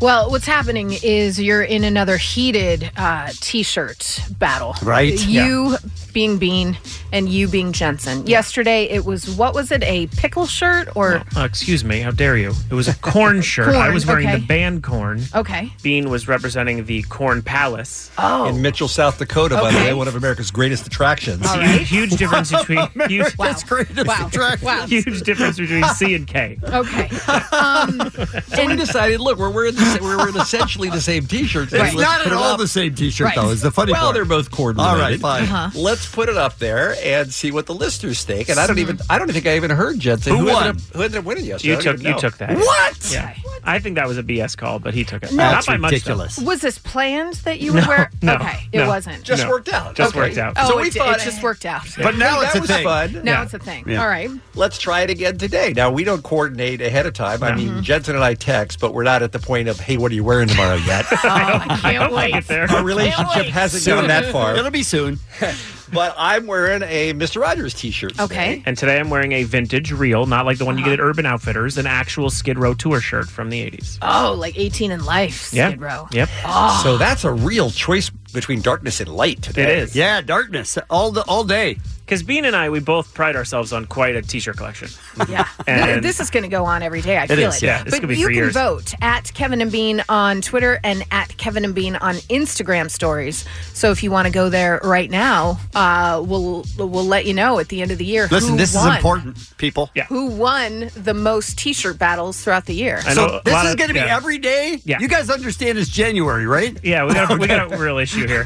Speaker 14: Well, what's happening is you're in another heated uh, t-shirt battle.
Speaker 11: Right,
Speaker 14: You being Bean and you being Jensen. Yesterday it was what was it? A pickle shirt or
Speaker 5: Uh, excuse me, how dare you? It was a corn shirt. I
Speaker 14: Corn,
Speaker 5: was wearing
Speaker 14: okay.
Speaker 5: the band corn.
Speaker 14: okay.
Speaker 5: Bean was representing the Corn Palace.
Speaker 14: Oh.
Speaker 11: In Mitchell, South Dakota, by the
Speaker 5: Okay.
Speaker 11: way, one of America's greatest attractions.
Speaker 5: All right. Huge difference between- huge- Wow.
Speaker 11: greatest
Speaker 14: Wow.
Speaker 11: attraction.
Speaker 14: Wow.
Speaker 5: Huge difference between C and K.
Speaker 14: Okay. Um,
Speaker 13: So we decided, look, we're wearing, the, sa- we're wearing essentially the same T-shirt.
Speaker 11: It's not at all the
Speaker 13: same
Speaker 11: T-shirt, though, is the funny
Speaker 13: well,
Speaker 11: part.
Speaker 13: they're both cord
Speaker 11: All right,
Speaker 13: related.
Speaker 11: fine. Uh-huh.
Speaker 13: Let's put it up there and see what the listeners think. And I don't even,
Speaker 5: Mhm.
Speaker 13: I don't think I even heard Jensen.
Speaker 5: Who won?
Speaker 13: Ended up, who ended up winning yesterday?
Speaker 5: You
Speaker 13: I don't
Speaker 5: took
Speaker 13: even
Speaker 5: you
Speaker 13: know.
Speaker 5: took that.
Speaker 13: What?
Speaker 5: Yeah. I think that was a BS call, but he took it.
Speaker 14: No.
Speaker 5: Not
Speaker 14: That's
Speaker 5: by much, though.
Speaker 14: Was this planned that you would wear?
Speaker 5: no,
Speaker 14: okay, it
Speaker 5: no.
Speaker 14: wasn't.
Speaker 5: Just No. worked out. Just worked out.
Speaker 14: Oh,
Speaker 5: So
Speaker 14: it,
Speaker 5: we
Speaker 14: d-
Speaker 5: thought-
Speaker 14: it just worked out.
Speaker 13: But now
Speaker 14: Hey,
Speaker 13: it's
Speaker 14: that
Speaker 13: a
Speaker 14: was
Speaker 13: thing.
Speaker 14: Fun. Now
Speaker 13: Yeah.
Speaker 14: it's a thing.
Speaker 13: Yeah.
Speaker 14: All right.
Speaker 13: Let's try it again today. Now we don't coordinate ahead of time. I
Speaker 5: Mm-hmm.
Speaker 13: mean, Jensen and I text, but we're not at the point of, hey, what are you wearing tomorrow yet?
Speaker 14: I
Speaker 5: can't wait.
Speaker 13: Our relationship hasn't gone that far.
Speaker 5: It'll
Speaker 13: be soon. but I'm wearing a Mr. Rogers T-shirt. today.
Speaker 5: And today I'm wearing a vintage reel, not like the one you get at Urban Outfitters, an actual Skid Row tour shirt from the 80s.
Speaker 14: Oh, like 18 in life, Skid Row.
Speaker 5: Yep.
Speaker 14: Oh.
Speaker 11: So that's a real choice between darkness and light today.
Speaker 5: It is.
Speaker 13: Yeah, darkness all the, all day.
Speaker 5: Because Bean and I, we both pride ourselves on quite a t-shirt collection.
Speaker 14: Yeah.
Speaker 5: and
Speaker 14: this is going to go on every day. I
Speaker 5: It
Speaker 14: feel
Speaker 5: is,
Speaker 14: it.
Speaker 5: yeah. This
Speaker 14: But
Speaker 5: could be
Speaker 14: you
Speaker 5: for
Speaker 14: can
Speaker 5: years.
Speaker 14: vote at Kevin and Bean on Twitter and at Kevin and Bean on Instagram stories. So if you want to go there right now, uh, we'll we'll let you know at the end of the year.
Speaker 13: Listen,
Speaker 14: who
Speaker 13: this
Speaker 14: won.
Speaker 13: is important, people. Yeah.
Speaker 14: Who won the most T-shirt battles throughout the year?
Speaker 13: So this is going to be every day.
Speaker 5: Yeah.
Speaker 13: You guys understand it's January, right?
Speaker 5: Yeah, we got a, we got a real issue here.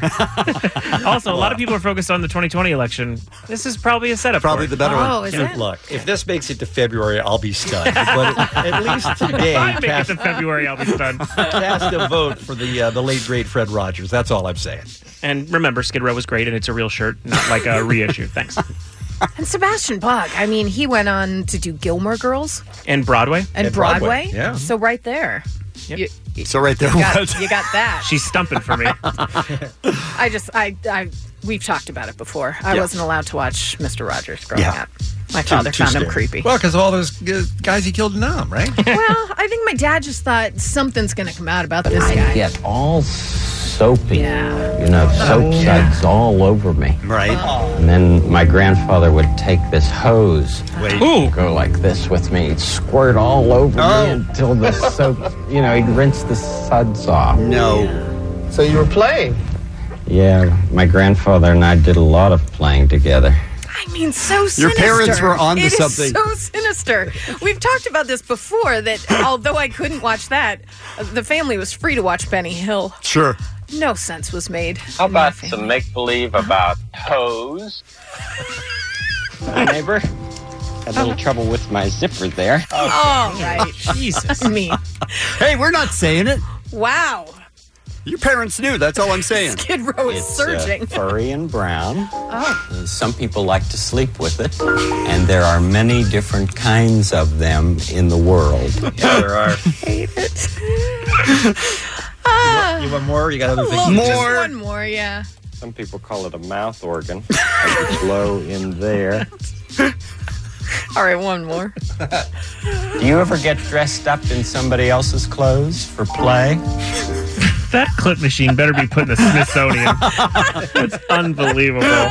Speaker 5: also, a lot of people are focused on the 2020 election. This is probably a setup.
Speaker 13: Probably
Speaker 5: for it.
Speaker 13: the better one. Good luck. If this makes it to February, I'll be stunned. but at least today,
Speaker 5: If I make
Speaker 13: cast,
Speaker 5: it to February, I'll be stunned.
Speaker 13: cast a vote for the uh, the late great Fred Rogers. That's all I'm saying.
Speaker 5: And remember, Skid Row was great, and it's a real shirt, not like a reissue. Thanks.
Speaker 14: And Sebastian Bach. I mean, he went on to do Gilmore Girls
Speaker 5: And Broadway.
Speaker 14: and, Broadway. So right there. You,
Speaker 13: So right there
Speaker 14: you got,
Speaker 13: was.
Speaker 14: you got that.
Speaker 5: She's stumping for me.
Speaker 14: I just I I we've talked about it before. I
Speaker 13: Yeah.
Speaker 14: wasn't allowed to watch Mr. Rogers growing
Speaker 13: Yeah.
Speaker 14: up. My father found him creepy.
Speaker 11: Well, because of all those uh, guys he killed in Nam, right?
Speaker 14: well, I think my dad just thought something's going to come out about this guy.
Speaker 18: get all soapy.
Speaker 14: Yeah.
Speaker 18: You know, soap
Speaker 14: Oh,
Speaker 18: suds all over me.
Speaker 13: Right.
Speaker 18: And then my grandfather would take this hose,
Speaker 13: Wait.
Speaker 18: go like this with me, He'd squirt all over
Speaker 13: Oh.
Speaker 18: me until the soap, you know, he'd rinse the suds off.
Speaker 25: No. So you were playing.
Speaker 18: Yeah, my grandfather and I did a lot of playing together.
Speaker 14: I mean, so sinister.
Speaker 18: Your parents were onto
Speaker 14: It is
Speaker 18: something.
Speaker 14: so sinister. We've talked about this before that although I couldn't watch that, the family was free to watch Benny Hill.
Speaker 18: Sure.
Speaker 14: No sense was made.
Speaker 26: How about some make believe about toes?
Speaker 18: My neighbor had a little trouble with my zipper there.
Speaker 14: All right. Jesus. Me.
Speaker 13: Hey, we're not saying it.
Speaker 14: Wow.
Speaker 13: Your parents knew. That's all I'm saying.
Speaker 14: Skid Row is
Speaker 18: It's, uh,
Speaker 14: surging.
Speaker 18: furry and brown.
Speaker 14: oh.
Speaker 18: Some people like to sleep with it, and there are many different kinds of them in the world. Yeah, there are.
Speaker 14: Hate it.
Speaker 13: You want more? You got
Speaker 18: other
Speaker 14: Ah. Well, just one more, yeah.
Speaker 26: Some people call it a mouth organ. it's low in there.
Speaker 14: All right, one more.
Speaker 18: Do you ever get dressed up in somebody else's clothes for play?
Speaker 5: that clip machine better be put in the Smithsonian. That's unbelievable.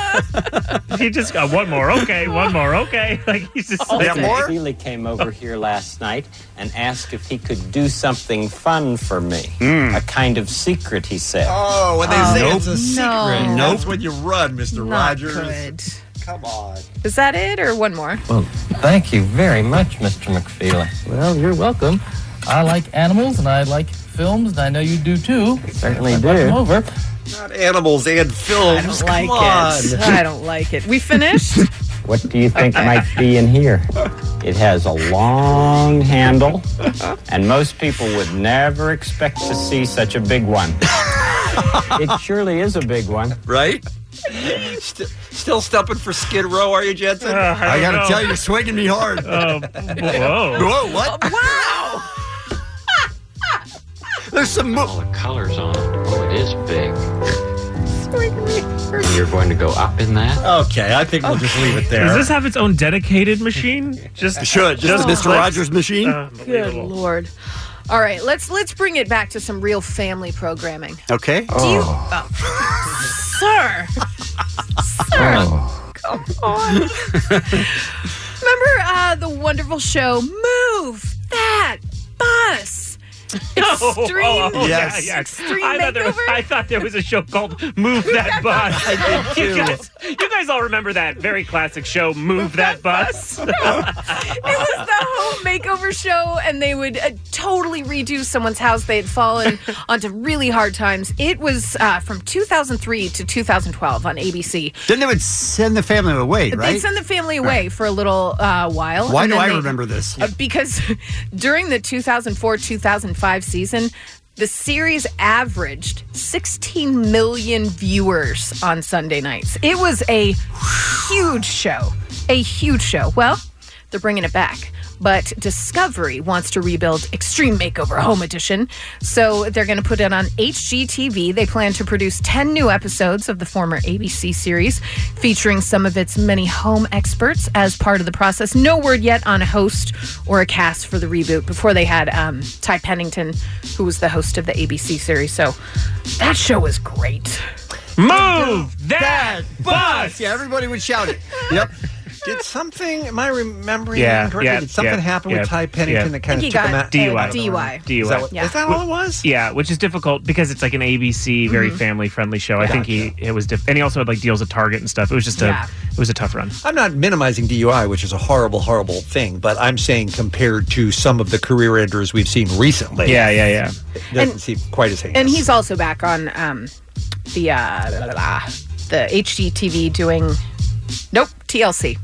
Speaker 5: He just got one more. Okay, one more. Oh, Okay. Like he's just like,
Speaker 18: Really Oh, came over here last night and asked if he could do something fun for me. A kind of secret, he said.
Speaker 13: Hmm. Oh, when they
Speaker 18: Oh,
Speaker 13: say
Speaker 18: nope.
Speaker 13: it's a secret,
Speaker 18: No.
Speaker 13: that's when you run, Mr.
Speaker 18: Not
Speaker 13: Rogers.
Speaker 18: good.
Speaker 13: Come on.
Speaker 14: Is that it or one more?
Speaker 18: Well, thank you very much, Mr. McFeely.
Speaker 2: Well, you're welcome. I like animals and I like films, and I know you do too.
Speaker 18: Certainly
Speaker 2: I brought
Speaker 18: do.
Speaker 2: them over.
Speaker 13: Not animals and films.
Speaker 2: I
Speaker 13: Come
Speaker 2: don't like
Speaker 13: on.
Speaker 18: it.
Speaker 14: I don't like it. We finished?
Speaker 18: What do you think might be in here? It has a long handle, and most people would never expect to see such a big one. It surely is a big one.
Speaker 13: Right? St- still stumping for Skid Row, are you, Jensen?
Speaker 18: Uh, I
Speaker 13: I,
Speaker 18: don't
Speaker 13: gotta
Speaker 18: know.
Speaker 13: tell you, you're swinging me hard.
Speaker 18: Oh,
Speaker 5: whoa.
Speaker 13: Whoa, what?
Speaker 14: Wow!
Speaker 13: There's some mo-
Speaker 27: colors on it. Oh, it is big.
Speaker 18: You're going to go up in that?
Speaker 11: Okay, I think we'll just leave it there.
Speaker 5: Does this have its own dedicated machine? Just
Speaker 11: It should. Just Mr.
Speaker 5: clicks?
Speaker 11: Rogers' machine?
Speaker 5: Uh,
Speaker 14: Good lord. All right, let's let's bring it back to some real family programming.
Speaker 11: Okay.
Speaker 14: Do you, oh. sir? sir,
Speaker 2: Oh.
Speaker 14: come on. Remember uh, the wonderful show "Move That Bus"? Extreme,
Speaker 5: Oh, yeah, yeah.
Speaker 14: extreme
Speaker 5: I thought, there was,
Speaker 14: makeover.
Speaker 5: I thought there was a show called Move That Bus.
Speaker 2: I did, too.
Speaker 5: You guys, you guys all remember that very classic show, Move, That, Bus.
Speaker 14: it was the home makeover show, and they would uh, totally redo someone's house. They had fallen onto really hard times. It was uh, from 2003 to 2012 on ABC.
Speaker 11: Then they would send the family away, right?
Speaker 14: They'd send the family away
Speaker 11: Right.
Speaker 14: for a little uh, while.
Speaker 11: Why
Speaker 14: and
Speaker 11: do
Speaker 14: then
Speaker 11: I
Speaker 14: they-
Speaker 11: remember this?
Speaker 14: Uh, because during the 2004 2005 season, the series averaged 16 million viewers on Sunday nights. It was a huge show. A huge show. Well, they're bringing it back. But Discovery wants to rebuild Extreme Makeover Home Edition. So they're going to put it on HGTV. They plan to produce 10 new episodes of the former ABC series, featuring some of its many home experts as part of the process. No word yet on a host or a cast for the reboot. Before they had um, Ty Pennington, who was the host of the ABC series. So that show was great.
Speaker 5: Move
Speaker 11: that bus! Yeah, everybody would shout it. Yep.
Speaker 13: Did something? Am I remembering
Speaker 5: Yeah,
Speaker 13: correctly?
Speaker 5: yeah,
Speaker 13: Did something
Speaker 5: yeah,
Speaker 13: happen
Speaker 5: yeah,
Speaker 13: with Ty Pennington
Speaker 5: yeah.
Speaker 13: that kind
Speaker 14: I
Speaker 13: of
Speaker 14: think
Speaker 13: took
Speaker 14: he
Speaker 13: him
Speaker 14: got
Speaker 13: out?
Speaker 14: a DUI. DUI.
Speaker 5: DUI.
Speaker 13: Is that what- is that what it was?
Speaker 5: Yeah, which is difficult because it's like an ABC, very
Speaker 14: Mm-hmm.
Speaker 13: Mhm.
Speaker 5: family friendly show. I think he it was, diff- and he also had like deals at Target and stuff. It was just a
Speaker 13: Yeah.
Speaker 5: it was a tough run.
Speaker 13: I'm not minimizing DUI, which is a horrible, horrible thing, but I'm saying compared to some of the career enders we've seen recently.
Speaker 5: Yeah, yeah, yeah.
Speaker 13: It doesn't seem quite as heinous.
Speaker 14: And he's also back on um, the uh, blah, blah, blah, the HGTV doing nope TLC,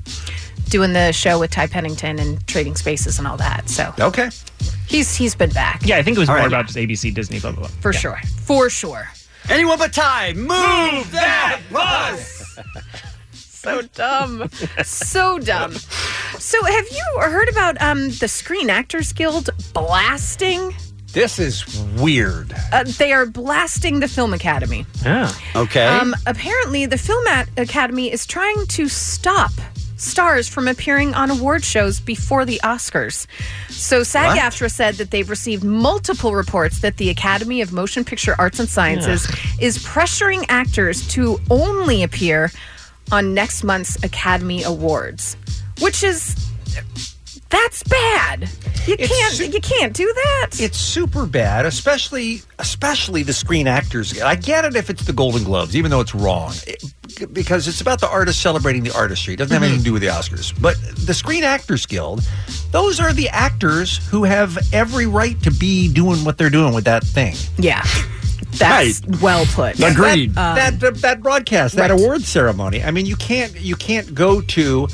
Speaker 14: doing the show with Ty Pennington and Trading Spaces and all that. So
Speaker 13: okay,
Speaker 14: he's he's been back
Speaker 5: Yeah, I think it was
Speaker 14: All
Speaker 5: more
Speaker 14: right.
Speaker 5: about just ABC, Disney, blah blah blah.
Speaker 14: for sure, for sure.
Speaker 11: Anyone but Ty, move
Speaker 2: that
Speaker 11: bus.
Speaker 14: so dumb, so dumb. So have you heard about um, the Screen Actors Guild blasting?
Speaker 13: This is weird.
Speaker 14: Uh, they are blasting the Film Academy.
Speaker 13: Yeah.
Speaker 11: Okay.
Speaker 14: Um, apparently, the Film At- Academy is trying to stop stars from appearing on award shows before the Oscars. So SAG AFTRA said that they've received multiple reports that the Academy of Motion Picture Arts and Sciences is pressuring actors to only appear on next month's Academy Awards, which is. That's bad. You can't. you can't do that.
Speaker 13: It's super bad, especially especially the Screen Actors. Guild. I get it if it's the Golden Globes, even though it's wrong, It- because it's about the artist celebrating the artistry. It doesn't have anything to do with the Oscars. But the Screen Actors Guild, those are the actors who have every right to be doing what they're doing with that thing.
Speaker 14: Yeah. That's well put.
Speaker 13: Agreed.
Speaker 14: But, um,
Speaker 13: that, that that broadcast, that
Speaker 14: right.
Speaker 13: award ceremony. I mean, you can't you can't go to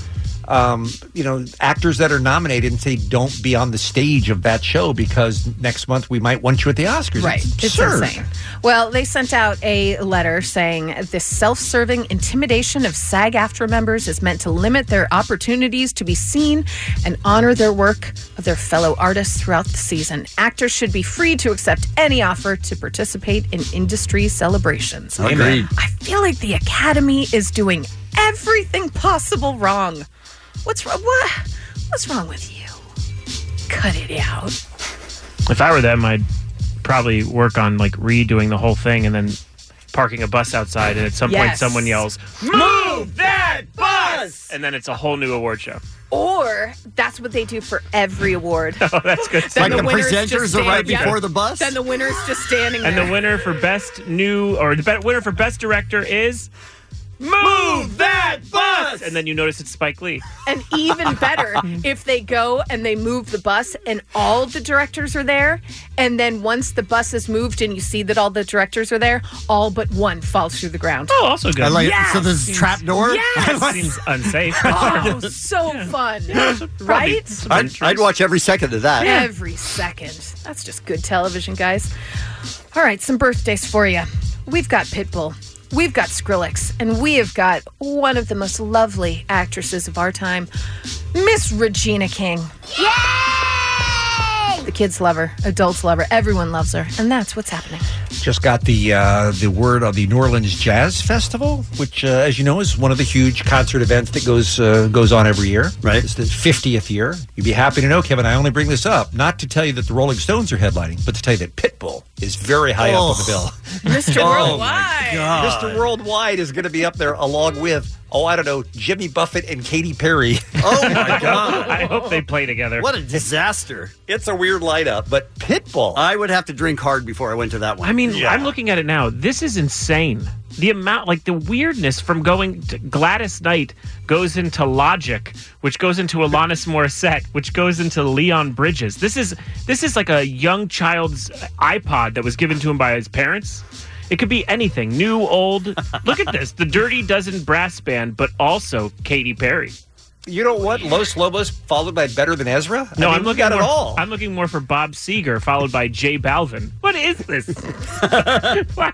Speaker 13: um, you know actors that are nominated and say don't be on the stage of that show because next month we might want you at the Oscars.
Speaker 14: Right.
Speaker 13: It's
Speaker 14: It's
Speaker 13: absurd.
Speaker 14: insane. Well, they sent out a letter saying this self serving intimidation of SAG AFTRA members is meant to limit their opportunities to be seen and honor their work of their fellow artists throughout the season. Actors should be free to accept any offer to participate in industry celebrations.
Speaker 2: Agreed. Amen.
Speaker 14: I feel like the Academy is doing everything possible wrong. What's wrong? What? What's wrong with you? Cut it out.
Speaker 5: If I were them, I'd probably work on like redoing the whole thing and then parking a bus outside, and at some point
Speaker 14: Yes.
Speaker 5: someone yells, "Move that bus!" and then it's a whole new award show.
Speaker 14: Or that's what they do for every award.
Speaker 5: Oh, that's good.
Speaker 14: Then winner's just stand- yeah.
Speaker 11: bus.
Speaker 14: Then the winner's just standing
Speaker 5: And
Speaker 14: there.
Speaker 5: the winner for best new or the be- winner for best director is Move that bus. And then you notice it's Spike Lee.
Speaker 14: and even better if they go and they move the bus and all the directors are there. And then once the bus is moved and you see that all the directors are there, all but one falls through the ground.
Speaker 5: Oh, also good.
Speaker 11: I like it. So there's a
Speaker 14: Seems-
Speaker 11: trap door? I
Speaker 14: Yes.
Speaker 11: like-
Speaker 5: Seems unsafe.
Speaker 14: oh, so fun. right?
Speaker 11: I'd, I'd watch every second of that.
Speaker 14: Every second. That's just good television, guys. All right, some birthdays for you. We've got Pitbull, we've got Skrillex, and we have got one of the most lovely actresses of our time, Miss Regina King. Yay!
Speaker 9: The kids love her, adults love her, everyone loves her, and that's what's happening.
Speaker 13: Just got the uh, the word on the New Orleans Jazz Festival, which, uh, as you know, is one of the huge concert events that goes uh, goes on every year. Right, it's the fiftieth year. You'd be happy to know, Kevin. I only bring this up not to tell you that the Rolling Stones are headlining, but to tell you that Pitbull is very high up on the bill.
Speaker 9: Mr.
Speaker 13: Oh
Speaker 9: Worldwide.
Speaker 13: Mr. Worldwide is going to be up there along with, oh, I don't know, Jimmy Buffett and Katy Perry. Oh, my God.
Speaker 5: I hope they play together.
Speaker 11: What a disaster.
Speaker 13: It's a weird lineup, but Pitbull.
Speaker 11: I would have to drink hard before I went to that one.
Speaker 5: I mean, I'm looking at it now. This is insane. The amount, like the weirdness from going to Gladys Knight goes into Logic, which goes into Alanis Morissette, which goes into Leon Bridges. This is this is like a young child's iPod that was given to him by his parents. It could be anything, new, old. Look at this: the Dirty Dozen brass band, but also Katy Perry.
Speaker 13: You know what? Los Lobos followed by Better Than Ezra?
Speaker 5: No,
Speaker 13: I
Speaker 5: am
Speaker 13: mean, we
Speaker 5: looking
Speaker 13: got
Speaker 5: more,
Speaker 13: it all.
Speaker 5: I'm looking more for Bob Seger, followed by Jay Balvin. What is this? Why-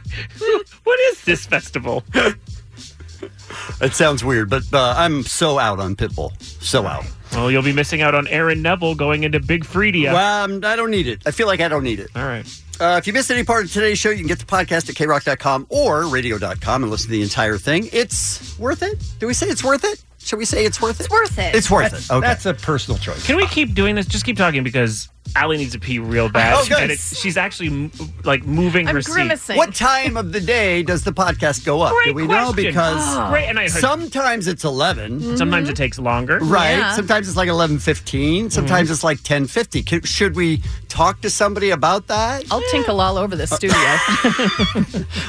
Speaker 5: what is this festival?
Speaker 11: It sounds weird, but uh, I'm so out on Pitbull. So out.
Speaker 5: Well, you'll be missing out on Aaron Neville going into Big Freedia.
Speaker 11: Well, I'm, I don't need it. I feel like I don't need it.
Speaker 5: All right.
Speaker 11: Uh, if you missed any part of today's show, you can get the podcast at krock.com or radio.com and listen to the entire thing. It's worth it. Do we say it's worth it? Should we say it's worth it? It's
Speaker 9: worth it.
Speaker 11: It's worth
Speaker 13: That's-
Speaker 11: it. Okay.
Speaker 13: That's a personal choice.
Speaker 5: Can we keep doing this? Just keep talking because Allie needs to pee real bad.
Speaker 11: Oh, good.
Speaker 5: And it, she's actually m- like moving her seat.
Speaker 11: What time of the day does the podcast go up?
Speaker 5: Great
Speaker 11: Do we know?
Speaker 5: question.
Speaker 11: Because
Speaker 5: Great, and I heard-
Speaker 11: sometimes it's 11.
Speaker 5: Sometimes it takes longer. Mm-hmm.
Speaker 11: Right. Sometimes it's like 11:15, sometimes it's like 10:50. Can- Should we talk to somebody about that?
Speaker 9: I'll tinkle all over the studio.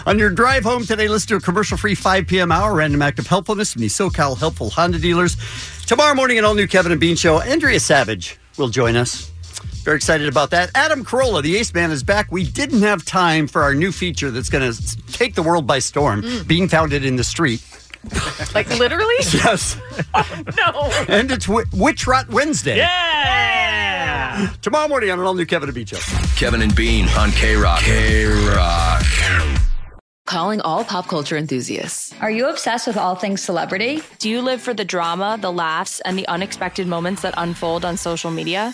Speaker 11: On your drive home today, listen to a commercial free 5 p.m. hour random act of helpfulness from the SoCal Helpful Honda dealers. Tomorrow morning, an all new Kevin and Bean show, Andrea Savage will join us. Very excited about that. Adam Carolla, the ace man, is back. We didn't have time for our new feature that's going to take the world by storm being founded in the street.
Speaker 9: like literally?
Speaker 11: Yes.
Speaker 9: No.
Speaker 11: And it's Wi- Witch Rot Wednesday.
Speaker 5: Yeah!
Speaker 11: Tomorrow morning on an all new Kevin and Bean show.
Speaker 15: Kevin and Bean on K Rock. K Rock.
Speaker 23: Calling all pop culture enthusiasts.
Speaker 22: Are you obsessed with all things celebrity? Do you live for the drama, the laughs, and the unexpected moments that unfold on social media?